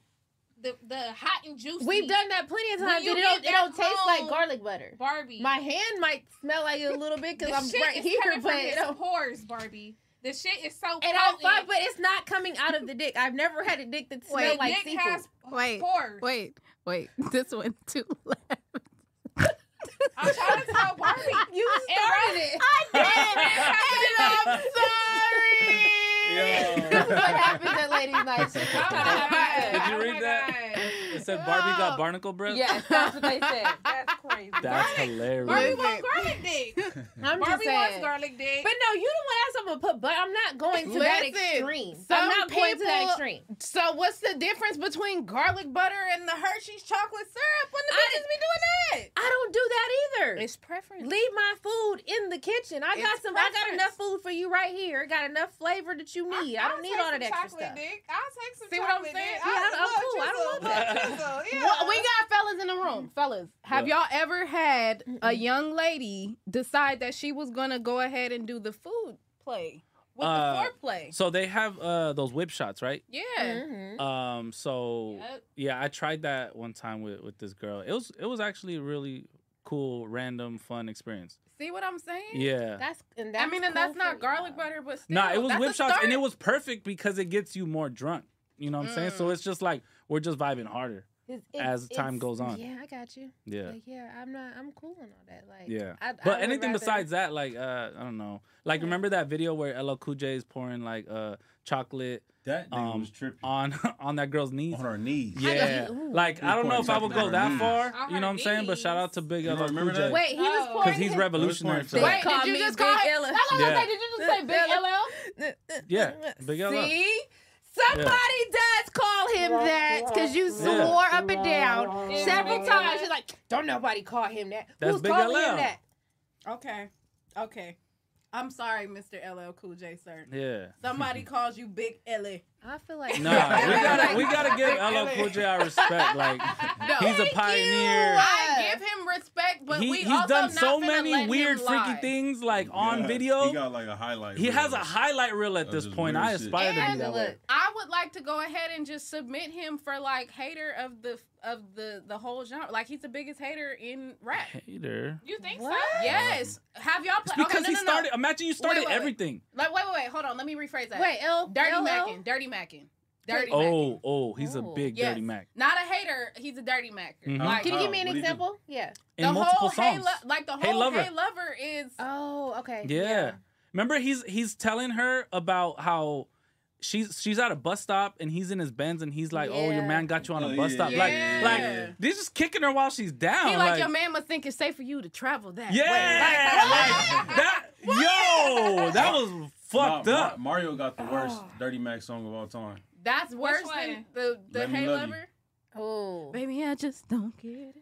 G: the the hot and juicy,
D: We've done that plenty of
G: When
D: times,
G: you
D: and it
G: get
D: don't, it
G: back
D: don't taste like
G: home,
D: garlic butter.
G: Barbie.
D: My hand might smell like it a little bit because
G: The
D: I'm
G: shit
D: right
G: is
D: here,
G: coming
D: but
G: from
D: it
G: his
D: don't-
G: pores, Barbie. The shit is so.
D: And I'm
G: potent.
D: fine, but it's not coming out of the dick. I've never had a dick that smelled
G: Wait,
D: like
G: Nick
D: seafood.
G: has
F: Wait,
G: pores.
F: wait, wait. This one too.
G: I'm trying to tell Barbie.
D: you started it.
E: Yo.
D: That's what happens at ladies' night. Oh
E: Did you read that? It said Barbie got barnacle breath.
D: Yes, that's what they said. That's crazy.
E: That's
G: Barbie
E: hilarious.
G: wants garlic dick.
D: I'm just
G: Barbie wants
D: saying.
G: garlic dick.
D: But no, you don't want to ask someone to put butt. I'm not going to that
F: Listen,
D: extreme.
F: some
D: I'm not going to that
F: people-
D: extreme.
F: So what's the difference between garlic butter and the Hershey's chocolate syrup when the bitches be doing that?
D: I don't do that either.
F: It's preference.
D: Leave my food in the kitchen. I got
F: It's
D: some. I got
F: preference.
D: enough food for you right here. Got enough flavor that you need. I, don't need all that extra
G: chocolate
D: stuff.
G: dick. I'll take some
F: See what I'm
G: chocolate
F: saying?
G: dick.
F: See, I-
G: I'll-
F: I'm
G: look,
F: cool. I don't
G: drizzle,
F: want
G: look, drizzle.
F: Well, we
G: Yeah.
F: got fellas in the room. Fellas, have
G: What?
F: y'all ever had a young lady decide that she was gonna go ahead and do the food play?
D: With the
E: uh,
D: foreplay.
E: So they have uh those whip shots, right?
D: Yeah.
F: Mm-hmm.
E: Um. So
D: Yep.
E: yeah, I tried that one time with with this girl. It was it was actually a really cool, random, fun experience.
D: See what I'm saying?
E: Yeah.
F: That's and
D: I mean, and that's not garlic butter, but still,
E: No, it was
D: that's
E: whip
D: a
E: shots, and
D: start.
E: it was perfect because it gets you more drunk. You know what I'm saying?
D: Mm.
E: So it's just like we're just vibing harder
F: It's-
E: as
F: it's-
E: time
F: it's-
E: goes on.
F: Yeah, I got you.
E: Yeah.
F: Like, yeah, I'm not. I'm cool on all that. Like,
E: yeah,
F: I, I
E: but
F: would
E: anything
F: rather-
E: besides that, like uh, I don't know. Like remember that video where LL Cool J is pouring like uh chocolate. um,
H: That nigga was tripping
E: on on that girl's knees. On
H: her knees.
D: I
E: Yeah.
D: know he- ooh.
E: like
H: He
E: I don't know
H: pouring
E: if I would
H: chocolate
E: go
H: on
E: that
H: her
E: far.
H: knees.
E: You know what I'm saying? But shout out to Big LL Cool J.
D: Wait, he was pouring
E: because he's
D: his-
E: revolutionary. for
D: Wait,
E: that.
D: did you
G: me
D: just
G: Big
D: call him?
G: Ella.
D: That's what I was gonna
E: Yeah.
D: say, Did you just say Big LL?
E: Yeah, Big LL.
G: See? Somebody does call him that because you swore
E: Yeah.
G: up and
D: Oh.
G: down
F: Yeah.
G: several
F: Yeah.
G: times. You're
F: like, don't nobody call him that.
E: That's
F: Who's
E: Big
F: calling
E: LL.
F: him that?
D: Okay. Okay. I'm sorry, Mr. LL Cool J, sir.
E: Yeah.
D: Somebody calls you Big Ellie.
F: I feel like
E: Nah, we gotta we gotta give LL Cool J our respect. Like he's a pioneer.
D: I give him respect, but
E: he,
D: we
E: he's
D: also
E: done
D: not
E: so
D: finna
E: many
D: let
E: weird
D: him lie.
E: freaky things like on
H: Yeah,
E: video.
H: He got like a highlight.
E: He
H: reel.
E: has a highlight reel at this
H: just
E: point.
H: weird
E: I
H: shit.
E: aspire to be
D: And
E: that way.
D: I would like to go ahead and just submit him for like hater of the of the the whole genre. Like he's the biggest hater in rap.
E: Hater.
D: You think so? Yes. Have y'all
E: It's
D: played?
E: because
D: no,
E: he
D: no, no.
E: started. Imagine you started
D: Wait, wait, wait.
E: everything.
D: Like wait, wait, wait. Hold on. Let me rephrase that.
F: Wait, L-
D: dirty
F: LL?
D: mackin, dirty mackin, dirty. Mackin.
E: Oh, oh, he's a big
D: Yes.
E: dirty Mac.
D: Not a hater. He's a dirty macker.
E: Mhm.
D: Like,
E: Can you give me an What do you do?
F: example? Yeah.
E: In
D: the whole
E: multiple
D: hey,
E: songs.
D: lo- like the whole
E: Hey
D: hey lover.
E: Lover.
D: is.
F: Oh, okay.
E: Yeah. Remember, he's he's telling her about how she's she's at a bus stop and he's in his Benz and he's like, "Oh, your
D: Yeah.
E: man got you on
H: Oh,
E: a bus
H: yeah,
E: stop."
H: yeah,
E: Like,
H: yeah,
E: like
H: yeah.
E: they're just kicking her while she's down.
D: He like,
E: like-
D: your man must think it's safe for you to travel that.
E: Yeah, like, that. Yo, that was fucked
H: Nah, Ma-
E: up.
H: Mario got the worst Dirty Mac song of all time.
D: That's worse than the the
H: Let Me
D: hey
H: Love
D: lover. Oh, baby, I just don't get it.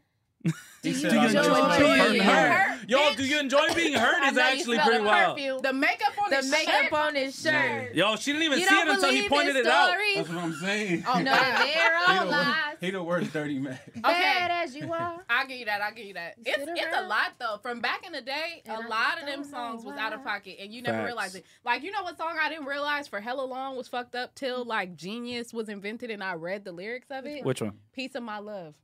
E: Do you
H: "I know you
E: enjoy
H: like
E: being
H: being
E: hurt? Yo, do you enjoy being hurt?
G: I
E: Is
G: know you
E: actually
G: smell
E: pretty
G: the
E: wild.
G: perfume.
D: The makeup on
G: the
D: his
G: makeup
D: shirt.
G: on his shirt.
E: Yo, she didn't even
G: You
E: see
G: don't
E: it until he pointed
G: believe his
E: it out.
G: story?
H: That's what I'm saying.
G: Oh, no, they're all
H: he, the,
G: lies.
H: wor- he the worst Dirty Mac.
G: Bad as you are.
D: I'll give you that. I'll give you that. It's, it's a lot though. From back in the day, a lot of them songs was out of pocket, and you never
E: Facts.
D: realized it. Like you know what song I didn't realize for hella long was fucked up till like Genius was invented, and I read the lyrics of it.
E: Which one?
D: Piece of my love.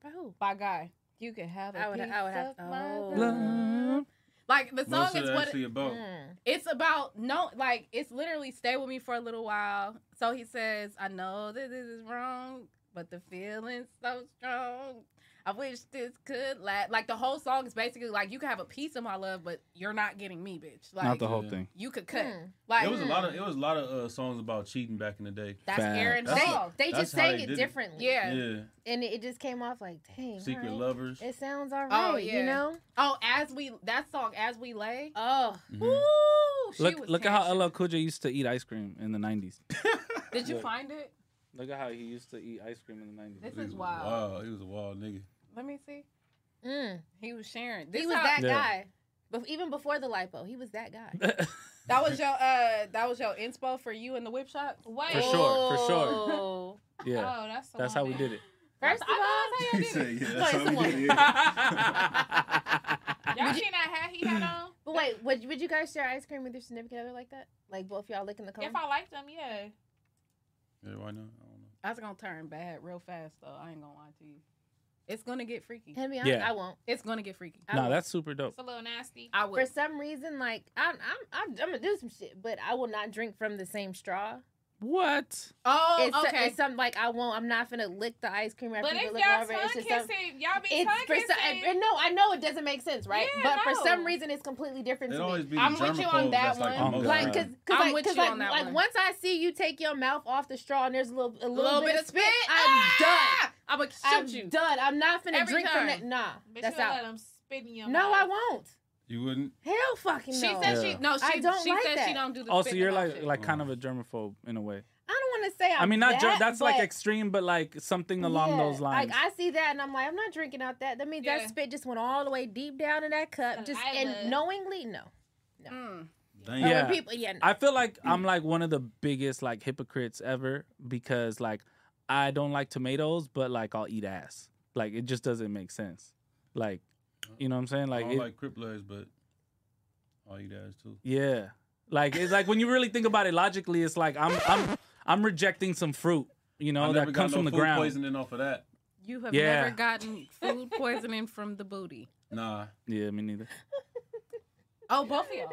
D: By who? By Guy. You can have a
F: I would-
D: piece
F: I would have-
D: of my
F: oh.
D: love. Like the song
H: What's it
D: is what
H: actually about?
E: Mm.
D: it's about no, like it's literally stay with me for a little while. So he says, I know that this is wrong, but the feeling's so strong. I wish this could last. Like the whole song is basically like you can have a piece of my love, but you're not getting me, bitch. Like
E: Not the whole thing. Mm.
D: You could cut. Like mm.
H: it was a lot of it was a lot of uh, songs about cheating back in the day.
D: That's Facts. Aaron
H: That's
D: Hall.
H: how-
F: They
H: that's
F: just
H: how
F: sang
H: they
F: it
H: did
F: differently.
D: Yeah.
H: Yeah.
F: And it, it just came off like, dang.
H: Secret
F: alright.
H: lovers.
F: It sounds all right.
D: Oh yeah.
F: You know?
D: Oh, as we that song, as we lay.
F: Oh.
D: Woo! Oh, She
E: Mm-hmm. Look,
D: was
E: look at how LL Cool J used to eat ice cream in the '90s.
D: Did you
E: Look.
D: find it?
E: Look at how he used to eat ice cream in the '90s.
D: This is wild.
H: Wow, he was a wild nigga.
D: Let me see. He was sharing.
F: Mm. he
D: This
F: was
D: how-
F: that
H: Yeah.
F: guy. But even before the lipo, he was that guy.
D: That was your uh that was your inspo for you in the whip shop. Wait.
E: For sure, for sure. Yeah,
D: Oh, that's the
E: that's
D: one
E: how we did it.
D: First of all,
H: He said, yeah, that's
F: Wait,
H: how we
F: someone-
H: did it. Yeah.
D: Y'all seen that hat he had on?
F: But wait, would, would you guys share ice cream with your significant other like that? Like both y'all licking the cone?
D: If I liked them, yeah.
H: Yeah, why not?
D: That's gonna turn bad real fast though. I ain't gonna lie to you. It's gonna get freaky.
F: Can I be honest?
E: Yeah.
F: I won't.
D: It's gonna get freaky.
E: No, that's super dope.
D: a little nasty. I would.
F: For some reason, like I'm, I'm, I'm, I'm gonna do some shit, but I will not drink from the same straw.
E: What?
D: Oh,
F: it's, so-
D: okay.
F: It's something like I won't. I'm not gonna lick the ice cream after
G: But
F: you
G: if
F: lick
G: y'all
F: whatever. It's
G: tongue
F: just some-
G: kissing, y'all be
F: it's
G: tongue
F: for some-
G: kissing.
F: and no, I know it doesn't make sense, right?
G: Yeah,
F: but for
G: no.
F: some reason, it's completely different
H: It
F: to
H: always
F: me.
H: be the I'm with you on germaphobes that that's, like, the one. most
F: Like, cause,
H: around.
F: 'cause,
D: I'm
F: like,
D: with
F: 'cause,
D: you
F: like,
D: on that
F: like,
D: one.
F: once I see you take your mouth off the straw and there's a little, a little,
D: little bit of spit?
F: I'm done.
D: I'm gonna shoot
F: I'm
D: you.
F: Done. I'm not finna
G: Every
F: drink
G: time.
F: from that. Nah,
G: But
F: that's
G: you
F: out.
G: let him spit in your
F: no,
G: mouth.
F: I won't.
H: You wouldn't.
F: Hell fucking no.
D: She said
E: she- Yeah. no,
F: I
D: she-
F: don't
D: she
F: like
D: said
F: that.
D: she don't do the
E: Oh, so
D: spitting
E: you're
D: and all
E: like like kind of a germaphobe in a way.
F: I don't want to say. I'm
E: I mean, not
F: that,
E: germ. That's like
F: but-
E: extreme, but like something along
F: Yeah,
E: those lines.
F: Like I see that and I'm like, I'm not drinking out that. That means
D: Yeah.
F: that spit just went all the way deep down in that cup. Just
D: Saliva.
F: and knowingly, no. No.
H: Damn.
F: But when people- yeah, Mm. no.
E: I feel like I'm like one of the biggest like hypocrites ever because like I don't like tomatoes, but like I'll eat ass. Like it just doesn't make sense. Like, you know what I'm saying?
H: I
E: Like,
H: don't
E: it,
H: like crip legs, but all you guys too.
E: yeah, Like it's like when you really think about it logically, it's like I'm I'm I'm rejecting some fruit, you know,
H: I never
E: that
H: got
E: comes
H: no
E: from the
H: food
E: ground.
H: Poisoning off of that.
K: You have
E: Yeah.
K: never gotten food poisoning from the booty.
H: Nah.
E: Yeah, me neither.
K: Oh, both of y'all.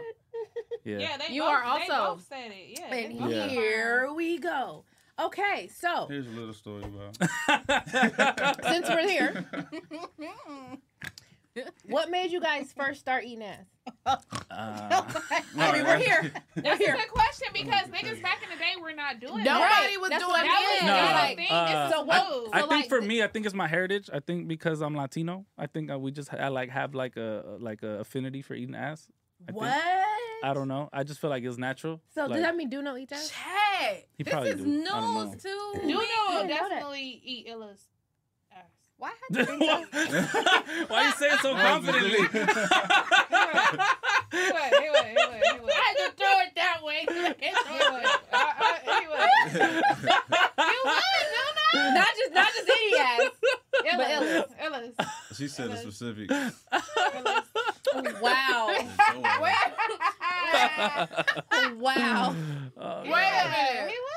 E: Yeah.
G: Yeah, they
K: you
G: both-
K: are
G: they
K: also.
G: both said it. Yeah, they
K: And
G: both
E: Yeah.
K: here we go. Okay, so
H: Here's a little story about.
D: Since we're here, what made you guys first start eating ass?
G: Uh, I mean, we're here.
D: We're
G: That's
D: here.
G: a good question because niggas back in the day were not doing
D: Nobody
G: that.
D: was
G: That's
D: doing
G: what
D: that.
G: I'm saying.
E: No,
G: Like, oh,
E: uh,
G: this is
E: I-
G: food.
E: I,
G: So,
E: think
G: like,
E: for me, I think it's my heritage. I think because I'm Latino, I think uh, we just I like have like a like a affinity for eating ass. I
D: What?
E: Think. I don't know. I just feel like it's natural.
D: So
E: like,
D: does that mean do no eat ass?
K: Hey,
E: He this probably is do. I don't news
K: too.
G: You know,
D: I didn't know that.
G: definitely eat Illa's ass. Why?
E: Why you saying so confidently?
G: Anyway, anyway, anyway. I had to throw it that way. Anyway, uh, uh, anyway. you would, no, no.
D: Not just not just any ass.
G: Illa's,
D: but Illa's.
G: Illa's.
H: She said a specific.
D: Wow. wow.
E: Oh,
G: Wait a minute.
D: He
G: would.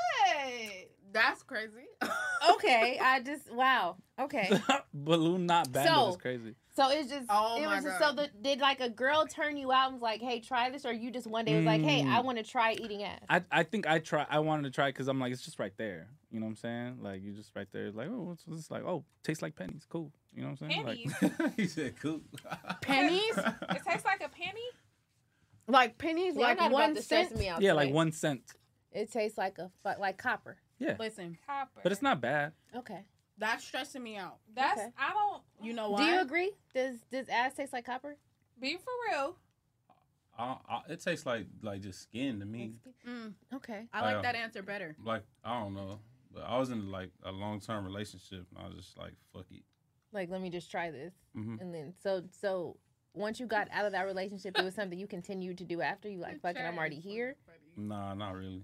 K: That's crazy.
D: Okay, I just wow. Okay.
E: Balloon not bandit
D: So-
E: is crazy.
D: So it's just
K: Oh
D: it
K: my
D: was just
K: God.
D: so the, did like a girl turn you out and was like, "Hey, try this," or you just one day was like, "Hey,
E: Mm.
D: I want to try eating ass."
E: I, I think I try. I wanted to try because I'm like it's just right there. You know what I'm saying? Like you just right there. Like oh, what's this? Like oh, tastes like pennies. Cool. You know what I'm saying? Like,
H: he said cool.
D: Pennies?
G: It tastes like a penny.
D: Like pennies,
K: like one cent?
D: Me out
E: yeah, like
D: tonight.
E: one cent.
D: It tastes like a fu- like copper.
E: Yeah.
K: Listen,
E: But it's not bad.
D: Okay.
K: that's stressing me out.
G: That's
D: Okay.
G: I don't.
K: You know
D: Do
K: why?
D: you agree? Does does ass taste like copper?
G: Be for real.
H: I, I, it tastes like like just skin to me.
K: Mm.
D: Okay.
K: I like
H: Wow.
K: that answer better.
H: Like I don't know, but I was in like a long term relationship, and I was just like, fuck it.
D: Like, let me just try this,
H: Mhm.
D: and then so so once you got out of that relationship, it was something you continued to do after. You like, fucking, I'm already here.
H: Nah, not really.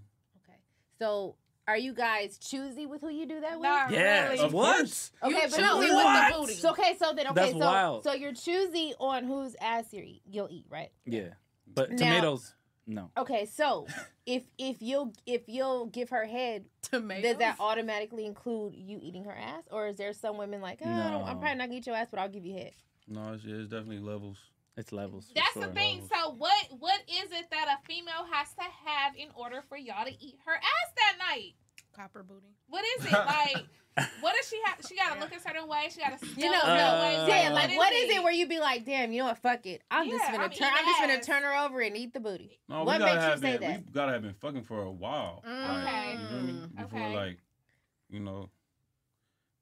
D: So are you guys choosy with who you do that with?
G: Not
H: Yes, really. of
E: what?
H: course.
D: Okay,
G: You
D: but
G: choosy
D: no,
G: with
D: wait,
G: the
D: what?
G: booty.
D: So, okay, so then okay,
E: That's
D: so
E: wild.
D: so you're choosy on whose ass you eat, you'll eat, right?
E: Yeah. But
D: Now-
E: tomatoes, no.
D: Okay, so if if you'll if you'll give her head,
K: Tomatoes?
D: does that automatically include you eating her ass, or is there some women like, oh, I don't, I'm
H: No.
D: probably not gonna eat your ass, but I'll give you head.
H: No, it's, it's definitely levels.
E: It's levels.
G: That's the thing. So what what is it that a female has to have in order for y'all to eat her ass that night?
K: Copper booty.
G: What is it like? what does she have? She gotta look a certain way. She gotta smell
D: You know,
G: a certain way.
D: no, yeah, like what is
G: it?
D: it where you be like, damn, you know what, fuck it, I'm just
G: Yeah,
D: gonna
G: I'm
D: turn, I'm
G: eating
D: just gonna
G: ass.
D: turn her over and eat the booty.
H: No,
D: what
H: we gotta
D: makes you
H: have
D: say
H: been,
D: that?
H: We gotta have been fucking for a while.
D: Okay.
H: Like, you feel me? Before
G: Mm, Okay.
H: like, you know,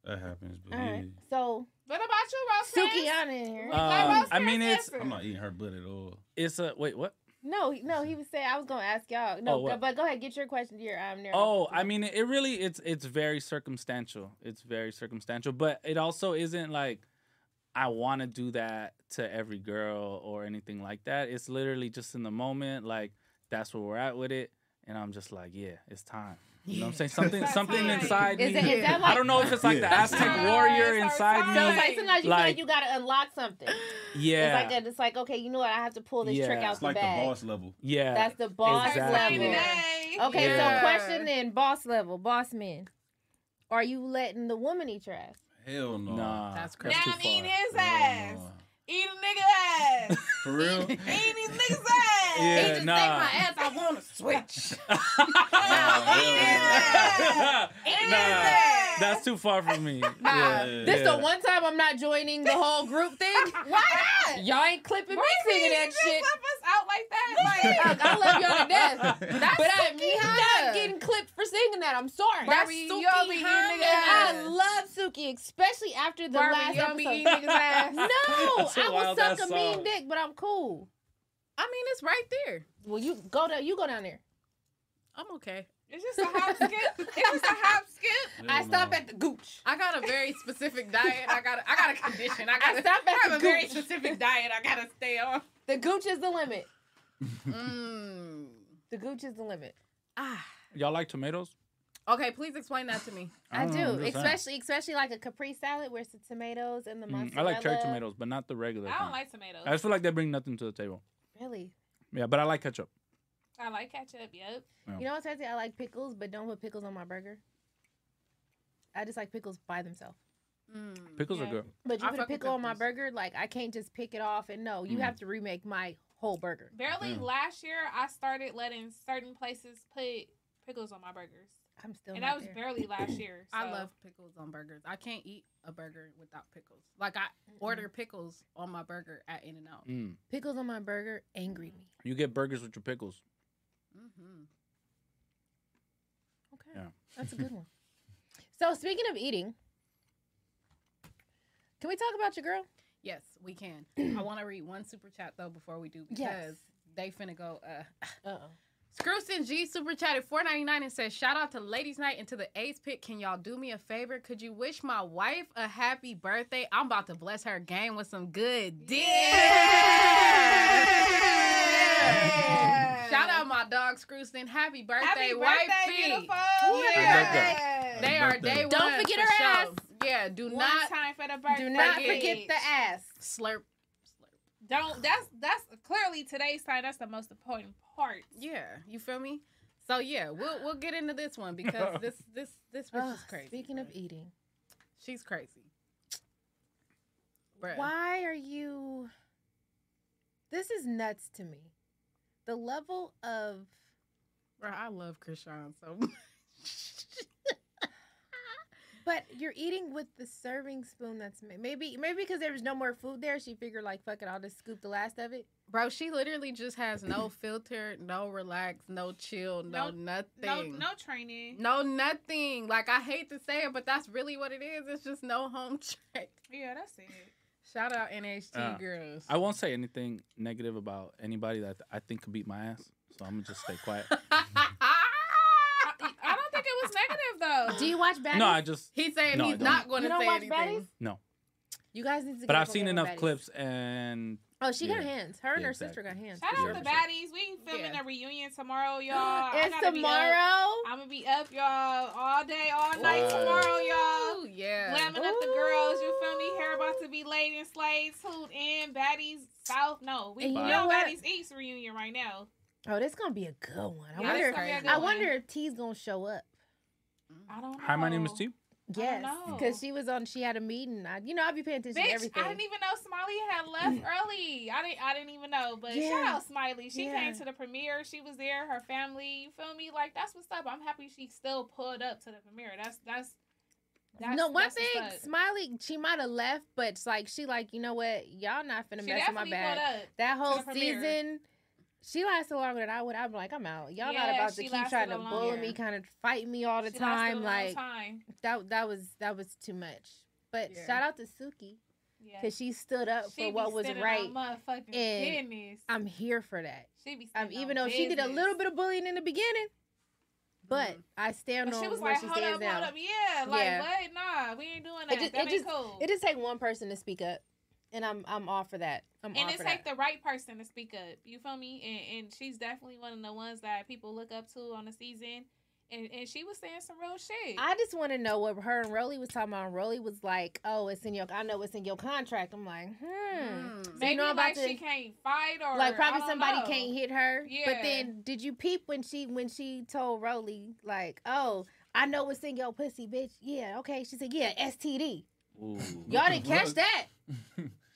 H: that happens. But
D: All
H: yeah.
D: right, so
G: What about you, Rose?
D: Sukiana in here.
E: Um, I mean, it's
H: I'm not eating her butt at all.
E: it's a wait. What?
D: No, he- no, he was saying I was gonna ask y'all.
E: Oh,
D: No,
E: what?
D: but go ahead, get your question to your um. Narrative.
E: Oh, I mean, it really it's it's very circumstantial. It's very circumstantial, but it also isn't like I want to do that to every girl or anything like that. It's literally just in the moment, like that's where we're at with it, and I'm just like, yeah, it's time. You know what I'm saying? Something
D: It's
E: something
D: time.
E: inside
D: Is
E: me.
D: it- is that
E: I
D: like-
E: don't know if it's like the
D: Yeah.
E: Aztec warrior inside
D: So it's
E: me.
D: like sometimes you feel
E: like
D: like you gotta unlock something.
E: yeah,
D: It's like a, it's like okay, you know what? I have to pull this trick
E: Yeah.
D: out
E: It's
D: the
E: like
H: The
D: bag.
H: boss level.
E: yeah.
D: That's the boss
E: exactly.
D: level. Okay,
E: Yeah.
D: so question then, boss level, boss men. Are you letting the woman eat your ass?
H: Hell no.
E: Nah,
H: that's
G: Now I'm eating his
H: Hell
G: ass.
H: no.
G: Eat a nigga ass.
H: For real?
G: Eat these niggas ass.
E: Yeah,
G: he just
E: nah.
G: take my ass. I want to switch.
E: nah, that's too far from me. Yeah,
D: This
E: yeah.
D: the one time I'm not joining the whole group thing.
G: Why not?
D: Y'all ain't clipping me singing that shit.
G: Up us out like that. Like,
D: I love y'all to death. but I'm
G: Sukihana.
D: not getting clipped for singing that. I'm sorry.
G: That's Barbie, Suki y'all be eating Hana. niggas'
D: I
G: ass.
D: love Suki, especially after the
G: Barbie,
D: last
G: y'all
D: episode.
G: be eating niggas' ass.
D: no,
G: That's a
D: I will
G: wild
D: suck a
G: ass
D: mean
G: song.
D: dick, but I'm cool.
K: I mean, it's right there.
D: Well, you go down. You go down there.
K: I'm okay.
G: It's just a hop skip. It's just a hop skip.
K: I stop
D: at the gooch.
K: I got a very specific diet. I got a, I got a condition. I
D: I
K: got to
D: stop at
K: I have
D: the
K: a very
D: gooch.
K: specific diet. I gotta stay on.
D: The gooch is the limit.
K: Mm.
D: The gooch is the limit.
K: Ah.
E: Y'all like tomatoes?
K: Okay, please explain that to me.
E: I
D: I,
E: don't know,
D: do,
E: I'm just saying.
D: especially especially like a Capri salad where it's the tomatoes and the
E: Mm,
D: mozzarella.
E: I like cherry tomatoes, but not the regular.
G: I don't
E: kind.
G: like tomatoes.
E: I just feel like they bring nothing to the table.
D: Really?
E: Yeah, but I like ketchup.
G: I I like ketchup. Yep.
D: You know what I say? I like pickles, but don't put pickles on my burger. I just like pickles by themselves.
F: Mm,
E: Pickles are good.
D: But you
G: I
D: put a
G: fuck with
D: pickle on my burger, like I can't just pick it off and no, you
E: Mm.
D: have to remake my whole burger.
G: Barely
D: Mm.
G: last year, I started letting certain places put pickles on my burgers.
D: I'm still
G: and
P: not
G: that was
P: there.
G: barely last year.
P: I
G: so-
P: love pickles on burgers. I can't eat a burger without pickles. Like I order pickles on my burger at In and Out.
E: Mm.
D: Pickles on my burger angry me.
E: You get burgers with your pickles.
D: Okay.
E: Yeah.
D: That's a good one. So speaking of eating, can we talk about your girl?
P: Yes, we can. I want to read one super chat though before we do because
D: Yes.
P: they finna go. Uh,
G: Uh-uh.
D: Uh-oh.
P: Screwston G super chatted four ninety nine and says, "Shout out to Ladies Night and to the Ace Pit. Can y'all do me a favor? Could you wish my wife a happy birthday? I'm about to bless her game with some good dick." Shout out my dog Screwston. Happy birthday,
G: Happy
P: white
G: birthday,
P: feet.
G: beautiful.
P: Yeah.
G: Happy
P: They are
G: birthday.
P: day
G: Don't
P: ones
G: forget
P: for
G: her
P: sure.
G: ass.
P: Yeah, do
G: One
P: not
G: time for the
P: do
G: birthday.
P: not forget
D: the ass.
P: Slurp.
G: Don't. That's that's clearly today's time. That's the most important part.
P: Yeah, you feel me? So yeah, we'll we'll get into this one because this this this bitch is
D: Ugh,
P: crazy.
D: Speaking of eating,
P: She's crazy. Bruh.
D: why are you? This is nuts to me. The level of
P: Bro, I love Krishan so much.
D: But you're eating with the serving spoon. That's ma- maybe maybe because there was no more food there. She figured like, fuck it, I'll just scoop the last of it.
P: Bro, she literally just has no filter, no relax, no chill, no,
G: No,
P: nothing.
G: no training.
P: No nothing. Like I hate to say it, but that's really what it is. It's just no home check.
G: Yeah, that's it.
P: Shout out NHT
E: Uh,
P: girls.
E: I won't say anything negative about anybody that I think could beat my ass. So I'm gonna just stay quiet.
G: I, I don't think it was negative though.
D: Do you watch Baddies?
E: no, I just
P: He's saying
E: No, I
P: he's
E: don't.
P: not going
D: You
P: to
D: don't
P: say
D: watch
P: anything.
D: Baddies?
E: no.
D: You guys need to.
E: But
D: get
E: I've
D: over
E: seen
D: there with
E: enough
D: Baddies.
E: clips and
D: Oh, she got
E: Yeah.
D: hands. Her and her
E: Exactly.
D: sister got hands.
G: Shout
E: Yeah.
G: out the baddies. We filming a reunion tomorrow, y'all.
D: It's tomorrow?
G: I'm gonna be up, y'all, all day, all night
E: Wow.
G: tomorrow, y'all.
P: Ooh, yeah.
G: Lamming up the girls. You feel me? Hair about to be laid and slayed. Tuned in, baddies south. No, we
D: And you
G: we
D: know
G: on
D: what?
G: baddies east reunion right now.
D: Oh, this gonna be a good one. I
G: Yeah,
D: wonder.
G: this gonna be a
D: If,
G: good
D: I
G: one.
D: wonder if T's gonna show up.
G: I don't.
E: hi, my name is T.
D: Yes,
G: know.
D: because she was on. She had a meeting. I, you know, I be paying attention
G: Bitch,
D: to everything.
G: I didn't even know Smiley had left early. I didn't. I didn't even know. But
D: Mm. Yeah.
G: shout out Smiley. She
D: Yeah.
G: came to the premiere. She was there. Her family. You feel me? Like that's what's up. I'm happy she still pulled up to the premiere. That's that's. that's
D: no, one
G: that's what's
D: thing,
G: up.
D: Smiley, she might have left, but it's like she like, you know what, y'all not finna
G: She
D: mess with my
G: definitely pulled
D: bag.
G: up
D: That
G: to
D: whole
G: the premiere.
D: season, she lasted longer than I would. I'm like, I'm out. Y'all not
G: Yeah,
D: about to
G: she
D: keep
G: lasted
D: trying to
G: a
D: bully
G: longer.
D: me, kind of fight me all the
G: She lasted a
D: time.
G: long
D: Like
G: time.
D: that, that was that was too much. But
G: Yeah.
D: shout out to Suki
G: Yeah.
D: because she stood up
G: She
D: for
G: be
D: what was
G: standing on
D: right.
G: motherfucking
D: and
G: business.
D: I'm here for that.
G: She be
D: Um,
G: standing
D: even though
G: on
D: she did a
G: business. Mm-hmm.
D: little bit of bullying in the beginning, but I stand
G: But
D: on
G: she was
D: where
G: like,
D: she
G: hold
D: stands
G: up,
D: now.
G: hold up, yeah, like
D: Yeah.
G: what? Nah, we ain't doing that.
D: It just,
G: that
D: it
G: ain't
D: just,
G: cool.
D: it just take one person to speak up, and I'm I'm all for that. I'm all
G: and it's
D: for
G: like
D: that.
G: the right person to speak up. You feel me? And, and she's definitely one of the ones that people look up to on the season. And and she was saying some real shit.
D: I just want to know what her and Rolly was talking about. Rolly was like, "Oh, it's in your. I know it's in your contract." I'm like, hmm. So you
G: Mm. Maybe
D: know I'm about
G: like
D: to-
G: she can't fight or
D: like
G: I
D: probably
G: don't
D: somebody
G: know.
D: can't hit her. But
G: Yeah.
D: then, did you peep when she when she told Rolly like, "Oh, I know what's in your pussy, bitch." Yeah, okay. She said, "Yeah, STD." Y'all didn't catch that.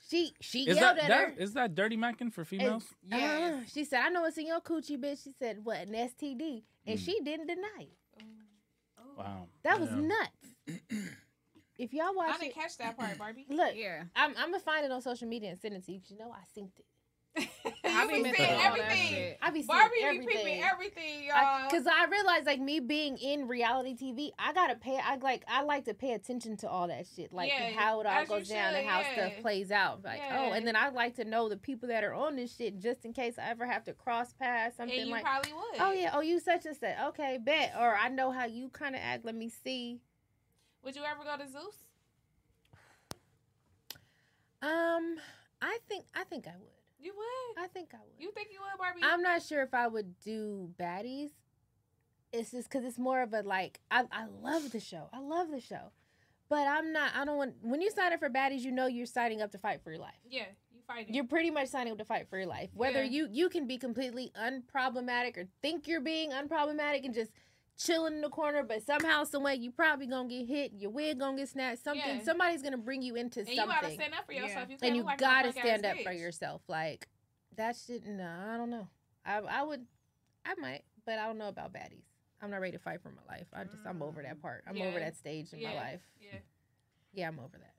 D: She she
E: Is
D: yelled
E: that,
D: at her.
E: that is that dirty macking for females?
D: Yeah. uh, she said, I know it's in your coochie, bitch. She said, what, an STD? And she didn't deny it.
E: Wow.
D: That was
E: Yeah.
D: nuts. if y'all watch
G: I didn't
D: it,
G: catch that part, Barbie.
D: look,
P: yeah.
D: I'm, I'm going to find it on social media and send it to you 'cause you know I synced it.
G: I be
D: missing
G: seeing
D: all that
G: everything.
D: shit. I be seeing
G: Barbie be
D: everything.
G: peeping everything, y'all.
D: Because I, realized, like, me being in reality TV, I got to pay, I like, I like to pay attention to all that shit. Like,
G: Yeah,
D: how it all
G: as you
D: goes down
G: should,
D: and how stuff
G: yeah.
D: plays out. Like, oh,
G: Yeah.
D: and then I like to know the people that are on this shit just in case I ever have to cross paths, something
G: and you
D: like
G: probably would.
D: Oh yeah. Oh, you such and such. Okay, bet. Or I know how you kind of act. Let me see.
G: Would you ever go to Zeus?
D: Um, I think I think I would.
G: You would.
D: I think I would.
G: You think you would, Barbie?
D: I'm not sure if I would do baddies. It's just because it's more of a like I I love the show. I love the show, but I'm not. I don't want when you sign up for baddies, you know you're signing up to fight for your life.
G: Yeah, you
D: fighting.
F: You're pretty much signing up to fight for your life. Whether you you can be completely unproblematic or think you're being unproblematic and just chilling in the corner, but somehow, some way, you probably gonna get hit. Your wig gonna get snatched. Something.
G: Yeah.
F: Somebody's gonna bring you into
G: And you
F: something.
G: gotta stand up for yourself. You can't
F: and you
G: look like no
F: gotta
G: punk-ass
F: stand up for
G: bitch.
F: yourself. Like that shit. No, I don't know. I I would, I might, but I don't know about baddies. I'm not ready to fight for my life. I just I'm over
G: Mm.
F: that part. I'm
D: Yeah.
F: over that stage in my
D: Yeah.
F: life.
D: Yeah.
F: Yeah, I'm over that.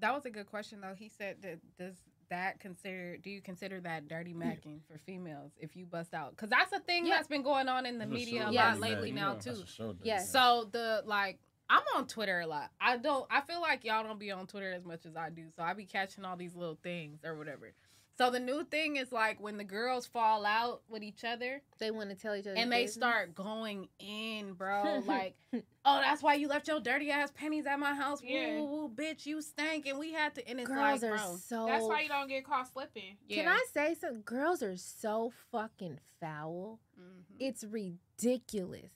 D: That was a good question though. He said that does that consider do you consider that dirty macking for females if you bust out? Because that's a thing that's been going on in the
F: That's a
D: media a
F: show dirty
D: lot lately
F: macking.
D: now
F: Yeah, that's
D: too.
F: a show dirty
D: Yeah.
F: macking.
D: So the like I'm on Twitter a lot. I don't I feel like y'all don't be on Twitter as much as I do. So I be catching all these little things or whatever. So the new thing is like when the girls fall out with each other,
F: they want to tell each other
D: and they
F: business.
D: start going in, bro. like, oh, that's why you left your dirty ass pennies at my house.
G: Yeah.
D: Woo, woo, bitch, you stank, and we had to. And it's
F: Girls
D: like,
F: are
D: bro,
F: so
G: That's why you don't get caught slipping.
F: Can I say some girls are so fucking foul? It's ridiculous.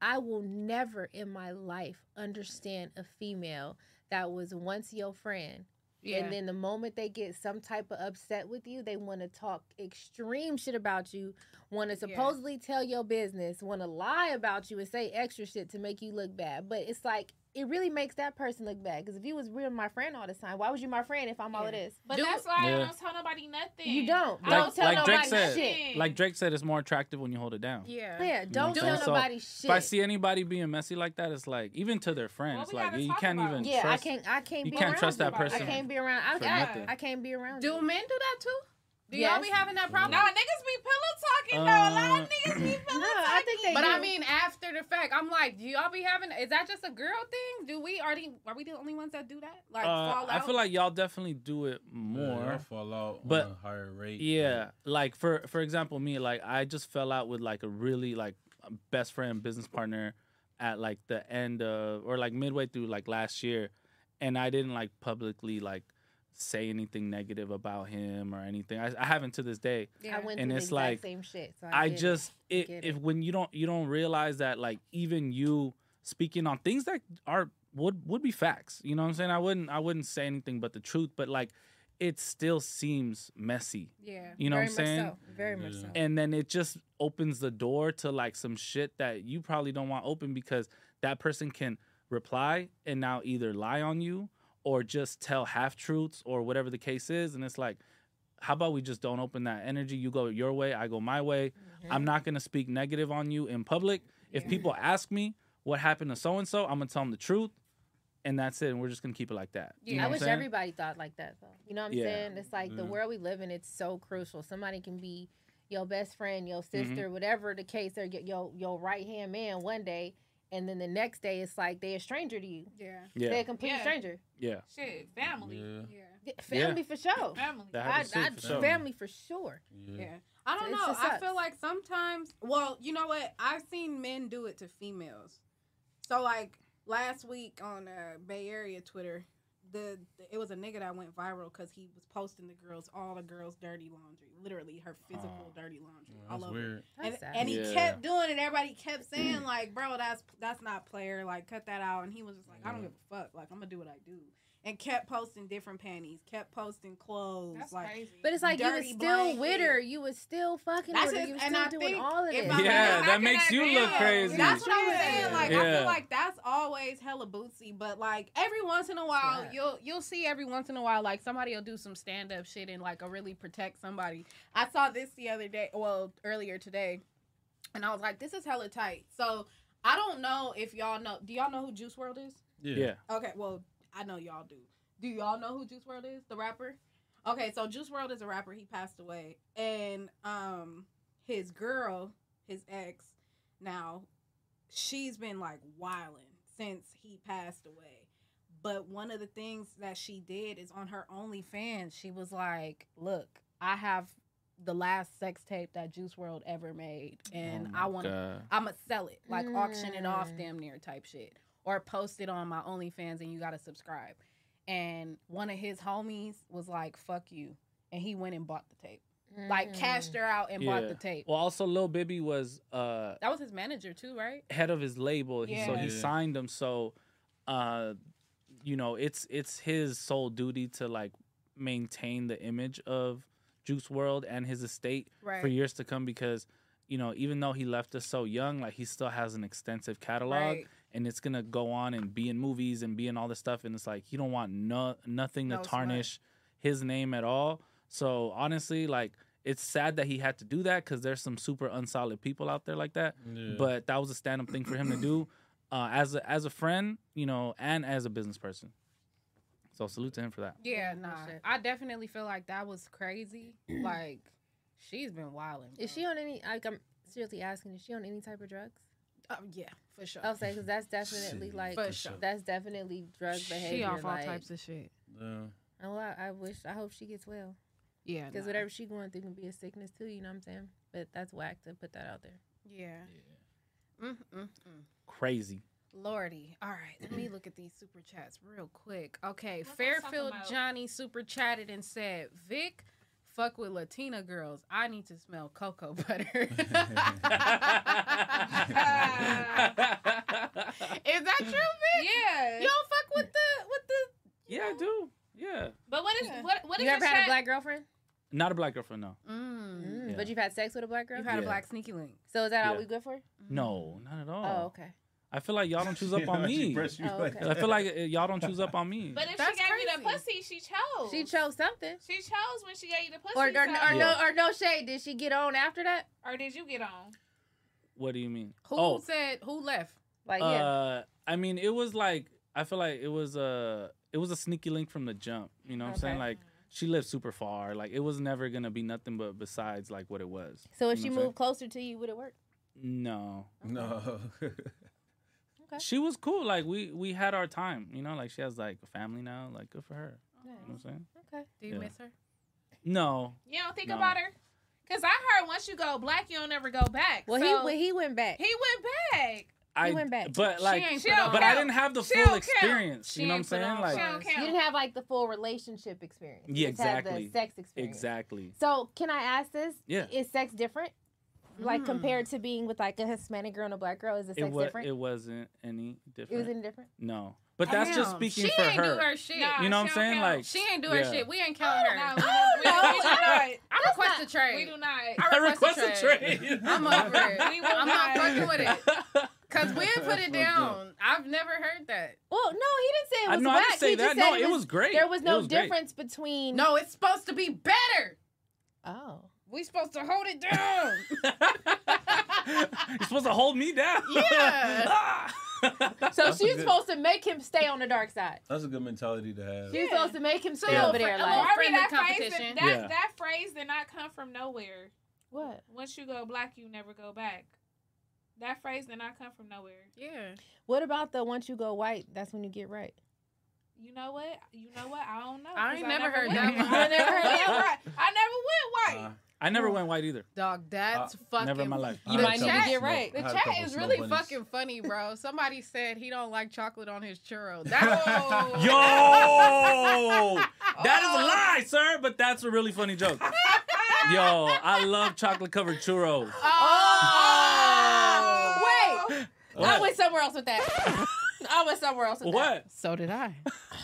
F: I will never in my life understand a female that was once your friend.
G: Yeah.
F: And then the moment they get some type of upset with you, they want to talk extreme shit about you, want to supposedly tell your business, want to lie about you and say extra shit to make you look bad. But it's like, it really makes that person look bad. Because if you was real my friend all the time, why was you my friend if I'm all of this?
G: But that's why I
E: Yeah.
G: don't tell nobody nothing.
F: You don't.
E: Like,
F: don't tell
E: like
F: nobody
E: Drake said,
F: shit.
E: like Drake said, it's more attractive when you hold it down.
D: Yeah.
F: Yeah.
E: You know what
F: Don't
E: I'm
F: tell
E: saying? So,
F: nobody
E: If I
F: shit.
E: see anybody being messy like that, it's like even to their friends,
F: we
E: like
F: gotta
E: you
F: talk
E: can't
F: about
E: even.
F: it. Yeah, I
E: trust,
F: can't- I can't
E: You
F: be
E: can't
F: around
E: trust
F: you
E: that
F: about it. I
E: person.
F: can't be around- I-
E: for
F: I-
E: nothing.
F: I can't be around.
D: Do men do that too? Do y'all be
F: Yes.
D: having that problem?
G: Nah, niggas be pillow talking though. A lot
E: uh,
G: of niggas be pillow
D: No,
G: talking.
D: I think they But I
G: do.
D: mean, after the fact, I'm like, do y'all be having? Is that just a girl thing? Do we already? Are we the only ones that do that? Like,
E: Uh,
D: fall out?
E: I feel like y'all definitely do it more.
H: y'all fall out
E: but
H: on a higher rate.
E: Yeah, like for for example, me like I just fell out with like a really like best friend, business partner at like the end of or like midway through like last year, and I didn't like publicly like say anything negative about him or anything. I, I haven't to this day.
F: I went
E: and
F: through
E: it's
F: the exact
E: like
F: same shit. So I,
E: I
F: get it.
E: just it,
F: get
E: if when you don't you don't realize that like even you speaking on things that are would would be facts. You know what I'm saying? I wouldn't I wouldn't say anything but the truth, but like it still seems messy.
D: Yeah.
E: You
D: Very
E: know what I'm
D: much
E: saying?
D: so. Very much Yeah. so.
E: And then it just opens the door to like some shit that you probably don't want open because that person can reply and now either lie on you or just tell half truths or whatever the case is. And it's like, how about we just don't open that energy? You go your way, I go my way. I'm not gonna speak negative on you in public. If people ask me what happened to so and so, I'm gonna tell them the truth, and that's it. And we're just gonna keep it like that. You know
F: I
E: what I'm
F: wish
E: saying?
F: everybody thought like that though. You know what I'm
E: Yeah.
F: saying? It's like the
E: Mhm.
F: world we live in. It's so crucial. Somebody can be your best friend, your
E: Mhm.
F: sister, whatever the case, or your your, your right hand man one day, and then the next day it's like they're a stranger to you.
D: Yeah.
E: Yeah.
F: They're a complete
G: Yeah.
F: stranger.
E: Yeah.
G: Shit, family.
H: Yeah.
F: Yeah, Family for sure.
G: Family.
E: That happens
F: I,
E: too,
F: I,
E: for sure.
F: Family for sure.
D: Yeah. I don't
F: It
D: know.
F: just
D: I
F: sucks.
D: feel like sometimes, well, you know what? I've seen men do it to females. So like last week on uh, Bay Area Twitter, the, the- it was a nigga that went viral because he was posting the girls, all the girls' dirty laundry, literally her physical dirty laundry
H: Oh. Yeah,
D: all
H: that's
D: over.
H: weird.
D: And,
H: That's sad.
D: and he
H: Yeah.
D: kept doing it. Everybody kept saying like, "Bro, that's that's not player. Like, cut that out." And he was just like, "I don't
G: Yeah.
D: give a fuck. Like, I'm gonna do what I do." And kept posting different panties, kept posting clothes.
G: That's
D: like,
G: crazy.
F: But it's like you was
D: dirty
F: still
D: blankets.
F: with her. You was still fucking
D: That's
F: with her.
D: just-
F: You was
D: and
F: still
D: I
F: doing
D: think
F: all of
D: if
F: this.
D: I
E: Yeah, that makes you look crazy.
D: That's what I'm saying. Like I
E: Yeah.
D: feel like that's always hella bootsy, but like every once in a while you'll you'll see every once in a while like somebody'll do some stand up shit and like a really protect somebody. I saw this the other day, well earlier today, and I was like, this is hella tight. So I don't know if y'all know. Do y'all know who Juice World is?
E: Yeah.
D: Okay, well, I know y'all do. Do y'all know who Juice World is? The rapper? Okay, so Juice World is a rapper. He passed away. And um his girl, his ex, now, she's been like wilding since he passed away. But one of the things that she did is on her OnlyFans, she was like, Look, I have the last sex tape that Juice World ever made and
G: Oh my
D: I wanna
G: God.
D: I'ma sell it. Like auction it off
G: Mm.
D: damn near type shit. Or post it on my OnlyFans and you gotta subscribe. And one of his homies was like, Fuck you and he went and bought the tape.
Q: Mm.
D: Like cashed her out and bought the
E: Yeah.
D: tape.
E: Well, also Lil Bibby was uh,
D: That was his manager too, right?
E: head of his label, he- so
D: Yeah.
E: he
D: Yeah.
E: signed him. So, uh, you know, it's it's his sole duty to like maintain the image of Juice World and his estate for
D: Right.
E: years to come because you know even though he left us so young, like he still has an extensive catalog
D: Right.
E: and it's gonna go on and be in movies and be in all this stuff. And it's like you don't want no nothing
D: No
E: to
D: sweat.
E: tarnish his name at all. So honestly, like it's sad that he had to do that because there's some super unsolid people out there like that.
H: Yeah.
E: But that was a stand up thing for him to do uh, as a, as a friend, you know, and as a business person. So salute to him for that.
D: Yeah, nah. I definitely feel like that was crazy. like, she's been wilding.
Q: Is she on any? Like, I'm seriously asking. Is she on any type of drugs?
D: Oh yeah, for sure.
Q: I'll say because that's definitely
D: Shit,
Q: like
D: for sure.
Q: that's definitely drug behavior.
D: She off all
Q: like-
D: types of shit.
H: Yeah.
Q: Oh, I, I wish. I hope she gets well.
D: Yeah,
Q: because
D: nah.
Q: whatever she going through can be a sickness too. You know what I'm saying? But that's whack to put that out there.
D: Yeah. Mm, mm, mm.
E: Crazy.
D: Lordy. All right, let me look at these super chats real quick. Okay,
G: That's what I was talking
D: Fairfield
G: about.
D: Johnny super chatted and said, Vic, fuck with Latina girls. I need to smell cocoa butter. Is mm. that true, Vic?
G: Yeah.
D: You don't fuck with the with the
E: Yeah, I do. Yeah,
G: But what is what what is
Q: you ever
G: your
Q: had
G: chat-
Q: a black girlfriend?
E: not a black girlfriend, no,
Q: Mm,
E: Yeah.
Q: But you've had sex with a black girl.
E: You've had a Yeah. black
D: sneaky link.
Q: So is that all
E: Yeah.
Q: we good for?
E: no, not at all.
Q: Oh, okay.
E: I feel like y'all don't choose up on
H: She
E: me.
H: pressed you
Q: Oh, like okay.
E: I feel like uh, y'all don't choose up on me.
G: But if she gave you the pussy, she chose.
Q: She chose something.
G: She chose when she gave you the pussy.
Q: Or, or, or
G: so-
Q: no or no shade. Did she get on after that?
G: Or did you get on?
E: What do you mean?
D: Who
E: oh,
D: said who left?
Q: Like
E: uh, I mean, it was like I feel like it was a it was a sneaky link from the jump. You know what I'm saying?
Q: Okay.
E: Like she lived super far. Like it was never gonna be nothing but besides like what it was.
Q: So if
E: You
Q: she
E: know what I'm
Q: moved closer to you, would it work?
E: saying? no,
H: no,
Q: Okay.
E: she was cool. Like we we had our time. You know, like she has like a family now. Like good for her. You know what I'm saying?
Q: Okay.
D: Do you
E: Yeah.
D: miss her?
E: No,
G: You don't think
E: No.
G: about her? Cause I heard once you go black, you don't ever go back.
Q: Well, he
G: so
Q: he he went back.
G: he went back.
E: I
Q: went back.
E: But
Q: She
E: like,
Q: ain't
E: but
Q: put on
E: I
Q: front.
E: didn't have the
Q: She
E: full
Q: don't count.
E: experience.
Q: She
E: you know what I'm
Q: ain't put
E: saying?
Q: on
E: Like,
Q: front. you didn't have like the full relationship experience.
E: yeah,
Q: You just had
E: exactly.
Q: the sex experience.
E: Exactly.
Q: So can I ask this?
E: Yeah.
Q: Is sex different? Like compared to being with like a Hispanic girl and a black girl, is the sex
E: it was.
Q: different?
E: It wasn't any different.
Q: any different?
E: No, but that's just
D: Damn,
E: speaking
D: she
E: for
D: ain't do
E: her.
D: her shit. Nah,
E: you
D: she
E: know what I'm
D: don't
E: saying?
D: count.
E: Like
D: she ain't do her
E: yeah.
D: shit. We
Q: Oh,
D: ain't counting her.
G: No, we don't- we don't-
D: I
G: That's
D: request a
G: not-
D: trade.
G: We do not.
D: I request a trade. I'm over it.
G: We will
D: I'm not
G: not.
D: fucking with it. Cause Win put
E: That's
D: it
E: fucked
D: down. I've never heard that.
Q: Well, no, he didn't say
E: I-
Q: it was
E: no, I
Q: whack.
E: didn't say
Q: he
E: that.
Q: Just said
E: No, it was great.
Q: There was
E: It
Q: no
E: was great.
Q: difference between.
D: No, it's supposed to be better.
Q: Oh.
D: We supposed to hold it down.
E: You're supposed to hold me down.
Q: Yeah. so
H: That's a
Q: she's
H: good-
Q: supposed to make him stay on the dark side.
H: That's a good mentality to have.
Q: She's supposed to make him stay
H: Yeah.
Q: over there.
H: A
Q: Like,
G: Barbie,
D: friendly
G: that Phrase,
D: competition.
G: did- that,
H: Yeah.
G: that phrase did not come from nowhere.
Q: What?
G: Once you go black, you never go back. That phrase did not come from nowhere.
D: Yeah.
Q: What about the once you go white, that's when you get right?
G: You know what? You know what? I don't know.
D: I
G: 'cause
D: ain't never heard
G: went
D: that
G: white.
D: one.
G: I never heard that one. I never went white.
E: I never went white either. Uh,
D: Dog, that's fucking.
E: never in my life.
D: The chat- The
E: I had a
D: chat
E: couple
D: is
E: snow
D: really
E: bunnies.
D: fucking funny, bro. Somebody said he don't like chocolate on his churro. That
E: Yo, that is
D: Oh.
E: a lie, sir. But that's a really funny joke. Yo, I love chocolate covered churros.
Q: Oh! Wait. I
E: What?
Q: went somewhere else with that. I went somewhere else with that.
E: What?
D: So did I.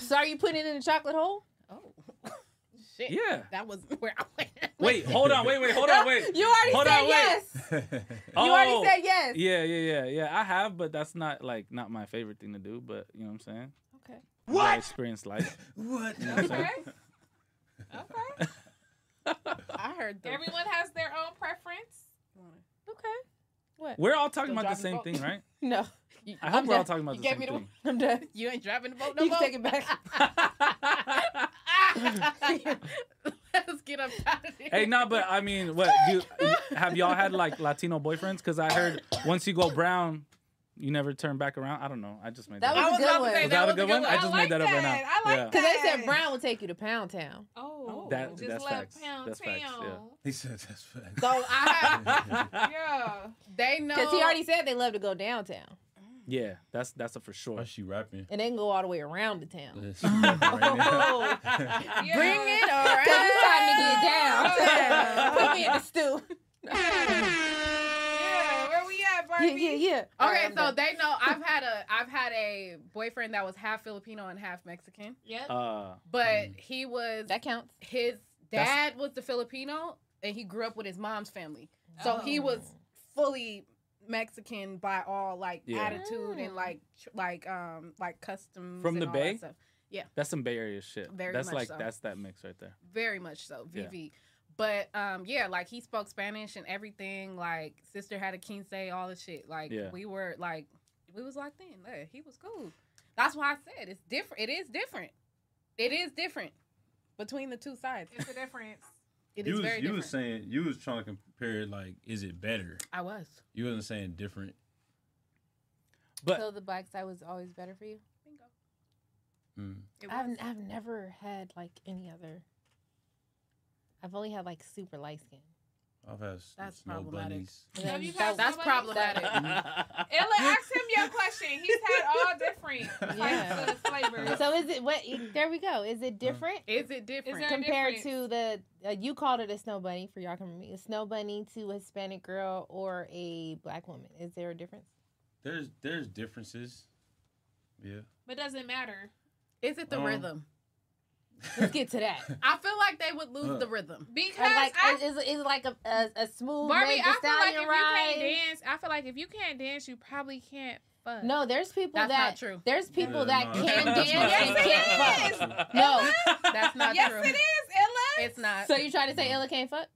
Q: So are you putting it in the chocolate hole?
D: shit.
E: Yeah.
D: That was where I went.
E: Wait, hold on, wait, wait, hold on, wait.
Q: You already
E: Hold
Q: said
E: on, wait.
Q: yes. You already said yes.
E: Oh, Yeah, yeah, yeah, yeah. I have, but that's not like not my favorite thing to do. But you know what I'm saying?
Q: Okay.
E: What? I experienced life.
H: What?
E: You know what I'm saying?
D: I heard that.
G: Everyone has their own preference.
Q: Okay. What?
E: We're all talking
D: Still
E: about the
D: driving
E: same
D: boat?
E: thing, right?
Q: No.
E: I hope
Q: I'm
E: we're all
Q: done.
E: talking about
Q: You
E: the
Q: gave me
E: same thing.
Q: I'm done.
D: You ain't driving the boat no
Q: You
D: more.
Q: can take it back.
D: Let's get up out of here.
E: Hey, no, but I mean, what do have y'all had like Latino boyfriends? Because I heard once you go brown, you never turn back around. I don't know. I just made
Q: That
E: that.
Q: was a
E: up.
Q: good one.
E: Was that a good one? I just
Q: like
E: made that, up right now. yeah.
Q: Because they said Brown would take you to Pound Town.
G: Oh,
E: That- that's
G: left
E: facts. That's facts. Yeah.
H: He said that's fact.
Q: So I
G: yeah.
D: They know
Q: because he already said they love to go downtown
E: Yeah, that's that's a for sure. Why
H: she rapping?
Q: and they can go all the way around the town.
G: Yeah.
Q: Bring it around. Cause it's time to get down. Put me in the stew.
G: Yeah, where we at, bro?
F: Yeah, yeah, yeah. All right,
D: Okay,
F: I'm
D: so
F: done.
D: they know I've had a I've had a boyfriend that was half Filipino and half Mexican.
F: Yep.
E: Uh,
D: but he was that counts. His dad
E: That's-
D: was the Filipino, and he grew up with his mom's family, so he
F: Oh.
D: was fully Mexican by all like
E: Yeah.
D: attitude
F: Oh.
D: and like tr- like um like customs
E: From
D: and
E: the
D: all
E: Bay?
D: That stuff. Yeah,
E: That's some Bay Area shit.
D: Very
E: that's
D: much
E: like
D: so.
E: that's that mix right there.
D: very much so
E: Yeah.
D: vv but um yeah like he spoke spanish and everything like sister had a quince all the shit like
E: Yeah.
D: we were like we was locked in Look, he was cool that's why i said it's different it is different it is different between the two sides it's a difference It is
H: you was,
D: very
H: you
D: different
H: was saying you was trying to compare it like, is it better?
D: i was
H: You wasn't saying different.
F: so the black side was always better for you.
H: Mm.
F: I've I've never had like any other. I've only had like super light skin.
H: I've had s-
F: That's
H: snow
F: problematic.
H: bunnies.
G: Have you had
D: That's
G: somebody-
D: problematic.
G: Ella, ask him your question. He's had all different.
F: Yeah. so is it what? There we go. Is it different?
D: Is it different?
G: Is there a
F: compared to
G: difference?
F: the uh, you called it a snow bunny for y'all can a snow bunny to a Hispanic girl or a black woman? Is there a difference?
H: There's there's differences. Yeah.
G: But doesn't matter.
D: Is it
H: the Um, rhythm?
F: Let's get to that.
D: I feel like they would lose
H: Huh.
D: the rhythm
F: Because like, is, is it like a, a, a smooth
G: Barbie,
F: Meg
G: I
F: Thee
G: feel like
F: Stallion
G: if
F: ride?
G: you can't dance, I feel like if you can't dance, you probably can't fuck.
F: No, there's people
G: That's
F: that
G: not true.
F: there's people
G: Yeah,
F: that
G: no,
F: can
G: that's
F: dance
G: not
F: and
G: true.
F: can't
G: Yes, it
F: fuck. No,
D: that's not
G: yes,
D: true
G: it is, Ella.
D: it's not
F: So you trying to say Ella can't fuck?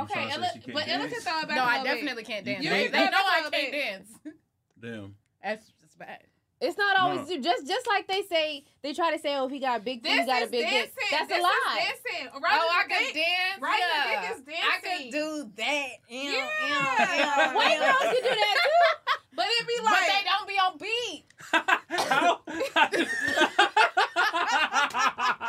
G: Okay,
F: trying to say
G: Ella,
F: she can't
G: but Ella
F: dance?
G: can throw it back.
D: no
G: a
D: i
G: little bit.
D: definitely can't dance
G: You
D: they,
G: can
D: they
G: throw
D: know
G: it
D: i
G: back a little
D: can't
G: bit.
D: dance
H: Damn.
D: that's just bad
F: It's not
D: No.
F: always just just like they say they try to say oh if he got a big thing
G: This
F: he got a
G: is
F: big dick.
G: dancing.
F: That's
G: this
F: a lie.
G: Is dancing.
D: Oh, I
G: can
D: could dance.
G: Right,
D: yeah.
G: dick is
D: I
G: dancing.
D: could do that. Ew, ew,
G: Yeah.
D: ew,
G: White
D: ew.
G: girls can do that too.
D: But it be like
G: Right.
D: they don't be on beat.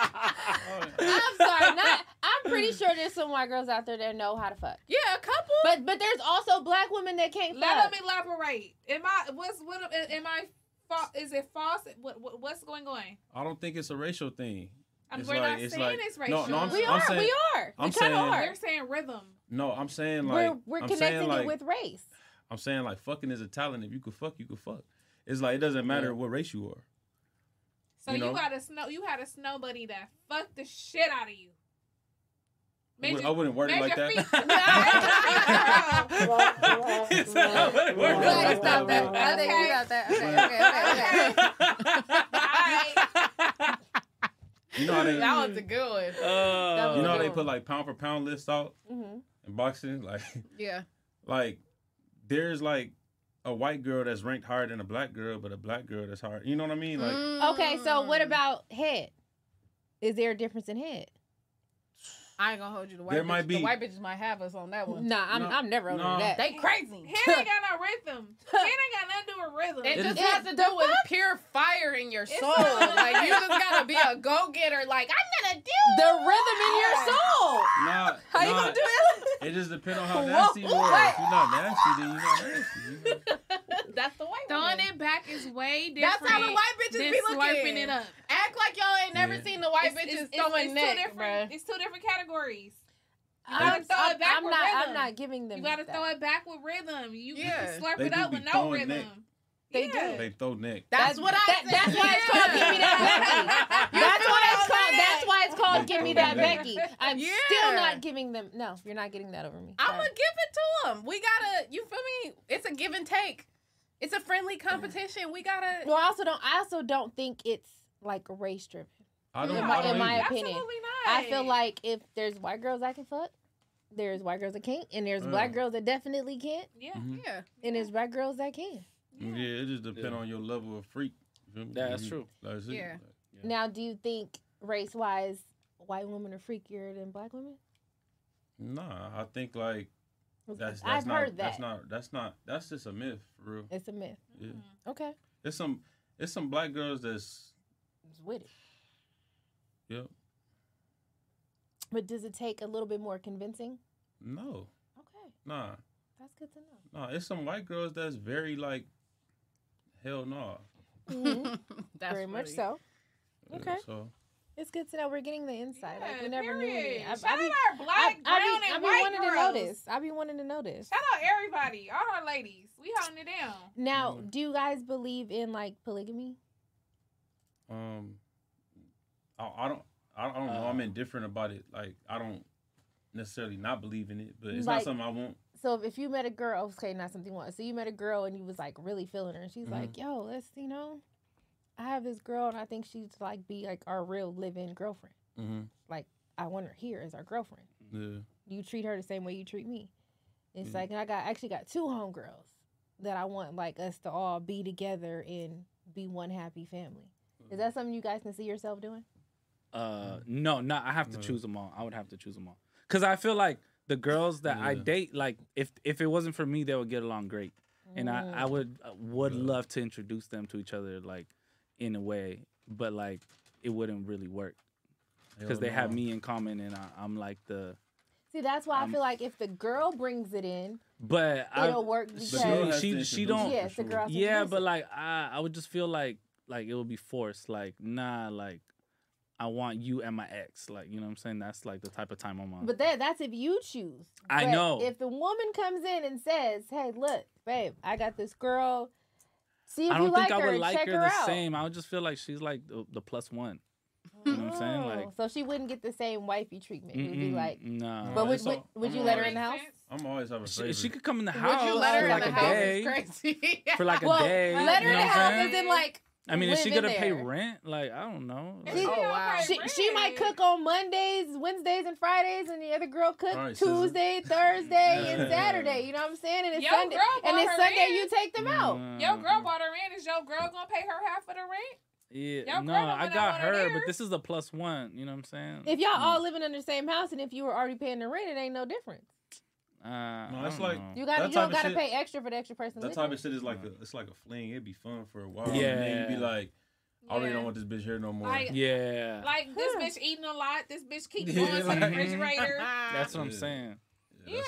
F: I'm sorry, not. I'm pretty sure there's some white girls out there that know how to fuck.
D: Yeah, a couple.
F: But but there's also black women that can't
G: Let
F: fuck.
G: them elaborate. Am I what's what am- am I fa- is it false? What, what what's going on?
H: I don't think it's a racial thing.
G: I'm,
H: It's
G: we're
H: like-
G: not
H: it's
G: saying
H: like-
G: it's
H: No,
G: racial.
H: no, I'm, I'm saying, I'm saying,
G: They're saying rhythm.
H: No, I'm saying like I'm saying, like,
F: race.
H: I'm saying like fucking is a talent. If you could fuck, you could fuck. It's like it doesn't matter what race you are.
G: So
H: You
G: you,
H: know?
G: got a snow you had a snow buddy that fucked the shit out of you.
H: I wouldn't- I wouldn't word it
G: made
H: like
G: your
H: that.
D: Glad
G: feet-
D: you stopped that. I think you stopped that. Okay, okay, okay. okay.
H: You know how they
D: that was a good one.
H: you know how they put like pound for pound lists out
D: Mm-hmm.
H: in boxing? Like
D: Yeah.
H: like there's like a white girl that's ranked higher than a black girl, but a black girl that's higher. You know what I mean? Like
F: Okay, so what about head? Is there a difference in head?
D: I ain't gonna hold you. The white
H: There
D: bitch,
H: might
D: The
H: be-
D: white bitches might have us on that one.
F: Nah, I'm- No. I'm never on Nah. that.
D: They crazy.
G: Hand ain't got no rhythm. Hand ain't got nothing to do with rhythm.
D: It just has to do with pure fire in your soul. Like you just gotta be a go getter. Like I'm gonna do
F: the rhythm in your soul.
H: Nah,
F: How you
H: nah,
F: gonna do it?
H: It just depends on how
F: Whoa,
H: nasty you are.
F: what?
H: If you're not nasty, then you're not nasty.
G: That's the white Throwing it back is way different.
D: That's how the white bitches
G: than
D: be looking.
G: slurping it up.
D: Act like y'all ain't never
G: Yeah.
D: seen the white
G: It's-
D: bitches
G: it's- it's-
D: throwing
G: it's two
D: neck,
G: different-
D: bruh.
G: It's two different categories. You
F: I'm-
G: gotta throw
F: I'm-
G: it back
F: I'm
G: with
F: not- I'm
G: rhythm.
F: not giving them
G: You gotta
F: that.
G: throw it back with rhythm. You, you
F: Yeah.
G: slurp
H: They
G: it
H: do
G: out
H: be
G: with no
H: throwing
G: rhythm.
H: neck.
F: They do.
H: They throw neck.
F: That's
D: what I
F: that, That's why it's called give me that Becky. That's why it's called. That's why it's called give me that Becky. I'm still
D: Yeah.
F: not giving them. No, you're not getting that over me.
D: I'm gonna give it to them. We gotta, you feel me? It's a give and take. It's a friendly competition. We gotta.
F: Well, I also don't. I also don't think it's like race driven.
H: I don't-
F: In my,
H: I don't
F: in my
H: either.
F: opinion,
H: Absolutely
F: I feel like if there's white girls I can fuck, there's white girls that can't, and there's black
H: Yeah.
F: girls that definitely can't.
G: Yeah,
H: Mhm.
D: yeah.
F: And there's black girls that can.
H: Yeah, it just depends on your level of freak. You feel me?
E: Yeah, that's
H: Mhm.
E: true.
H: That's it.
F: Yeah. Now, do you think race wise, white women are freakier than black women?
H: Nah, I think like that's that's
F: I've
H: not
F: heard
H: that's
F: that.
H: not that's not that's just a myth for real.
F: It's a myth. Mm-hmm.
H: Yeah.
F: Okay,
H: There's some there's some black girls that's
F: it's with it.
H: yep.
F: But does it take a little bit more convincing?
H: No.
F: Okay,
H: Nah.
F: that's good to know.
H: Nah. It's some white girls that's very like hell no.
G: Mm-hmm.
F: Mm-hmm. Very much so.
H: Yeah,
F: Okay.
H: So
D: It's good to know we're getting the insight. like we
G: Yeah,
D: never
G: period.
D: knew. I,
G: Shout out our black, brown, and white
D: wanting
G: girls.
D: to notice. I be wanting to notice.
G: Shout out everybody, all our ladies. We holding it down.
D: Now,
H: Mm-hmm.
D: do you guys believe in like polygamy?
H: Um, I, I don't, I, I don't know.
D: Uh,
H: I'm indifferent about it. Like I don't necessarily not believe in it, but it's
D: Like-
H: not something I want.
D: So if- if you met a girl, okay, not something once. So you met a girl and you was like really feeling her, and she's
H: Mhm.
D: like, "Yo, let's you know, I have this girl and I think she's like be like our real living girlfriend.
H: Mm-hmm.
D: Like I want her here as our girlfriend.
H: Yeah.
D: You treat her the same way you treat me. It's
H: Mhm.
D: like, and I got actually got two homegirls that I want like us to all be together and be one happy family.
H: Mm-hmm.
D: Is that something you guys can see yourself doing?
E: Uh, no, no, I have to choose them all. I would have to choose them all because I feel like the girls that I
H: Yeah.
E: date, like if if it wasn't for me, they would get along great, and I I
H: Mm.
E: would uh, would love to introduce them to each other, like in a way, but like it wouldn't really work because
H: Hell
E: they have
H: no.
E: me in common, and I, I'm like the.
D: See, that's why
E: Um,
D: I feel like if the girl brings it in,
E: But I,
D: It'll work The
E: she-
D: girl has to
E: She she,
D: introduce
E: don't.
D: it Yes, for the sure. girl has to
E: yeah,
D: introduce
E: but like I I would just feel like like it would be forced. Like nah, like I want you and my ex. Like you know what I'm saying. That's like the type of time I'm on.
D: But that that's if you choose.
E: I
D: But
E: know.
D: If the woman comes in and says, "Hey, look, babe, I got this girl. See if
E: I don't
D: you
E: think
D: like
E: I
D: her.
E: would like
D: check
E: her,
D: her,
E: the
D: out."
E: same. I would just feel like she's like the, the plus one. You know what I'm saying? Like,
D: so she wouldn't get the same wifey treatment. Oh, It would be
E: mm-mm,
D: like,
E: nah.
D: but would, would, would you let her in the house?
H: I'm always have a
E: She,
H: favorite.
E: she could come in the
D: Would you
E: house
D: let
E: for
D: her in
E: like
D: the
E: a
D: house?
E: day.
D: It's
G: crazy.
E: For like a
D: Well,
E: day.
D: Let
E: you
D: her in the
E: know what I'm
D: house
E: saying?
D: and then like.
E: I mean, is she
D: live
E: gonna
D: in
E: pay
D: there.
E: rent? Like, I don't know.
D: She,
E: Like,
G: Oh,
D: she, she might cook on Mondays, Wednesdays, and Fridays, and the other girl cook
E: All right, sister.
D: Tuesday, Thursday, and Saturday. You know what I'm saying? And it's
G: Yo,
D: Sunday.
G: girl
D: and
G: bought
D: it's
G: her
D: Sunday
G: in.
D: you take them out.
G: Yo, girl bought her in. Is your girl gonna pay her half of the rent?
E: Yeah,
G: Y'all
E: no,
G: grown
E: I
G: when I
E: got
G: want
E: her,
G: her
E: but
G: there.
E: this is the plus one. You know what I'm saying?
D: If
H: Mm.
D: y'all all living in the same house, and if you were already paying the rent, it ain't no difference.
E: Uh,
H: No, it's like-
D: You got to
H: That
D: you
H: type
D: don't
H: of
D: got to
H: shit-
D: pay extra for the extra person.
H: That
D: living.
H: type of shit is like a, it's like a fling. It'd be fun for a while. Yeah. And then
E: Yeah.
H: you'd be like, I really don't want this bitch here no more.
G: Like-
E: yeah,
G: Like this bitch eating a lot. This bitch keep
H: Yeah,
G: going to
H: like-
G: the refrigerator.
E: that's what I'm
H: Yeah.
E: saying.
G: yeah.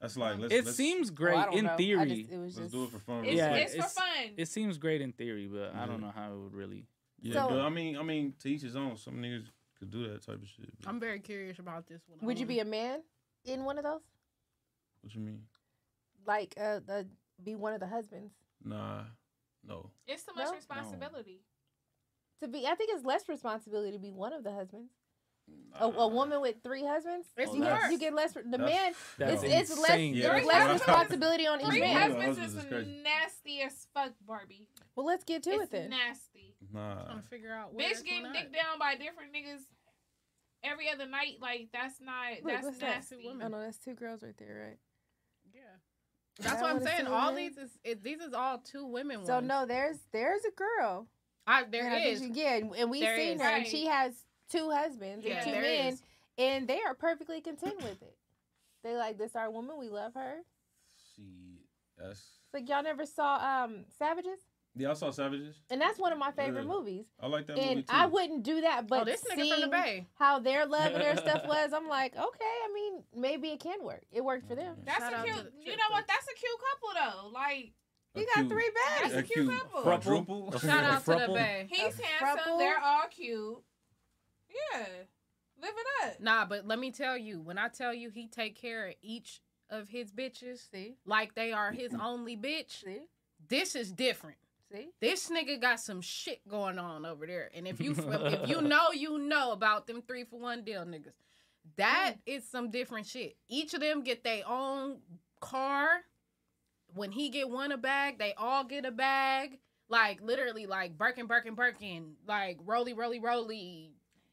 H: That's like let's,
E: it
H: let's-
D: Oh,
E: seems great in theory.
H: let's do it for fun.
G: It's-
H: real quick.
G: it's for fun.
E: It seems great in theory, but I don't
H: Yeah.
E: know how it would really.
H: Yeah,
F: So-
H: but I mean, I mean, to each his own. Some niggas could do that type of Mm. shit. but
F: I'm very curious about this one.
D: Would you be a man in one of those?
H: what you mean?
D: Like, uh, the, be one of the husbands
H: Nah, no.
G: It's too much
D: No?
G: responsibility.
D: to be? I think it's less responsibility to be one of the husbands. A, a woman with three husbands,
G: It's
E: Oh,
D: you, get,
G: worse.
D: you get less. The
H: That's-
D: man, it's,
H: that's
D: it's less.
H: insane. Yeah,
D: there's
H: that's
D: less
H: wild.
D: responsibility on each
G: Three
D: man.
G: husbands
H: husbands
G: is
H: is crazy.
G: nasty as fuck, Barbie.
D: Well, let's get to
G: it's
D: it then.
G: Nasty.
H: Nah.
F: figure out where it's
G: Bitch getting
F: going
G: dicked down by different niggas every other night. Like that's not
D: Look,
G: that's
D: what's that?
G: nasty.
D: Oh no, that's two girls right there, right?
F: That's
D: That
F: what I'm
D: one is
F: saying.
D: two
F: All
D: women?
F: these is it, these is all two women.
D: So
F: ones.
D: no, there's there's a girl.
F: I, there
D: and I think
F: is.
D: she- yeah, and- and we
F: There
D: seen
F: is.
D: her, and
F: Right.
D: she has two husbands
F: Yeah,
D: and two
F: there
D: men,
F: is.
D: and they are perfectly content with it. They like this our woman. We love her. It's
H: That's
D: like y'all never saw um Savages,
H: yeah. I saw Savages.
D: and that's one of my favorite
H: Yeah.
D: movies.
H: I like that
D: and
H: movie too.
D: I wouldn't do that, but
F: Oh, this nigga from the
D: seeing
F: Bay.
D: how their love and their stuff was, I'm like, okay. I mean, maybe it can work. It worked for them.
G: That's a cute. You know what? That's a cute couple though. Like
D: You got three bags.
G: That's a cute couple.
H: Quadruple.
E: Shout out to the Frupple?
F: Bay.
G: He's
F: A
G: handsome.
F: frupple?
G: They're all cute. Yeah, live it up.
F: Nah, but let me tell you, when I tell you he take care of each of his bitches,
D: See?
F: like they are his only bitch, this is different.
D: See?
F: This nigga got some shit going on over there. And if you if you know, you know about them three for one deal niggas.
G: Mm.
F: That is some different shit. Each of them get their own car. When he get one a bag, they all get a bag. Like literally, like Birkin, Birkin, Birkin, like Roly, Roly, Roly,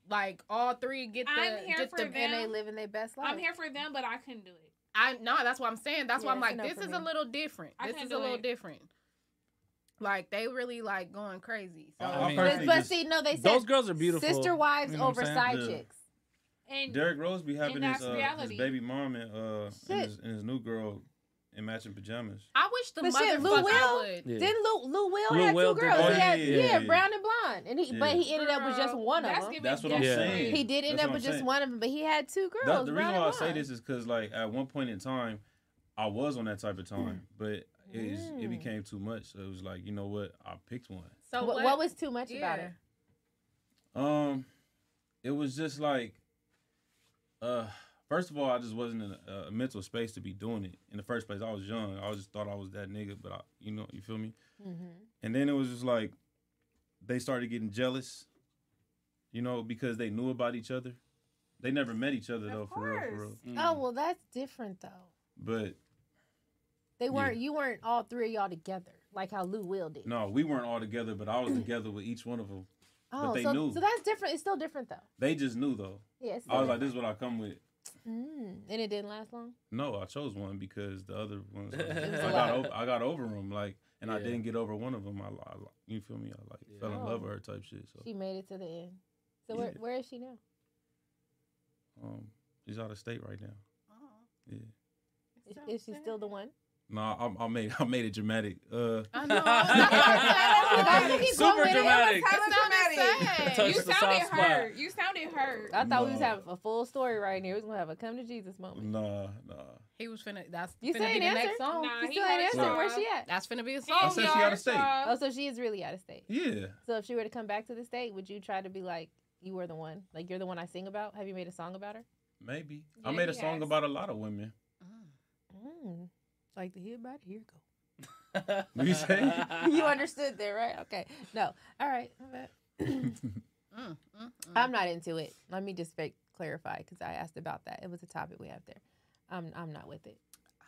F: like all three get the
G: I'm here
F: get
G: for
F: the,
G: them. And they
D: living their best
G: I'm here for them, but I couldn't do it.
F: I no, that's what I'm saying. That's why
G: Yeah,
F: I'm
G: it's
F: like,
G: a no
F: this
G: for
F: is a
G: me.
F: little different.
G: I
F: this
G: can't
F: is a
G: do
F: little
G: it.
F: different. Like they really like going crazy. So
H: I- I
D: But,
H: personally
D: but
H: just-
D: see, no, they said
H: Those girls are beautiful.
D: Sister wives
H: You know what
D: over
H: I'm saying?
D: side
H: Yeah.
D: chicks.
G: And
H: Derrick Rose be having
G: and
H: his,
G: that's
H: uh, his
G: reality.
H: baby mom and uh and
D: Shit.
H: his, and his new girl in matching pajamas.
F: I wish the
D: But shit,
F: motherfucker
D: Lou Will
F: would.
H: Yeah.
D: Then Lou Lou Will
H: Lil
D: had
H: Will
D: two
H: did
D: girls.
H: that.
D: he had, yeah,
H: Yeah, yeah, yeah.
D: brown and blonde, and he but
H: Yeah.
D: he ended up with just
G: Girl,
D: one of
G: that's
D: them.
G: giving
H: That's what I'm
G: different.
H: saying.
D: He did end
H: That's
D: up
H: what
D: with
H: I'm
D: just
H: saying.
D: one of them, but he had two
H: That-
D: girls.
H: the reason
D: brown
H: why I
D: and
H: say
D: blonde.
H: this is because like at one point in time, I was on that type of time, but it, is- it
D: Mm.
H: became too much. So it was like, you know what? I picked one.
D: Wh- what, was too much about
F: yeah.
D: it?
H: Um, it was just like, uh, first of all, I just wasn't in a, a mental space to be doing it in the first place. I was young. I just thought I was that nigga, but I, you know, you feel me?
Q: Mm-hmm.
H: And then it was just like they started getting jealous, you know, because they knew about each other. They never met each other though, for real, Mm. for real.
D: Mm.
Q: Oh well, that's different though.
H: But
Q: They weren't. You weren't all three of y'all together, like how Lou Will did.
H: no, we weren't all together, but I was together with each one of them.
Q: Oh,
H: but they
Q: so,
H: knew.
Q: so that's different. It's still different though.
H: they just knew though.
Q: Yeah, it's
H: I was
Q: still
H: like, this is what I come with.
Q: Mm, and it didn't last long.
H: No, I chose one because the other ones
Q: It was
H: I
Q: a
H: got
Q: lot.
H: over, I got over them like, and I
Q: Yeah.
H: didn't get over one of them. I, I you feel me? I like fell in
Q: Oh.
H: love with her type shit. So
Q: She made it to the end. So where,
H: Yeah.
Q: where is she now?
H: um, she's out of state right now. Yeah.
Q: Is, is she still the one?
H: No, I, I made I made it dramatic. Uh,
Q: I
G: know, I was like, keep going
H: Super
G: with it.
H: dramatic.
G: It was
H: Touch
G: dramatic.
H: the
G: You
H: soft
G: sounded
H: spot.
G: hurt. You sounded hurt.
Q: I thought we was
H: No.
Q: having a full story right here. We was gonna have a come to Jesus moment.
H: Nah, nah.
D: He was finna. That's
Q: You
D: finna
Q: still
D: be
Q: ain't
D: the
Q: answer.
D: next song.
Q: you still ain't answer. Where's she at?
D: That's finna be a song.
H: I said she out of state.
Q: Oh, so she is really out of state.
H: Yeah.
Q: So if she were to come back to the state, would you try to be like, you were the one, like you're the one I sing about? Have you made a song about her?
H: Maybe
Q: Yeah,
H: I made a
Q: he
H: song
Q: has.
H: about a lot of women.
Q: Mm. Like the hear about it, here go.
H: What you say?
Q: you understood there, right? Okay. No. All right. My bad.
D: Mm,
Q: I'm not into it. Let me just fake clarify because I asked about that. It was a topic we have there. I'm I'm not with it.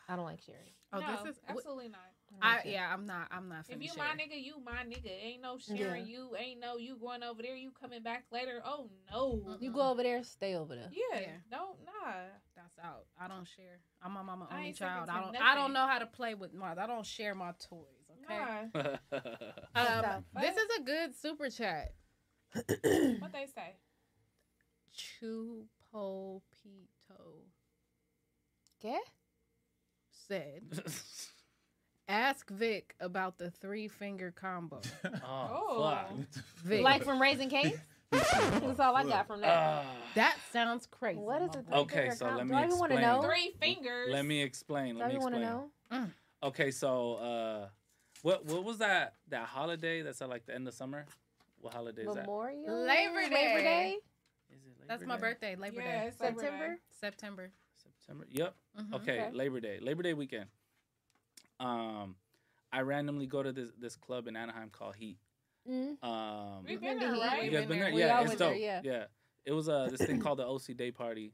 Q: I don't like sharing.
D: Oh,
G: no,
D: this is
G: absolutely not.
D: I, yeah, I'm not. I'm not.
G: If
D: finna
G: you
D: share.
G: my nigga, you my nigga. Ain't no sharing. You ain't no you going over there. You coming back later. Oh no.
Q: You go over there, stay over there.
G: Yeah. Don't nah.
D: That's out. I don't share. I'm my mama
G: I
D: only
G: ain't second
D: child.
G: to
D: I don't. I
G: nothing.
D: don't know how to play with mine. I don't share my toys. Okay. Um,
G: What
D: this is a good super chat.
G: they say?
D: Chupopito
Q: Yeah.
D: said, "Ask Vic about the three finger combo."
Q: Oh.
D: Vic.
Q: Like from Raising Cane's. That's all I got from that.
D: That sounds crazy. What is
Q: it?
E: Ah. Okay, so let me explain.
G: Three fingers.
E: Let me explain. Let
G: Don't
E: me
G: you wanna
E: explain. Okay, so uh, what what was that that holiday that's at like the end of summer? What holiday is that?
Q: Memorial
D: Labor
Q: Labor
D: Day.
Q: Day?
D: That's
E: Labor
D: my
E: Day?
D: birthday. Labor
G: Yeah,
D: Day.
G: it's Labor Day. September?
D: September.
E: September. Yep.
G: Mm-hmm.
D: Mhm.
E: Okay,
D: Okay.
E: Labor Day. Labor Day weekend. Um, I randomly go to this this club in Anaheim called Heat.
Q: Mm.
E: Um,
G: We've been there, right?
E: You
G: We've
E: guys been
G: been there.
E: there?
G: We
E: Yeah,
G: all
E: it's
G: went there,
E: dope.
G: yeah.
E: Yeah. It was uh this thing called the OC Day Party.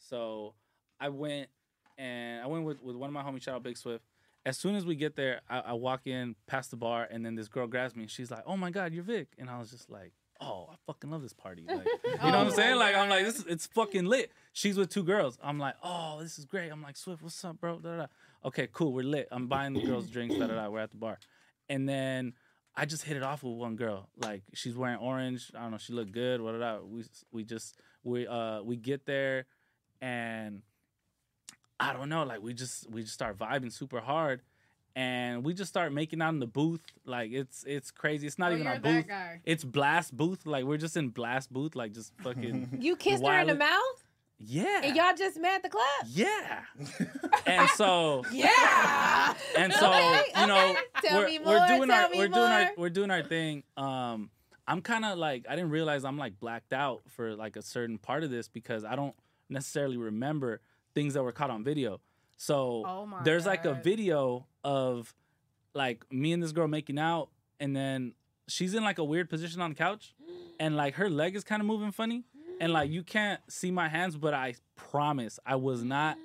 E: So I went and I went with, with one of my homies, shout out Big Swift. As soon as we get there, I, I walk in past the bar, and then this girl grabs me, and she's like, "Oh my God, you're Vic!" And I was just like, "Oh, I fucking love this party!" Like, you know what
R: Oh.
D: Oh
E: I'm saying? Like, I'm like, "This is it's fucking lit." She's with two girls. I'm like, "Oh, this is great." I'm like, "Swift, what's up, bro?" Da, da, da. Okay, cool. We're lit. I'm buying the girls drinks. Da, da, da. We're at the bar, and then I just hit it off with one girl. Like, she's wearing orange. I don't know. She looked good. What da, da. We we just we uh we get there, and I don't know, like we just we just start vibing super hard and we just start making out in the booth. Like it's it's crazy. It's not
D: Oh,
E: even our
D: you're that
E: booth.
D: guy.
E: It's blast booth. Like we're just in blast booth, like just fucking
Q: You kissed her in the
E: wildly-
Q: mouth,
E: Yeah.
Q: and y'all just met at the club.
E: Yeah. and so
Q: Yeah.
E: and so
Q: Okay,
E: you know
Q: okay. Tell
E: we're,
Q: me
E: we're
Q: more,
E: doing
Q: tell
E: our
Q: me
E: we're doing our
Q: more.
E: we're doing our thing um i'm kind of like i didn't realize i'm like blacked out for like a certain part of this because i don't necessarily remember things that were caught on video so
D: Oh my
E: there's like a
D: God.
E: video of like me and this girl making out and then she's in like a weird position on the couch and like her leg is kind of moving funny and like you can't see my hands but i promise i was not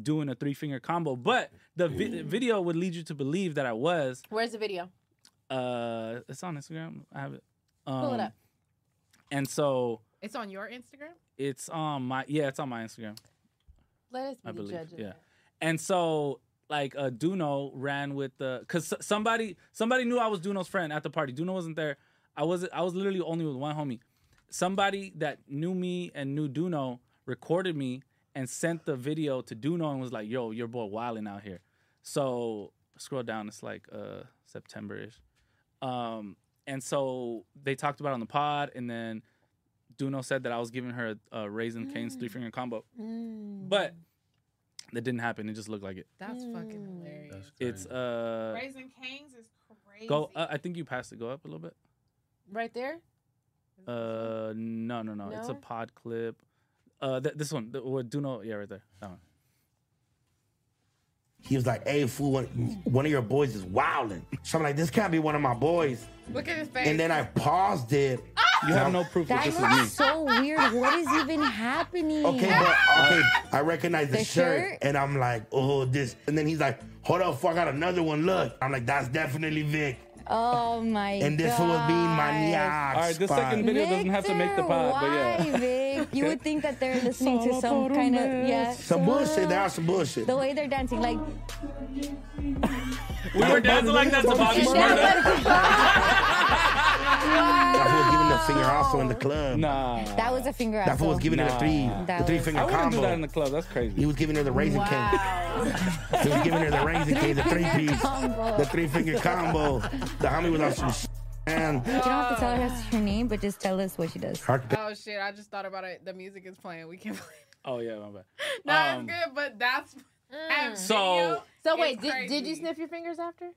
E: doing a three finger combo but the vi- video would lead you to believe that i was
Q: Where's the video?
E: uh it's on instagram i have it um,
D: Pull it up.
E: and so
D: It's on your Instagram.
E: it's on my yeah it's on my instagram
Q: Let us be the
E: I believe.
Q: judges.
E: Yeah. And so like uh, Duno ran with the cuz somebody somebody knew I was Duno's friend at the party. Duno wasn't there. I was I was literally only with one homie. Somebody that knew me and knew Duno recorded me and sent the video to Duno and was like, "Yo, your boy wilding out here." So scroll down, it's like uh September-ish. Um and so they talked about it on the pod and then Duno said that I was giving her a, a Raisin Cane's three finger combo. But that didn't happen. It just looked like it.
D: That's
Q: Mm.
D: fucking hilarious.
E: It's uh
G: Raising Canes is crazy.
E: go. Uh, I think you passed it. Go up a little bit.
Q: Right there.
E: Uh, no, no, no. It's a
Q: No?
E: pod clip. Uh, th- this one. The, what, do know? Yeah, right there. That one.
S: He was like, "Hey, fool, one, one of your boys is wilding." So I'm like, "This can't be one of my boys."
D: Look at his face.
S: And then I paused it.
E: You have no proof
R: Ah! That looks so weird. What is even happening?
S: Okay, but okay, I recognize the,
R: The
S: shirt,
R: shirt?
S: and I'm like, "Oh, this." And then he's like, "Hold up, fuck, I got another one. Look." I'm like, "That's definitely Vic."
R: Oh my god.
S: And this fool was being maniac.
E: All right, this second video doesn't have to make the pod, but yeah.
R: Why, Vic? You would think that they're listening to some kind of yeah.
S: Some bullshit. That's some bullshit.
R: The way they're dancing, like
E: We were dancing like that to Bobby
S: That fool was giving the finger also in the club.
E: Nah.
R: that was a finger.
S: That fool was
R: asshole.
S: giving her the three,
R: That
S: the three
R: was-
S: finger
E: I wouldn't
S: combo.
E: do that in the club. That's crazy.
S: He was giving her the raisin cake. He was giving her the raisin cake, the three piece,
R: combo.
S: the three finger combo. The homie was on some shit, man.
R: You don't have to tell us her name, but just tell us what she does.
D: Oh shit! I just thought about it. The music is playing. We can't play.
E: Oh yeah, my bad.
D: No,
E: Um,
D: it's good, but that's that
E: So-
D: video
Q: Mm. So
D: is
Q: wait, did, did you
D: crazy.
Q: sniff your fingers after?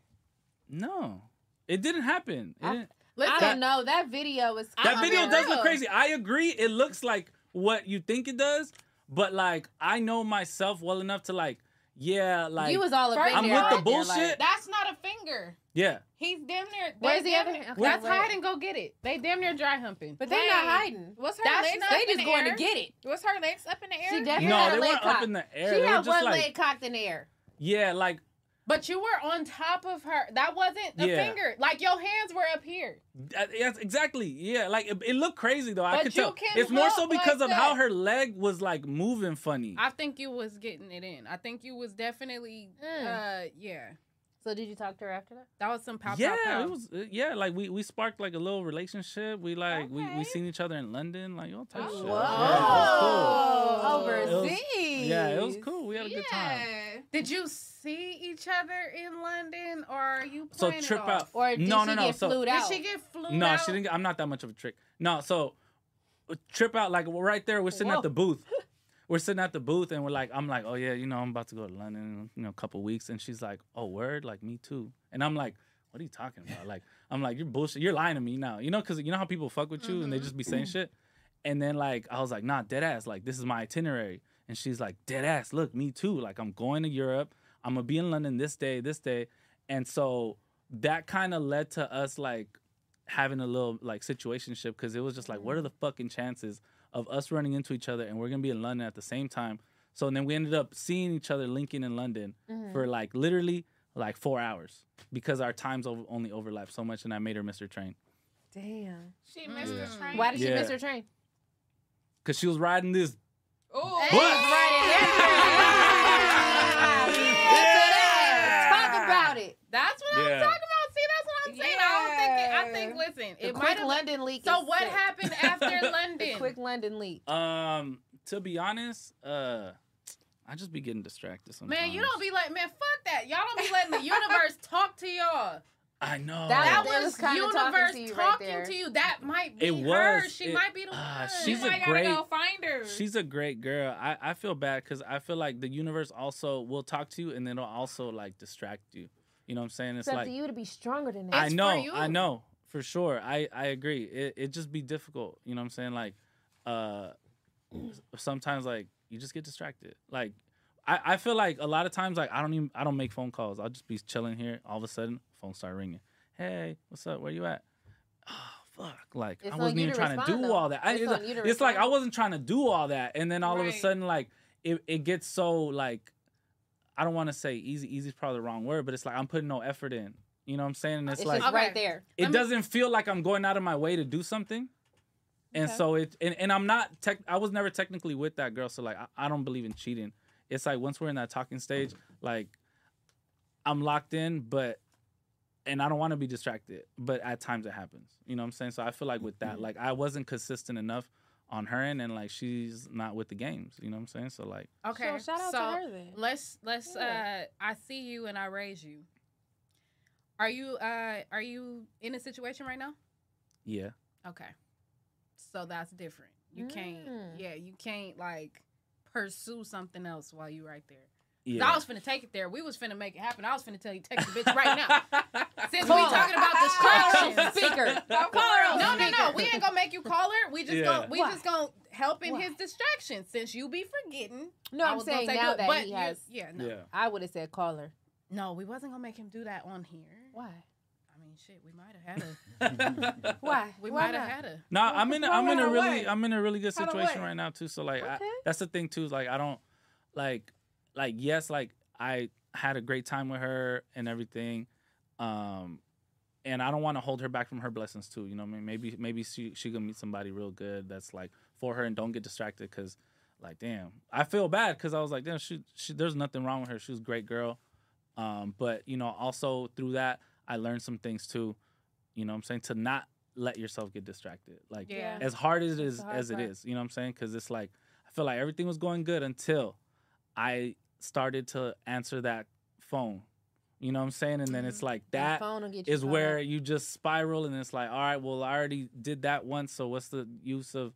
E: No, it didn't happen. It didn't-
Q: I
E: That-
Q: don't know. That video was.
E: That video does look crazy. I agree. It looks like what you think it does, but like I know myself well enough to like, yeah, like
Q: You was all up in
E: I'm
Q: there
E: with the
Q: right there, like-
E: bullshit.
D: That's not a finger.
E: yeah,
D: He's damn near.
Q: Where's
D: they
Q: the
D: damn
Q: other
D: near-
Q: hand? Okay,
D: That's
Q: wait.
D: hide and go get it. They damn near dry humping.
Q: But they're not hiding.
D: What's her
Q: That's
D: legs?
Q: not-
D: up
Q: they
D: in
Q: just
D: the
Q: going to
D: air?
Q: get it.
D: Was her legs up in the air?
Q: She definitely
E: No,
Q: had
E: they
Q: a leg
E: weren't up
Q: cock.
E: in the air.
Q: She
E: They
Q: had
E: were just
Q: one
E: like-
Q: leg cocked in the air.
E: yeah, like
D: But you were on top of her. That wasn't a
E: Yeah.
D: finger. Like your hands were up here.
E: that- yes, exactly. Yeah, like it, it looked crazy though. I
D: But
E: could
D: you
E: tell.
D: can
E: It's more so
D: look like
E: because of how
D: that.
E: her leg was like moving funny.
D: I think you was getting it in. I think you was definitely. Uh, yeah.
Q: So did you talk to her after that?
D: That was some pop.
E: yeah,
D: pop, pop.
E: it was. uh, Yeah, like we we sparked like a little relationship. We like we we seen each other in London. Like all type of
D: Oh.
E: shit. Yeah, it was cool. It was- yeah, it was cool. We had a good time.
D: Yeah. Did you see each other in London, or are you
E: So
D: playing it
E: trip
D: off?
E: out. Or did No, she no, no, get so- flued out?
D: Did she get flued
E: no,
D: out?
E: she didn't. get- I'm not that much of a trick. No, so uh, trip out like we're right there. We're sitting at the booth. We're sitting at the booth and we're like, I'm like, oh yeah, you know, I'm about to go to London, you know, a couple weeks, and she's like, oh word, like me too, and I'm like, what are you talking about? Like, I'm like, you're bullshit, you're lying to me now, you know, because you know how people fuck with you and they just be saying shit, and then like I was like, nah, dead ass, like this is my itinerary, and she's like, dead ass, look, me too, like I'm going to Europe, I'm gonna be in London this day, this day, and so that kind of led to us like having a little like situationship because it was just like, what are the fucking chances of us running into each other and we're gonna be in London at the same time? So then we ended up seeing each other, linking in London
T: Mhm.
E: for like literally like four hours because our times over- only overlapped so much, and I made her miss her train
Q: Damn.
D: She missed
E: Yeah.
R: Mm.
D: the train.
Q: Why did she
E: Yeah.
Q: miss her train?
E: because she was riding this.
D: Oh,
E: What?
Q: Talk about it.
D: That's what I
E: Yeah.
D: was talking about. See, that's what I'm saying. I don't think. It, I think. Listen,
Q: The
D: it
Q: quick
D: might have
Q: London leak
D: So
Q: is
D: what
Q: sick.
D: happened after
Q: The
D: London?
Q: quick London leak.
E: Um, to be honest, uh, I just be getting distracted sometimes.
D: Man, you don't be like, man, fuck that. Y'all don't be letting the universe talk to y'all.
E: I know
D: That,
Q: was-
D: was,
Q: kinda
D: universe
Q: talking to
D: talking, to
Q: you
D: you,
Q: right there.
D: That might be
E: It
D: her.
E: was.
D: She
E: It-
D: might be the one.
E: Ah,
D: you
E: she's a
D: might gotta
E: great-
D: go find her.
E: She's a great girl. I, I feel bad because I feel like the universe also will talk to you and then it'll also like distract you. You know what I'm saying? It's
Q: It's up
E: like
Q: to you to be stronger than that.
E: I know, I know for sure. I I agree. It it just be difficult. You know what I'm saying? Like, uh, sometimes like you just get distracted. Like, I I feel like a lot of times like I don't even I don't make phone calls. I'll just be chilling here. All of a sudden, phone start ringing. Hey, what's up? Where you at? Oh fuck! Like
T: It's
E: I
T: on
E: wasn't
T: you
E: even
T: to
E: trying to
T: respond,
E: do
T: though.
E: all that. I,
T: It's
E: it's
T: on
E: like,
T: you to
E: it's like I
T: respond.
E: wasn't trying to do all that, and then all of a
T: Right.
E: sudden like it it gets so like I don't want to say easy. Easy is probably the wrong word, but it's like I'm putting no effort in. You know what I'm saying? And it's,
Q: Uh, It's
E: like
Q: just right Okay. there.
E: It
Q: Let me-
E: doesn't feel like I'm going out of my way to do something. And
Q: Okay.
E: so it and, and I'm not tech I was never technically with that girl, so like I, I don't believe in cheating. It's like once we're in that talking stage, like I'm locked in, but and I don't want to be distracted, but at times it happens. You know what I'm saying? So I feel like with
Q: Mm-hmm.
E: that, like I wasn't consistent enough on her end and like she's not with the games. You know what I'm saying? So like
D: Okay.
Q: So shout out to
D: so
Q: her then.
D: Let's let's
Q: Yeah.
D: uh I see you and I raise you. Are you uh are you in a situation right now?
E: yeah.
D: Okay. So that's different. You can't
Q: Mm.
D: yeah, you can't like pursue something else while you right there. So I
E: Yeah.
D: was finna take it there. We was finna make it happen. I was finna tell you text the bitch right now. Since we talking about distractions,
G: Call speaker.
D: Call
G: Call
D: her. No, no, no.
G: speaker.
D: We ain't gonna make you call her. We just
G: Yeah.
D: gonna we
G: Why?
D: just gonna help in his distractions since you be forgetting.
Q: No,
D: I
Q: I'm
D: was gonna
Q: saying
D: say
Q: now
D: good,
Q: that
D: but
Q: he
D: you-
Q: has.
D: Yeah, no.
Q: I would have said call her.
D: No, we wasn't gonna make him do that on here.
Q: Why?
D: I mean, shit, we might have had a.
Q: Why?
D: We
Q: Why
D: might have
Q: not?
D: had a.
E: No, I'm in. A, I'm in a
D: How do I
E: really.
D: wait?
E: I'm in a really good
D: How do I
E: situation
D: wait?
E: right now too. So like, I,
D: Okay.
E: that's the thing too. Is like, I don't like, like yes, like I had a great time with her and everything, um, and I don't want to hold her back from her blessings too. You know, what I mean, maybe maybe she she gonna meet somebody real good that's like for her and don't get distracted because, like, damn, I feel bad because I was like, damn, she, she there's nothing wrong with her. She was a great girl, um, but you know, also through that I learned some things too. You know what I'm saying? To not let yourself get distracted. Like
G: Yeah.
E: as hard as it
G: That's
E: is
G: the hard
E: as it
G: part.
E: is. You know what I'm saying? Cause it's like I feel like everything was going good until I started to answer that phone. You know what I'm saying? And then it's like that
Q: phone will get you
E: is
Q: caught
E: where you just spiral and it's like, all right, well I already did that once, so what's the use of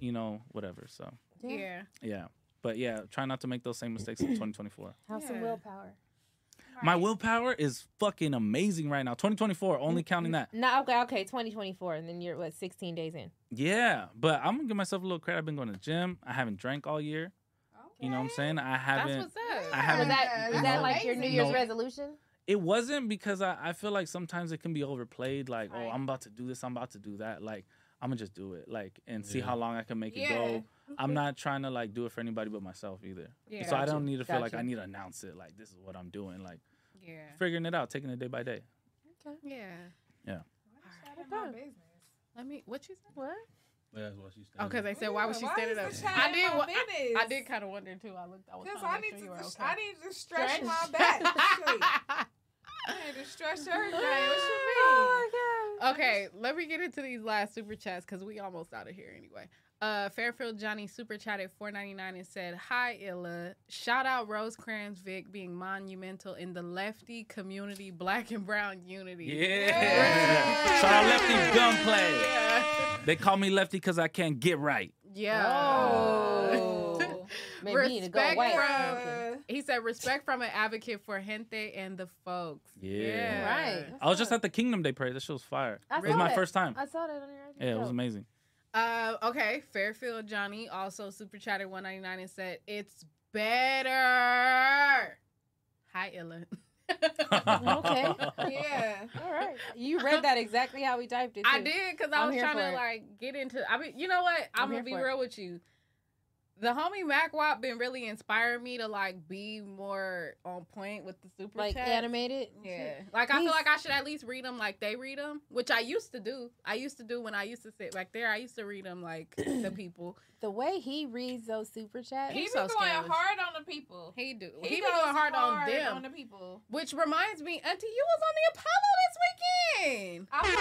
E: you know, whatever. So
D: Yeah. Yeah.
E: yeah. But yeah, try not to make those same mistakes in 2024.
Q: Have some willpower.
E: My willpower is fucking amazing right now. 2024, only
Q: Mm-hmm.
E: counting that.
Q: No, okay, okay, 2024, and then you're what 16 days in.
E: Yeah, but I'm gonna give myself a little credit. I've been going to the gym. I haven't drank all year. You know what I'm saying? I haven't.
Q: what's
E: up. I
Q: was
E: haven't.
Q: that, was
E: no-
Q: that like your New Year's
E: no-
Q: resolution?
E: It wasn't because I, I feel like sometimes it can be overplayed. Like, oh, I'm about to do this. I'm about to do that. Like, I'm gonna just do it. Like, and see how long I can make it
G: Yeah.
E: go. I'm not trying to like do it for anybody but myself either.
G: Yeah.
E: So I
G: Gotcha,
E: don't need to feel like
G: gotcha.
E: I need to announce it. Like, this is what I'm doing. Like,
D: Yeah.
E: figuring it out, taking it day by day.
D: Yeah.
E: Yeah.
D: Let me. What you said? What?
H: That's why she standing
D: Oh, because they
H: up.
D: said, why was she
G: why
D: standing
G: is
D: up?
G: the child
D: I did.
G: my
D: wa- I, I
G: business?
D: did kind of wonder too. I looked. I was
G: Because
D: trying
G: I
D: to make sure
G: need to,
D: you were
G: st-
D: okay.
G: I need to stretch,
D: Stretch.
G: my back. Shit. I need to stretch everything. What you mean?
D: Okay, let me get into these last super chats because we almost out of here anyway. Uh, Fairfield Johnny super chatted four ninety nine and said, "Hi Illa, shout out Rose Vic being monumental in the lefty community, black and brown unity.
E: Yeah. Shout out Lefty Gunplay. They call me Lefty because I can't get right.
D: Yeah.
Q: Maybe you need to go
D: Respect
Q: white.
D: from- he said, respect from an advocate for gente and the folks.
E: Yeah.
D: Yeah. Right.
E: I was just at the Kingdom Day parade. That shit was fire.
D: I
E: it was
D: saw
E: my
D: that.
E: first time.
D: I saw
Q: that on
E: Yeah, it was amazing.
D: Uh, okay, Fairfield Johnny also super chatted 199 and said, It's better. Hi, Illa.
Q: okay. Yeah. All right. You read that exactly how we typed it.
D: I
Q: too.
D: did because I
Q: I'm
D: was
Q: here
D: trying
Q: for
D: to
Q: it.
D: like get into. I mean, you know what? I'm,
Q: I'm
D: gonna
Q: here
D: be
Q: for it.
D: real with you. The homie MacWop been really inspiring me to like be more on point with the super
Q: Like
D: chats.
Q: animated and
D: Yeah,
Q: shit.
D: like I feel
Q: He's-
D: like I should at least read them like they read them, which I used to do. I used to do when I used to sit back there. I used to read them like the people.
Q: The way he reads those super chats.
D: He's
G: He be
D: so
G: going
D: scandalous.
G: hard on the people.
D: He do.
G: He,
D: He be
G: goes
D: going hard on them.
G: on the people.
D: Which reminds me, Auntie, you was on the Apollo this weekend.
G: I was.
D: I-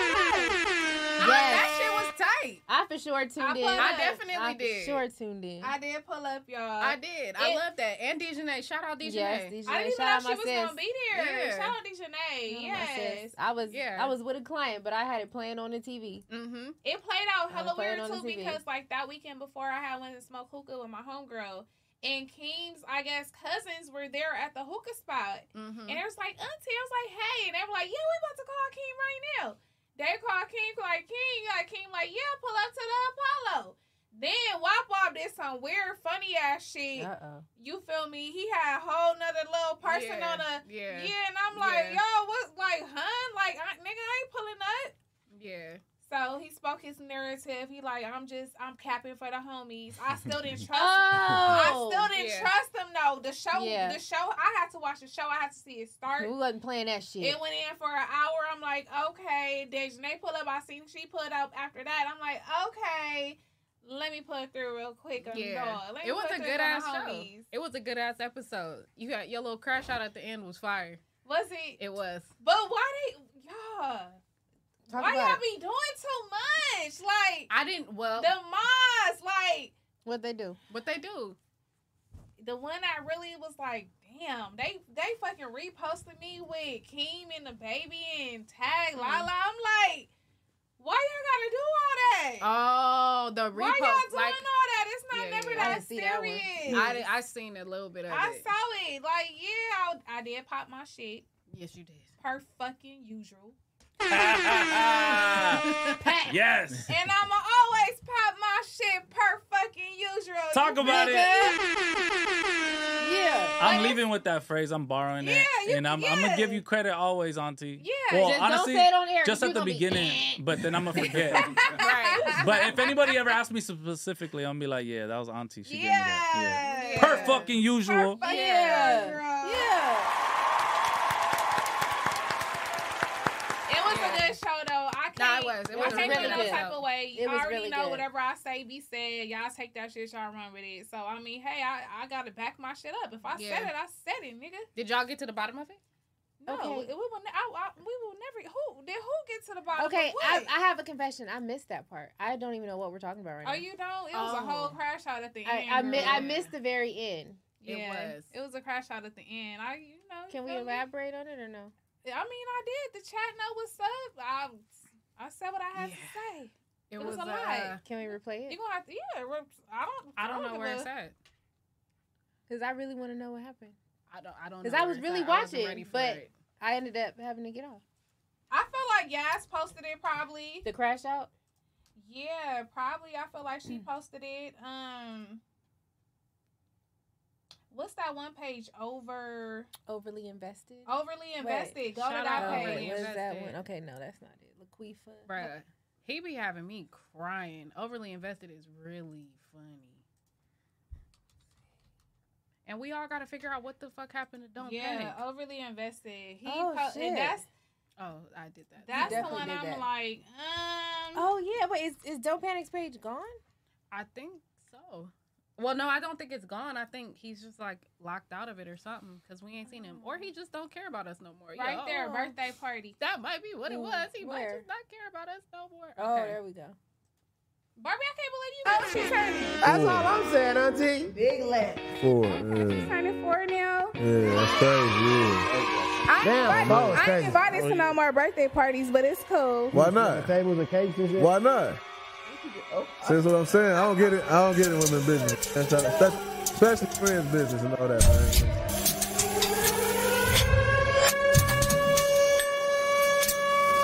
D: That shit was tight.
Q: I for sure tuned
D: I
Q: in.
D: pulled I up. definitely
Q: I
D: did.
Q: For sure tuned in.
G: I did pull up, y'all.
D: I did. I
G: It-
D: love that. And Dejanay. Shout out Dejanay.
Q: Yes, Dejanay.
G: I didn't even
Q: Shout
G: know
Q: out
G: she
Q: my
G: was
Q: sis.
G: gonna be there.
Q: Yeah.
G: Shout out Dejanay.
Q: Oh, my sis.
G: Yes.
Q: I was
G: Yeah.
Q: I was with a client, but I had it playing on the TV.
D: Mm-hmm.
G: It played out
Q: I
G: hella
Q: play it on
G: weird
Q: the
G: too
Q: TV.
G: because like that weekend before I had went to smoke hookah with my homegirl and Keem's I guess cousins were there at the hookah spot
D: Mhm.
G: and it was like auntie I was like hey and they were like yeah we about to call Keem right now they called Keem like Keem like Keem like yeah pull up to the Apollo then Wop Wop did some weird funny ass shit
Q: Uh-oh.
G: you feel me? He had a whole nother little person
D: Yeah,
G: on a
D: yeah,
G: and I'm like,
D: yeah.
G: yo, what's like, hun? Like, I, nigga, I ain't pulling up.
D: Yeah.
G: So he spoke his narrative. He like, I'm just, I'm capping for the homies. I still didn't trust.
Q: Oh,
G: I still didn't
Q: yeah.
G: trust him though. The show,
Q: Yeah.
G: the show. I had to watch the show. I had to see it start.
Q: We wasn't playing that shit.
G: It went in for an hour. I'm like, okay. Dejanay pull up. I seen she pulled up after that. I'm like, okay. Let me pull through real quick. On
D: Yeah.
G: y'all. Let me
D: It was
G: pull
D: a
G: through
D: good
G: on
D: ass
G: the
D: show.
G: homies.
D: It was a good ass episode. You got your little crash out at the end was fire.
G: Was it?
D: It was.
G: But why they y'all?
D: Talk
G: why
D: about
G: y'all
D: it.
G: be doing too much? Like
D: I didn't. Well,
G: the Moz, like
Q: what they do?
D: What they do?
G: The one I really was like, damn, they they fucking reposted me with Keem and the baby and
D: Mm-hmm.
G: Tag Lala. I'm like, why y'all gotta do all that?
D: Oh, the
G: Why y'all
D: repost,
G: doing
D: like-
G: all that? It's not never that serious.
D: I, did, I seen a little bit of
G: I
D: it.
G: saw it. Like, yeah, I, I did pop my shit.
D: Yes, you did.
G: Per fucking usual.
E: Yes.
G: And I'ma always pop my shit per fucking usual.
E: Talk
G: you
E: about it.
G: nigga. Yeah.
E: I'm leaving with that phrase. I'm borrowing it,
G: Yeah, you-
E: and I'm, I'm
G: yeah.
E: gonna give you credit always, Auntie.
G: Yeah.
E: Well,
G: Just don't
E: honestly,
G: say it on air,
E: just
G: you
E: at the
G: gonna be,
E: beginning, but then I'm gonna forget. but if anybody ever asks me specifically, I'm gonna be like, yeah, that was Auntie. She gave me that. Yeah. Per fucking usual.
G: Yeah. Yeah. It was a good show though. I can't.
D: Nah, it was. It was
G: I can't
D: really
G: feel no
D: good.
G: type of way.
D: It
G: You
D: was
G: already
D: really
G: know
D: good.
G: whatever I say be said. Y'all take that shit. Y'all run with it. So I mean, hey, I, I gotta back my shit up. If I said
D: Yeah.
G: it, I said it, nigga.
D: Did y'all get to the bottom of it?
G: No,
D: Okay.
G: it- we will. Ne- I, I, we will never. Who did who get to the bottom?
Q: Okay,
G: Of what?
Q: I, I have a confession. I missed that part. I don't even know what we're talking about right now.
G: oh, you don't. It was a
Q: Oh.
G: whole crash out at the
Q: I,
G: end.
Q: I, mi-
G: girl.
Q: I missed the very end.
G: Yeah, It was a crash out at the end. I, you know.
Q: Can we
G: feel me?
Q: elaborate on it or no?
G: I mean, I did. The chat know what's up. I, I said what I had to say. It, was, a lot.
Q: Can we replay
G: you
Q: it?
G: gonna have to, yeah. re- I don't.
D: uh, I don't know
G: give
D: where
G: a-
D: it's at.
Q: Because I really want to know what happened.
D: I don't. I don't.
Q: Because
D: know
Q: I
D: where
Q: was
D: Oh, it's
Q: really
D: at. I wasn't
Q: watching,
D: ready for
Q: but
D: it.
Q: I ended up having to get off.
G: I feel like Yas posted it probably.
Q: The crash out. Hmm.
G: Yeah, probably. I feel like she posted it. Um, what's that one page over?
Q: Overly invested.
G: Overly invested. Go to
D: Shout
G: that
D: out
G: page.
D: Overly
Q: Wait, what is that
D: invested.
Q: one? Okay, no, that's not it. Laquifa.
D: Bruh, he be having me crying. Overly invested is really funny. And we all got to figure out what the fuck happened to Don't
G: yeah,
D: Panic.
G: overly invested. He
D: Oh,
G: po-
D: shit.
G: and that's
D: Oh, I did that.
G: that's the
D: definitely
G: one
D: did
G: I'm
D: that.
G: like, um.
Q: Oh yeah, but is is Don't Panic's page gone?
D: I think so. Well, no, I don't think it's gone. I think he's just like locked out of it or something because we ain't seen him, or
Q: Oh.
D: he just don't care about us no more.
G: Right
D: Yo.
G: there, birthday party.
D: That might be what it
G: Mm,
D: was. He might
G: where?
D: just not care about us no more.
Q: Oh,
D: Okay.
Q: there we go.
G: Barbie, I can't believe you. got your
T: Oh, That's all I'm saying, Auntie.
G: Big lip.
T: Four.
S: uh,
G: She's turning four now.
T: Yeah, that's crazy.
G: I ain't
T: Damn,
G: invited-
T: Mo,
G: I ain't
T: thank you.
G: invited to no more birthday parties, but it's cool.
T: Why not? Tables and cakes and shit. Why not? That's what I'm saying. I don't get it. I don't get it. Women business. That's how, that's, especially friends business and all that. Man.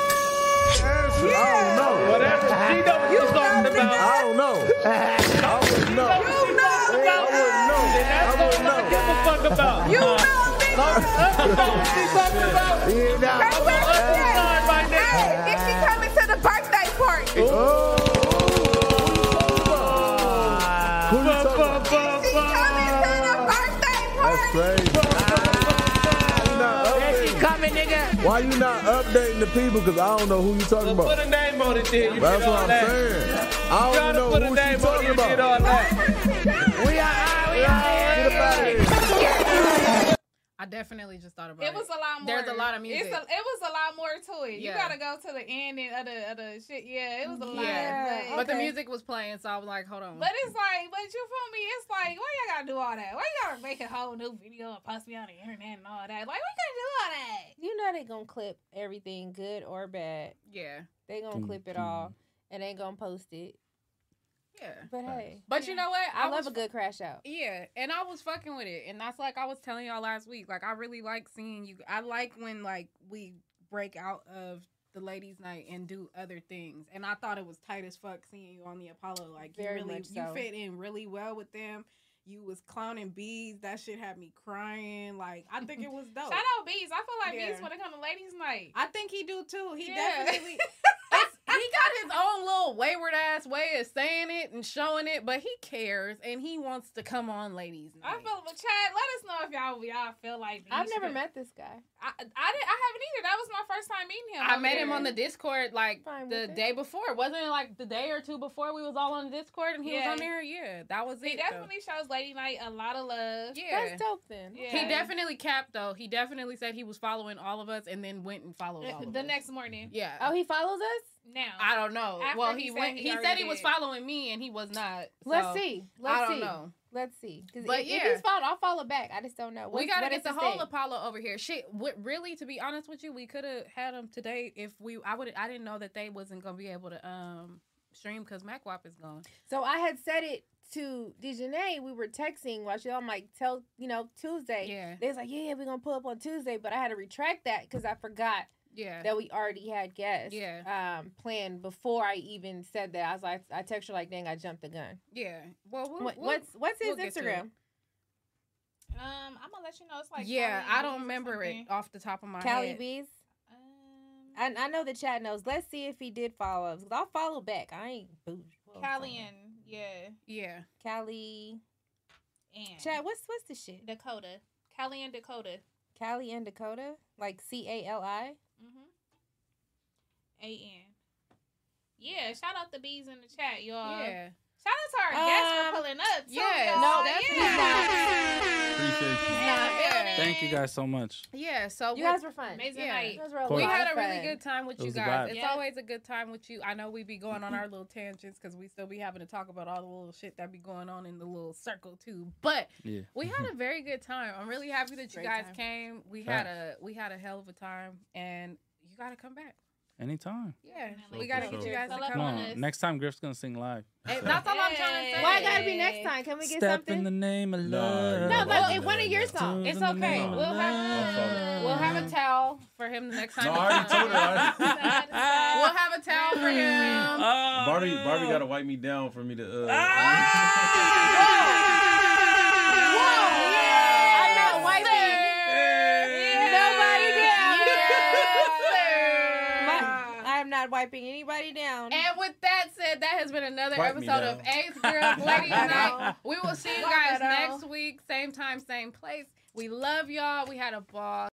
T: I don't know.
C: Whatever she know what she's talking about.
T: I don't know. I wouldn't know.
C: You know,
T: I wouldn't know.
C: And that's
T: I wouldn't know.
C: give a fuck about. You know, talking about.
T: Yeah, nah.
C: Hey,
G: if she coming to the birthday party.
T: Oh. Who you talking about? That's crazy. Why you not updating? Why you not updating the people? Because I don't know who you talking about.
C: Put a name on it, then. You
T: That's
C: did all
T: what I'm
C: that.
T: saying. I don't know
C: put
T: who
C: a
T: she
C: name on it.
T: talking
C: You did all
T: about.
C: that.
T: We are. We are. Get up out of here.
D: I definitely just thought about it.
G: It was a lot more.
D: There's a lot of music.
G: It's a, it was a lot more to it.
D: Yeah.
G: You gotta go to the ending of the, of the shit. Yeah, it was a lot.
D: yeah, but the
G: okay.
D: music was playing, so I was like, hold on.
G: But it's like, but you feel me? It's like, why y'all gotta do all that? Why y'all gotta make a whole new video and post me on the internet and all that? Like, we gotta do all that.
Q: You know they gonna clip everything, good or bad.
D: Yeah.
Q: They gonna
D: Dun,
Q: clip it all, and they gonna post it.
D: yeah.
Q: But hey,
D: But you know what?
Q: I,
D: I
Q: love
D: was-
Q: a good crash out.
D: Yeah, and I was fucking with it, and that's like I was telling y'all last week. Like I really like seeing you. I like when like we break out of the ladies' night and do other things. And I thought it was tight as fuck seeing you on the Apollo. Like
Q: Very
D: you really,
Q: much so.
D: you fit in really well with them. You was clowning bees. That shit had me crying. Like I think it was dope.
G: Shout out Bees. I feel like
D: Yeah.
G: Bees want to come to ladies' night.
D: I think he do too. He
G: Yeah.
D: definitely. it's- he got his own little wayward ass way of saying it and showing it, but he cares and he wants to come on, ladies.
G: I feel, but Chad, let us know if y'all y'all feel like.
D: I've
G: these
D: never
G: should-
D: met
Q: this guy.
G: I I, didn't, I haven't either. That was my first time meeting him.
D: I
G: over
D: met him
G: there.
D: on the Discord like the
G: with it.
D: day before. Wasn't it like the day or two before we was all on the Discord and he
G: Yeah.
D: was on there? Yeah, that was
G: He
D: it. though.
G: definitely shows Lady Night a lot of love.
D: Yeah. That's dope
Q: then.
D: He definitely capped though. He definitely said he was following all of us and then went and followed
Q: Eh,
D: all of
G: the
D: us.
G: next morning.
D: Yeah.
Q: Oh, he follows us.
G: Now
D: I don't know.
G: After
D: well,
G: he
D: he,
G: said
D: went.
G: he
D: He, said
G: already
D: he was
G: did.
D: following me and he was not.
Q: Let's
D: so,
Q: see. Let's
D: I don't
Q: see.
D: know.
Q: Let's see. 'Cause
D: But
Q: if, if
D: yeah.
Q: he's followed, I'll follow back. I just don't know.
D: we
Q: What's-
D: gotta
Q: what
D: get
Q: is
D: the
Q: his
D: whole
Q: thing?
D: Apollo over here. Shit, what, really? To be honest with you, we could have had him today if we. I would. I didn't know that they wasn't gonna be able to um stream because MacWap is gone.
F: So I had said it to Dejanay. We were texting while she. I'm like, tell you know Tuesday.
D: Yeah.
F: They was like, yeah, we're gonna pull up on Tuesday, but I had to retract that because I forgot.
D: Yeah.
F: That we already had guests.
D: Yeah.
F: Um, planned before I even said that. I was like, I texted her like, dang, I jumped the gun.
D: Yeah. Well, we'll,
F: What-
D: we'll-
F: what's- what's
D: we'll
F: his
D: get to it.
F: Instagram?
G: Um, I'm gonna let you know. It's like
D: yeah,
G: Cali
D: I don't
G: Bees or
D: remember it
G: something. Um,
D: off the top of my
F: Callie
D: head.
F: Bees. I, I know the chat knows. Let's see if he did follow us. i I'll follow back. I ain't bougie.
G: Callie and yeah,
D: yeah.
F: Callie.
G: And
F: Chat. What's what's the shit?
G: Dakota. Callie and Dakota.
F: Callie and Dakota, like C A L I.
D: Mm-hmm.
G: Mhm. A N. Yeah, shout out the bees in the chat, y'all.
D: Yeah.
G: Shout out to our guests for
D: Um,
G: pulling up. Too,
D: yes,
G: y'all.
D: no, that's-
G: yeah.
E: Appreciate you.
D: Yeah.
E: Thank you guys so much.
D: Yeah, so
F: You
D: we-
F: guys were fun. Amazing night. You guys were a
D: we
F: lot
D: had
F: of
D: a really
F: fun.
D: good time with
E: It
D: you
E: was a
D: guys.
E: vibe.
D: It's
F: Yeah.
D: always a good time with you. I know we be going on our little tangents because we still be having to talk about all the little shit that be going on in the little circle too. But
E: Yeah.
D: we had a very good time. I'm really happy that you
F: Great
D: guys
F: time.
D: came. We had
E: Facts.
D: a we had a hell of a time, and you gotta come back.
E: Anytime.
D: Yeah,
E: So
D: we gotta
E: for
D: get
E: sure.
D: you guys to
E: Come
D: come.
E: on. Next time, Griff's gonna sing live.
D: Hey,
E: So-
D: that's all I'm trying to say.
F: Why it gotta be next time? Can we get
E: Step
F: something?
E: in the name of
F: No,
E: love.
F: No, like in one of your songs.
D: It's okay. We'll have we'll have a towel for him the next time. No, I already told her. we'll have a towel for him.
H: Oh. Barbie, Barbie got to wipe me down for me to. Uh,
F: I'm not wiping. Nobody down. My- I'm not wiping anybody down.
D: And with that said, that has been another
F: Wipe me
D: episode of
F: down.
D: Ace Girls Ladies Night. We will see you
F: Wipe
D: guys
F: it down.
D: next week, same time, same place. We love y'all. We had a ball.